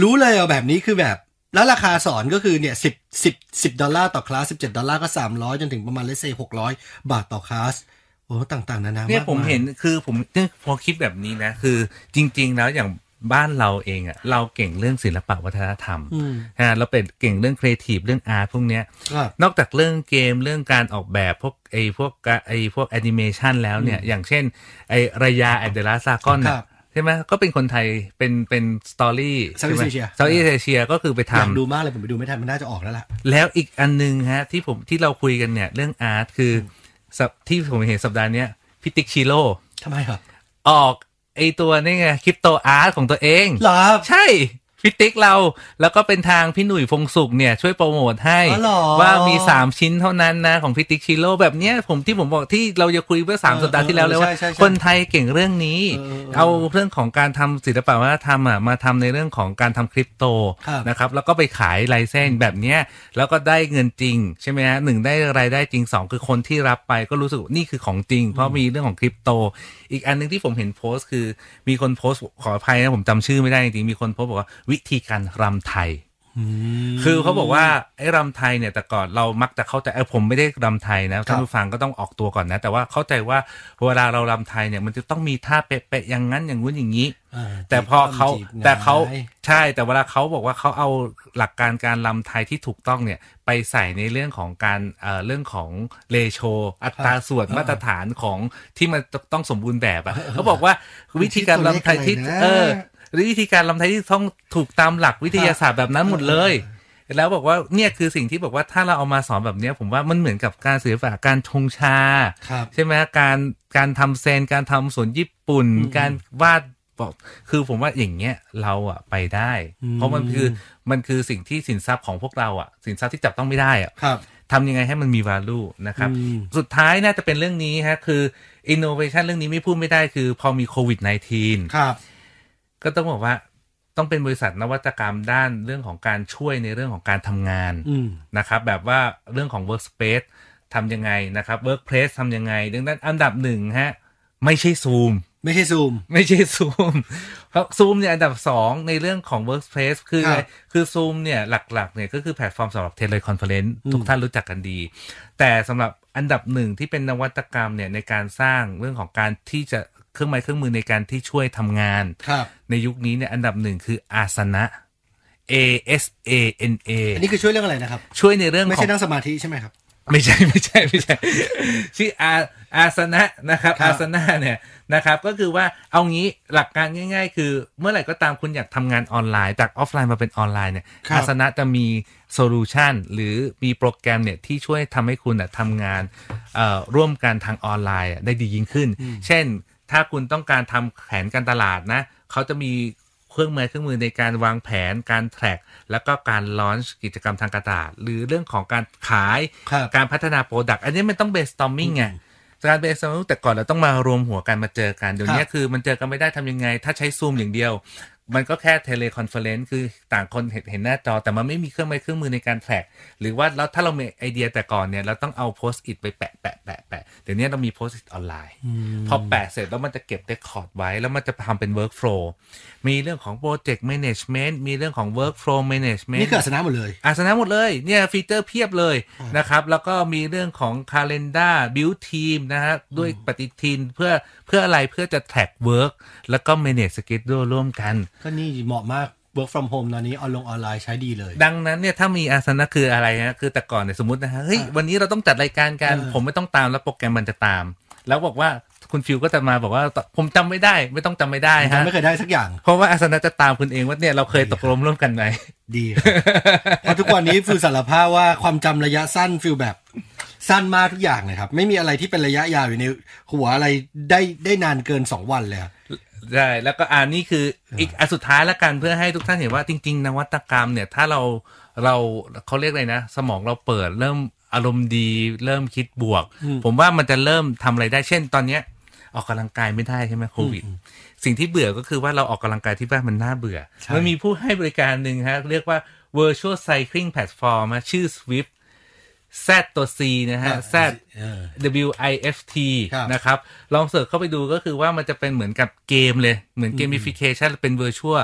Speaker 2: รู้เลยอ่ะแบบนี้คือแบบ แล้วราคาสอนก็คือเนี่ยสิบสิบสิบดอลลาร์ต่อคลาสสิบเจ็ดดอลลาร์ก็สามร้อยจนถึงประมาณเลเซหกร้อยบาทต่อคลาส โอ้ต่างๆ นา
Speaker 3: เนี่
Speaker 2: นาา
Speaker 3: ย
Speaker 2: กาย
Speaker 3: ผมเห็นคือผมเนี่ยพอคิดแบบนี้นะ คือจริง ๆ แล้วอย่างบ้านเราเองอะเราเก่งเรื่องศิลปะวัฒนธรรม
Speaker 2: อืม
Speaker 3: ฮะเราเป็นเก่งเรื่องครีเอทีฟเรื่องอาร์ตพวกเนี้ย
Speaker 2: ครับ
Speaker 3: นอกจากเรื่องเกมเรื่องการออกแบบพวกไอ้พวกกะไอ้พวกแอนิเมชันแล้วเนี่ย อย่างเช่น ไอ้รายาแอนเดลาซากอน
Speaker 2: ครับ
Speaker 3: ใช่ไหมก็เป็นคนไทยเป็นเป็นสตอรี่
Speaker 2: Southeast Asia
Speaker 3: เซาท์อีเอเชียก็คือไป
Speaker 2: อยาก
Speaker 3: ทำ
Speaker 2: ดูมากเลยผมไปดูไม่ทันมันน่าจะออกแล้วล่ะ
Speaker 3: แล้วอีกอันหนึงฮะที่ผมที่เราคุยกันเนี่ยเรื่องอาร์ตคือสัปที่ผมเห็นสัปดาห์เนี้ยพิติกชิโร่
Speaker 2: ทำไมครับ
Speaker 3: ออกไอตัวนี่ไงคริปโตอาร์ตของตัวเอง
Speaker 2: หรอครับ
Speaker 3: ใช่พิติกเราแล้วก็เป็นทางพี่หนุ่ยฟงสุขเนี่ย ช่วยโปรโมทให้
Speaker 2: อ๋อเหรอ
Speaker 3: ว่ามี 3 ชิ้นเท่านั้นนะ ของพิติกชิโร่แบบเนี้ยผมที่ผมบอกที่เราจะคุยเมื่อ
Speaker 2: เอ
Speaker 3: 3
Speaker 2: อ
Speaker 3: สัปดาห์ที่แล้วเลยว่า
Speaker 2: ใช่ใช่ใช่
Speaker 3: คนไทยเก่งเรื่องนี้
Speaker 2: เออเออ
Speaker 3: เอาเรื่องของการทำศิลปะวัฒนธรรมอ่ะมาทำในเรื่องของการทำคริปโต
Speaker 2: ครับ
Speaker 3: นะครับ แล้วก็ไปขายลายเส้นแบบเนี้ยแล้วก็ได้เงินจริง ใช่ไหมฮะหนึ่งได้รายได้จริงสองคือคนที่รับไปก็รู้สึกว่านี่คือของจริง เพราะมีเรื่องของคริปโต อีกอันหนึงที่ผมเห็นโพสต์คือมีคนโพสต์ขออภัยนะผมจำชื่อไม่ได้จริงๆมีคนโพสต์บอกว่าวิธีการรำไทย คือเขาบอกว่าไอ้รำไทยเนี่ยแต่ก่อนเรามักจะเข้าใจเออผมไม่ได้รำไทยนะท่านผู้ฟังก็ต้องออกตัวก่อนนะ แต่ว่าเข้าใจว่าเวลาเรารำไทยเนี่ยมันจะต้องมีท่าเป๊ะๆอย่างนั้นอย่างนู้นอย่างนี้
Speaker 2: อ่า
Speaker 3: แต่พอเขา
Speaker 2: จีบหงย
Speaker 3: แต่เขาใช่แต่เวลาเขาบอกว่าเขาเอาหลักการการลำไทยที่ถูกต้องเนี่ยไปใส่ในเรื่องของการเอ่อเรื่องของเลโช อัตราส่วนมาตรฐานของที่มันต้องสมบูรณ์แบบอะเขาบอกว่าวิธีการลำไทยที่
Speaker 2: มันชื่อตัวเลขอะไรนะ
Speaker 3: เออ หรือวิธีการลำไทยที่ต้องถูกตามหลักวิทยาศาสตร์แบบนั้นหมดเลย แล้วบอกว่าเนี่ยคือสิ่งที่บอกว่าถ้าเราเอามาสอนแบบเนี้ยผมว่ามันเหมือนกับการศิลปะการชงชา
Speaker 2: ครับ
Speaker 3: ใช่ไหมการการทำเซนการทำสวนญี่ปุ่น
Speaker 2: อืม
Speaker 3: การวาดบอกคือผมว่าอย่างเงี้ยเราอะไปได้
Speaker 2: อืม
Speaker 3: เพราะมันคือมันคือสิ่งที่สินทรัพย์ของพวกเราอะสินทรัพย์ที่จับต้องไม่ได้อะ
Speaker 2: ครับ
Speaker 3: ทำยังไงให้มันมี value นะครับ
Speaker 2: อืม
Speaker 3: สุดท้ายน่าจะเป็นเรื่องนี้ฮะคือ innovation เรื่องนี้ไม่พูดไม่ได้คือพอมีโควิด -19
Speaker 2: ครับ
Speaker 3: ก็ต้องบอกว่าต้องเป็นบริษัทนวัตกรรมด้านเรื่องของการช่วยในเรื่องของการทำงาน
Speaker 2: อืม
Speaker 3: นะครับแบบว่าเรื่องของ workspace ทำยังไงนะครับ workplace ทำยังไง ดังนั้นอันดับหนึ่งฮะ ไม่ใช่ [laughs] Zoom
Speaker 2: ไม่ใช่ซูม
Speaker 3: ไม่ใช่ Zoom เพราะ Zoom เนี่ยอันดับสองในเรื่องของ workspace คือ
Speaker 2: ครับ
Speaker 3: ไงคือ Zoom เนี่ยหลักๆเนี่ยก็คือแพลตฟอร์มสำหรับเทเลคอนเฟอเรนซ์
Speaker 2: อืม
Speaker 3: ทุกท่านรู้จักกันดี แต่สำหรับอันดับหนึ่งที่เป็นนวัตกรรมเนี่ยในการสร้างเรื่องของการที่จะเครื่องไม้เครื่องมือในการที่ช่วยทำงาน
Speaker 2: ครับ
Speaker 3: ในยุคนี้เนี่ยอันดับหนึ่งคืออาสนะ A S A N A
Speaker 2: อันนี้คือช่วยเรื่องอะไรนะครับ
Speaker 3: ช่วยในเรื่อง
Speaker 2: ไม่
Speaker 3: ของ
Speaker 2: ใช่นั่งสมาธิใช่ไหมครับ
Speaker 3: ไม่ใช่ [laughs] ไม่ใช่ไม่ใช่ ชื่ออาอาสนะนะครับ
Speaker 2: ครับ
Speaker 3: อาสนะเนี่ยนะครับก็คือว่าเอางี้หลักการง่าย ๆ คือเมื่อไหร่ก็ตามคุณอยากทำงานออนไลน์จากออฟไลน์มาเป็นออนไลน์เนี่ย
Speaker 2: ครับ
Speaker 3: อาสนะจะมีโซลูชันหรือมีโปรแกรมเนี่ยที่ช่วยทำให้คุณน่ะทำงานเอ่อร่วมกันทางออนไลน์อ่ะได้ดียิ่งขึ้น เช่น ถ้าคุณต้องการทำแผนการตลาดนะเขาจะมี เครื่องมือเครื่องมือในการวางแผนการแทร็กแล้วก็การลอนช์กิจกรรมทางการตลาด หรือเรื่องของการขาย
Speaker 2: ครับ
Speaker 3: การพัฒนาโปรดักต์อันนี้มันต้องเบสตอมมิ่งไงการเบสตอมมิ่งแต่ก่อนเราต้องมารวมหัวกันมาเจอกัน เดี๋ยว
Speaker 2: ครับ
Speaker 3: นี้คือมันเจอกันไม่ได้ทำยังไง ถ้าใช้ซูมอย่างเดียว มันก็แค่เทเลคอนเฟอเรนซ์คือต่างคนเห็นเห็นหน้าจอ แต่มันไม่มีเครื่องไม้เครื่องมือในการแทร็กหรือว่าแล้วถ้าเรามีไอเดียแต่ก่อนเนี่ยเราต้องเอาโพสต์อิทไปแปะแปะแปะแปะเดี๋ยวนี้เรามีโพสต์อิทออนไลน์ พอแปะเสร็จแล้วมันจะเก็บเรคคอร์ดไว้ แล้วมันจะทำเป็นเวิร์กโฟลมีเรื่องของโปรเจกต์แมネจเมนต์มีเรื่องของเวิร์กโฟลแมเนจเมน
Speaker 2: นี่
Speaker 3: ต์
Speaker 2: คืออาสนะหมดเลย
Speaker 3: อาสนะหมดเลยเนี่ยฟีเจอร์เพียบเลยนะครับ แล้วก็มีเรื่องของคาล endar build team นะฮะด้วยปฏิทินเพื่อเพื่ออะไรเพื่อจะแท็กเวิร์กแล้วก็ manage schedule ร่วมกัน
Speaker 2: ก็นี่เหมาะมาก work from home ตอนนี้ออนลงออนไลน์ใช้ดีเลย
Speaker 3: ดังนั้นเนี่ยถ้ามีอาสนะคืออะไรฮะคือแต่ก่อนเนี่ยสมมตินะฮะเฮ้ยวันนี้เราต้องจัดรายการกัน
Speaker 2: เออ
Speaker 3: ผมไม่ต้องตามแล้วโปรแกรมมันจะตาม แล้วบอกว่าคุณฟิวก็จะมาบอกว่าผมจำไม่ได้ไม่ต้องจำไม่ได้
Speaker 2: ผม
Speaker 3: ฮะ
Speaker 2: ไม่เคยได้สักอย่าง
Speaker 3: เพราะว่าอาสนะจะตามคุณเองว่าเนี่ยเราเคยตกลงร่วมกันไหม
Speaker 2: [laughs] ดีครับเพราะทุกวันนี้ฟิลสารภาพว่าความจำระยะสั้นฟิลแบบสั้นมากทุกอย่างเลยครับ ไม่มีอะไรที่เป็นระยะยาวอยู่ในหัวอะไรได้ได้นานเกินสองวันเลยครับ
Speaker 3: ได้แล้วก็อ่านี่คืออีกอันสุดท้ายละกันเพื่อให้ทุกท่านเห็นว่าจริง ๆ นวัตกรรมเนี่ยถ้าเราเราเขาเรียกอะไรนะ สมองเราเปิดเริ่มอารมณ์ดี เริ่มคิดบวก ผมว่ามันจะเริ่มทำอะไรได้เช่นตอนเนี้ย ออกกำลังกายไม่ได้ใช่ไหมโควิด สิ่งที่เบื่อก็คือว่าเราออกกำลังกายที่บ้านมันน่าเบื่อ
Speaker 2: ใช่
Speaker 3: มันมีผู้ให้บริการหนึ่งฮะ เรียกว่า virtual cycling platform ฮะชื่อ Swift Z ตัว C นะฮะ Z
Speaker 2: เออ
Speaker 3: W I F T
Speaker 2: ครับ
Speaker 3: นะครับ ลองเสิร์ชเข้าไปดูก็คือว่ามันจะเป็นเหมือนกับเกมเลย เหมือนเกม i ิฟิเคชันเป็นเวอร์ชว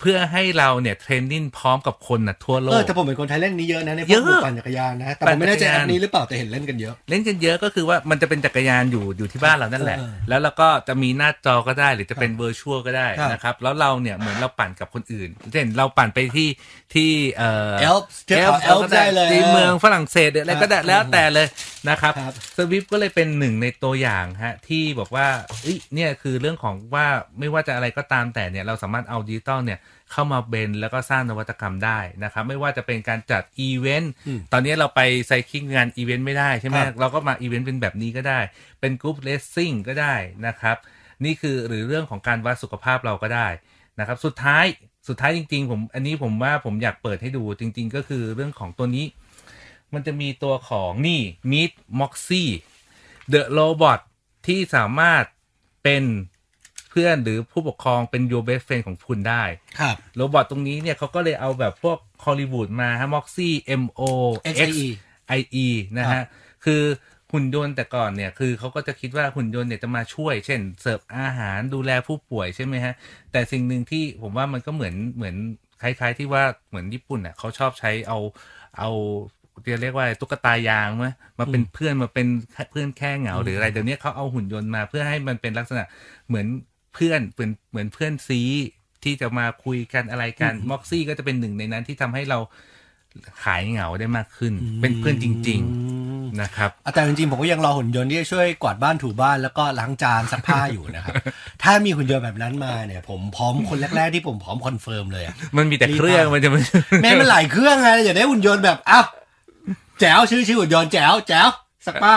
Speaker 3: เพื่อให้เราเนี่ย เทรนนิ่งพร้อมกับคนน่ะทั่วโล
Speaker 2: เออก แต่ผมเห็นคนไทยเล่นนี้เยอะนะในพ
Speaker 3: เย
Speaker 2: ก
Speaker 3: วอะ
Speaker 2: หมู่ปั่นจักรยานนะแต่ผมไม่แน่ใจ
Speaker 3: ปั่นจักรยาน
Speaker 2: แอปนี้หรือเปล่าแต่เห็นเล่นกันเยอะ
Speaker 3: เล่นกันเยอะก็คือว่ามันจะเป็นจักรยานอยู่อยู่ที่บ้านเรานั่นแหละ
Speaker 2: เออเออ
Speaker 3: แล้วเราก็จะมีหน้าจอก็ได้หรือจะเป็นเวอร์ชวก็ได้
Speaker 2: ครับ
Speaker 3: นะครับ แล้วเราเนี่ยเหมือนเราปั่นกับคนอื่นเช่นเราปั่นไปที่ที่เอ่อ
Speaker 2: เอลฟ์เทียบกับเอลฟ์ได้เลย
Speaker 3: ที่เมืองฝรั่งเศสอะไรก็ได้
Speaker 2: อ่า
Speaker 3: แล้วแต่เลยนะครับ
Speaker 2: ครับ
Speaker 3: สวิฟก็เลยเป็นหนึ่งในตัวอย่างฮะที่บอกว่าเอ้ยเนี่ยคือเรื่องของว่าไม่ว่าจะอะไรก็ตามแต่เนี่ยเราสามารถเอาดิจิตอลเนี่ยเข้ามาเบนแล้วก็สร้างนวัตกรรมได้นะครับ ไม่ว่าจะเป็นการจัดอีเวนต์
Speaker 2: อืม
Speaker 3: ตอนนี้เราไปไซคิงงานอีเวนต์ไม่ได้ใช่ไหม
Speaker 2: ครับ
Speaker 3: เราก็มาอีเวนต์เป็นแบบนี้ก็ได้ เป็นกรุ๊ปเลสซิ่งก็ได้นะครับ นี่คือหรือเรื่องของการวัดสุขภาพเราก็ได้ นะครับสุดท้ายสุดท้ายจริง ๆ ผมอันนี้ผมว่าผมอยากเปิดให้ดูจริง ๆ ก็คือเรื่องของตัวนี้ มันจะมีตัวของนี่ Meet Moxie The Robot ที่สามารถเป็นเพื่อนหรือผู้ปกครองเป็น your best friend ของคุณได้
Speaker 2: ครับ
Speaker 3: โรบอทตรงนี้เนี่ยเขาก็เลยเอาแบบพวกฮอลลีวูดมาฮะม็อกซี่ M O X
Speaker 2: XIE
Speaker 3: I E นะฮะ คือหุ่นยนต์แต่ก่อนเนี่ย คือเขาก็จะคิดว่าหุ่นยนต์เนี่ยจะมาช่วย เช่น เสิร์ฟอาหารดูแลผู้ป่วยใช่ไหมฮะ แต่สิ่งหนึ่งที่ผมว่ามันก็เหมือนเหมือนคล้าย ๆ ที่ว่าเหมือนญี่ปุ่นเน่ะเขาชอบใช้เอาเอาจะเรียกว่าอะไรตุ๊กตายางไหมมาเป็นเพื่อนมาเป็นเพื่อนแค่เหงาหรืออะไรเดี๋ยวนี้เขาเอาหุ่นยนต์มาเพื่อให้มันเป็นลักษณะเหมือนเพื่อนเหมือนเหมือนเพื่อนซี ที่จะมาคุยกันอะไรกันม็อกซี่ก็จะเป็นหนึ่งในนั้นที่ทำให้เราขายเหงาได้มากขึ้น เป็นเพื่อนจริง ๆนะครับ
Speaker 2: อ่ะแต่จริงๆผมก็ยังรอหุ่นยนต์ที่จะช่วยกวาดบ้านถูบ้านแล้วก็ล้างจานซักผ้าอยู่นะครับ [laughs] ถ้ามีหุ่นยนต์แบบนั้นมาเนี่ย ผมพร้อมคนแรกๆที่ผมพร้อมคอนเฟิร์มเลยอะ [laughs]
Speaker 3: มันมีแต่
Speaker 2: รีบ
Speaker 3: เครื่อง
Speaker 2: มามั
Speaker 3: มันจะไม่
Speaker 2: แม้มันหลายเครื่องไงอย่าได้หุ่นยนต์แบบอ้าวแจ๋วชื่อชื่อหุ่นยนต์แจ๋วแจ๋วซักผ้า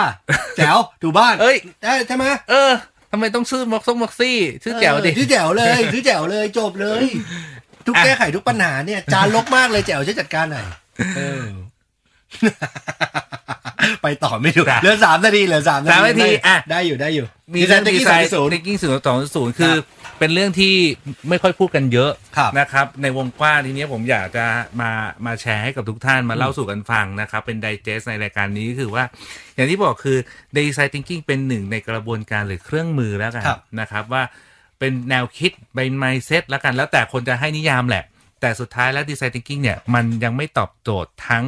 Speaker 2: แจ๋วถูบ้าน
Speaker 3: [laughs] เอ้ย
Speaker 2: ได้ใช่ไหม
Speaker 3: เออทำไมต้องชื่อม็อกซงม็อกซี่ ชื่อแจ๋วดิ
Speaker 2: เออชื่อแจ๋วเลย [laughs] ชื่อแจ๋วเลยจบเลย ทุก
Speaker 3: อ่ะ
Speaker 2: แก้ไขทุกปัญหาเนี่ยจานลกมากเลยแจ๋วช่วยจัดการหน่อยเออ [laughs] ไปต่อไม่ถูกเหลือสามนาทีเหลือสาม
Speaker 3: สามนาทีอ่ะ
Speaker 2: ได้อยู่ได้อยู่
Speaker 3: มีเรื่องดีไซน์
Speaker 2: ศูนย์
Speaker 3: ดิกิ้งศูนย์สองศูนย์คือเป็นเรื่องที่ไม่ค่อยพูดกันเยอะ
Speaker 2: ครับ
Speaker 3: นะครับ ในวงกว้างทีเนี้ยผมอยากจะมามาแชร์ให้กับทุกท่านมาเล่าสู่กันฟังนะครับ เป็นไดเจสในรายการนี้คือว่า อย่างที่บอกคือดีไซน์ทิงกิ้งเป็นหนึ่งในกระบวนการหรือเครื่องมือแล้วกัน
Speaker 2: ครับ
Speaker 3: นะครับว่าเป็นแนวคิดเป็นไมเซ็ตแล้วกัน แล้วแต่คนจะให้นิยามแหละ แต่สุดท้ายแล้วดีไซน์ทิงกิ้งเนี่ยมันยังไม่ตอบโจทย์ทั้ง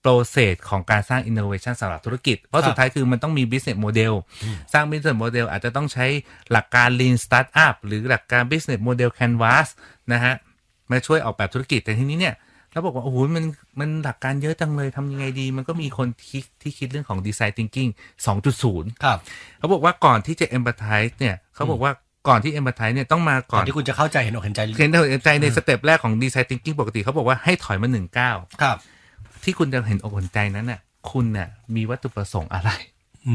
Speaker 3: โปรเซสของการสร้างอินโนเวชันสำหรับธุรกิจ เพราะสุดท้ายคือมันต้องมี business model สร้าง business model อาจจะต้องใช้หลักการ lean startup หรือหลักการ business model canvas นะฮะ มาช่วยออกแบบธุรกิจแต่ทีนี้เนี่ยเราบอกว่า โอ้โหมันมันหลักการเยอะจังเลยทำยังไงดี มันก็มีคนที่ที่คิดเรื่องของ design thinking 2.0
Speaker 2: ครับ
Speaker 3: เขาบอกว่าก่อนที่จะ empathize เนี่ยเขาบอกว่าก่อนที่ empathize เนี่ยต้องมาก่
Speaker 2: ก่
Speaker 3: อ
Speaker 2: อน นที่คุณจะเข้าใจเห็นอกเห็นใจ
Speaker 3: เห็นเห็นใจในสเต็ปแรกของ design thinking ปกติเขาบอกว่าให้ถอยมาหนึ่งก้าว
Speaker 2: ครับ
Speaker 3: ที่คุณจะเห็นอกเห็นใจนั้นน่ะคุณน่ะมีวัตถุประสงค์อะไร
Speaker 2: อื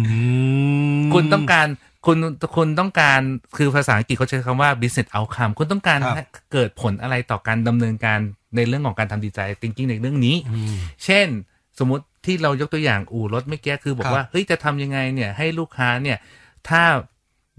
Speaker 2: ม
Speaker 3: คุณต้องการคุณคุณต้องการคือภาษาอังกฤษเขาใช้คำว่า business outcome คุณต้องการ
Speaker 2: ครับ
Speaker 3: ให้เกิดผลอะไรต่อการดำเนินการในเรื่องของการทำ design thinking ในเรื่องนี้
Speaker 2: อืม
Speaker 3: เช่น สมมติที่เรายกตัวอย่างอู่รถเมื่อกี้คือบอก
Speaker 2: ครับ
Speaker 3: ว่าเฮ้ยจะทำยังไงเนี่ยให้ลูกค้าเนี่ยถ้า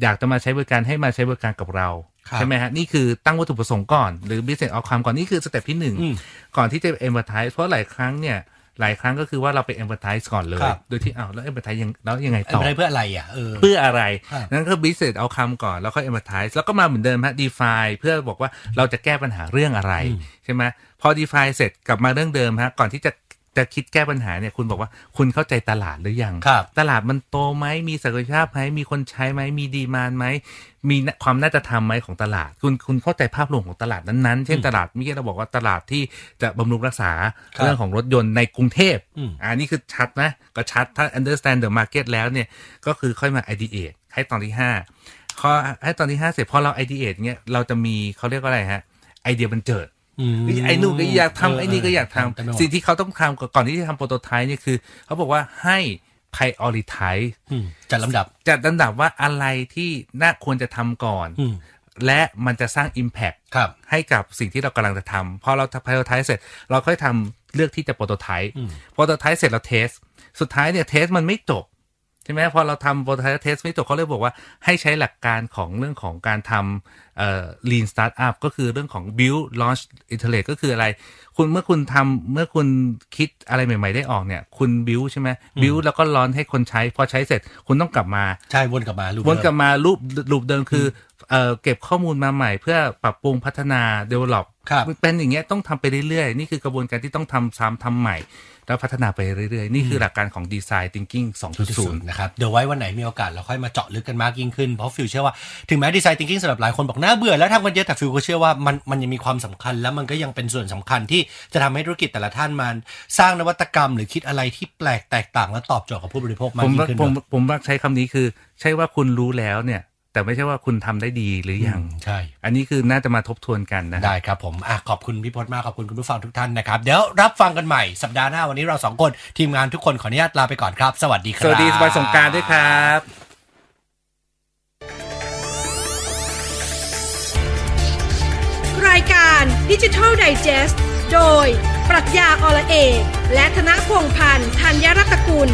Speaker 3: อยากจะมาใช้บริการให้มาใช้บริการกับเรา
Speaker 2: ครับ
Speaker 3: ใช่ไหมฮะ นี่คือตั้งวัตถุประสงค์ก่อน หรือ business outcome ก่อน นี่คือสเต็ปที่หนึ่ง
Speaker 2: อืม
Speaker 3: ก่อนที่จะ empathize เพราะหลายครั้งเนี่ยหลายครั้งก็คือว่าเราไป empathize ก่อนเลย
Speaker 2: ครับ
Speaker 3: โดยที่อ้าวแล้ว empathize ยังแล้วยังไง
Speaker 2: เอ็
Speaker 3: ต่
Speaker 2: ม
Speaker 3: อ
Speaker 2: ไเพื่ออะไรอ่ะเออ
Speaker 3: เพื่ออะไร
Speaker 2: ครับ
Speaker 3: นั่นก็ business outcome ก่อน แล้วค่อย empathize แล้วก็มาเหมือนเดิมฮะ define เพื่อบอกว่าเราจะแก้ปัญหาเรื่องอะไร ใช่ไหมพอ define เสร็จกลับมาเรื่องเดิมฮะ ก่อนที่จะจะคิดแก้ปัญหาเนี่ยคุณบอกว่าคุณเข้าใจตลาดหรือยัง
Speaker 2: ครับ
Speaker 3: ตลาดมันโตไหม มีศักยภาพไหม มีคนใช้ไหม มีดีมานไหม มีความน่าจะทำไหมของตลาด คุณคุณเข้าใจภาพรวมของตลาดนั้นๆ เช่นตลาดเมื่อกี้เราบอกว่าตลาดที่จะบำรุงรักษา
Speaker 2: ครับ
Speaker 3: เรื่องของรถยนต์ในกรุงเทพ
Speaker 2: อืม
Speaker 3: นนี้คือชัดนะ ก็ชัด ถ้า understand the market แล้วเนี่ย ก็คือค่อยมา ideate ให้ตอนที่ 5 พอให้ตอนที่ 5 เสร็จพอเรา ideate เนี่ยเราจะมีเขาเรียกว่าอะไรฮะ ไอเดียบันเจิด ไอ้นู่นก็อยากทำไอ้นี่ก็อยากทำ
Speaker 2: แต่ไม่ไหว
Speaker 3: สิ่งที่เขาต้องทำก่อนก่อนที่จะทำโปรโตไทป์เนี่ยคือ เขาบอกว่าให้ prioritize
Speaker 2: อืมจัดลำดับ
Speaker 3: จัดลำดับว่าอะไรที่น่าควรจะทำก่อน
Speaker 2: อืม
Speaker 3: และมันจะสร้าง Impact
Speaker 2: ครับ
Speaker 3: ให้กับสิ่งที่เรากำลังจะทำพอเราพายโอไทเสร็จ เราค่อยทำเลือกที่จะโปรโตไทป์
Speaker 2: อืม
Speaker 3: โปรโตไทป์เสร็จเราเทส สุดท้ายเนี่ยเทสมันไม่จบ ใช่ไหมพอเราทำโปรโตไทป์เทสไม่จบเขาเลยบอกว่าให้ใช้หลักการของเรื่องของการทำเอ่อ lean startup ก็คือเรื่องของ build launch iterate ก็คืออะไร คุณเมื่อคุณทำเมื่อคุณคิดอะไรใหม่ ๆ ได้ออกเนี่ย คุณ build ใช่ไหม build แล้วก็ร้อนให้คนใช้ พอใช้เสร็จคุณต้องกลับมา
Speaker 2: ใช่วนกลับมาลูก
Speaker 3: วนกลับ
Speaker 2: เดิ
Speaker 3: มารูปรูปเดิมคืออเอ่อเก็บข้อมูลมาใหม่เพื่อปรับปรุงพัฒนา develop
Speaker 2: ครับ
Speaker 3: เป็นอย่างเงี้ยต้องทำไปเรื่อยๆ นี่คือกระบวนการที่ต้องทำซ้ำทำใหม่ แล้วพัฒนาไปเรื่อยๆ นี่คือหลักการของดีไซน์ thinking
Speaker 2: ที่สุด
Speaker 3: 2.0
Speaker 2: นะครับเดี๋ยวไว้วันไหนมีโอกาสเราค่อยมาเจาะลึกกันมากยิ่งขึ้น เพราะฟิวเชื่อว่าถึงแม้ดีไซน์ทิงกิ้งสำหรับหลายคนบอกน่าเบื่อแล้วทำกันเยอะแต่ฟิวก็เชื่อว่ามันมันยังมีความสำคัญ และมันก็ยังเป็นส่วนสำคัญที่จะทำให้ธุรกิจแต่ละท่านมัน สร้างนวัตกรรม หรือคิดอะไรที่แปลกแตกต่างและตอบโจทย์กับผู้บริโภคมาก
Speaker 3: ผม
Speaker 2: ยิ่
Speaker 3: ว่าง
Speaker 2: ขึ้น
Speaker 3: ผม
Speaker 2: ด้วย
Speaker 3: ผมว่าใช้คำนี้คือ ใช่ว่าคุณรู้แล้วเนี่ย แต่ไม่ใช่ว่าคุณทำได้ดีหรือยัง
Speaker 2: ใช่
Speaker 3: อันนี้คือน่าจะมาทบทวนกันนะครับ
Speaker 2: ได้ครับผมอ่ะขอบคุณพี่พจน์มากขอบคุณคุณผู้ฟังทุกท่านนะครับเดี๋ยวรับฟังกันใหม่สัปดาห์หน้าวันนี้เราสองคนทีมงานทุกคนขออนุญาตลาไปก่อนครับสวัสดีค
Speaker 3: ส
Speaker 2: รับ
Speaker 3: วัสดีวันสงกรารด้วยครับ
Speaker 1: รายการดิจิทัลไดจ e s t โดย ปรัชญาอลเอกและธนพงษ์พันธ์ธัญรัตนกุล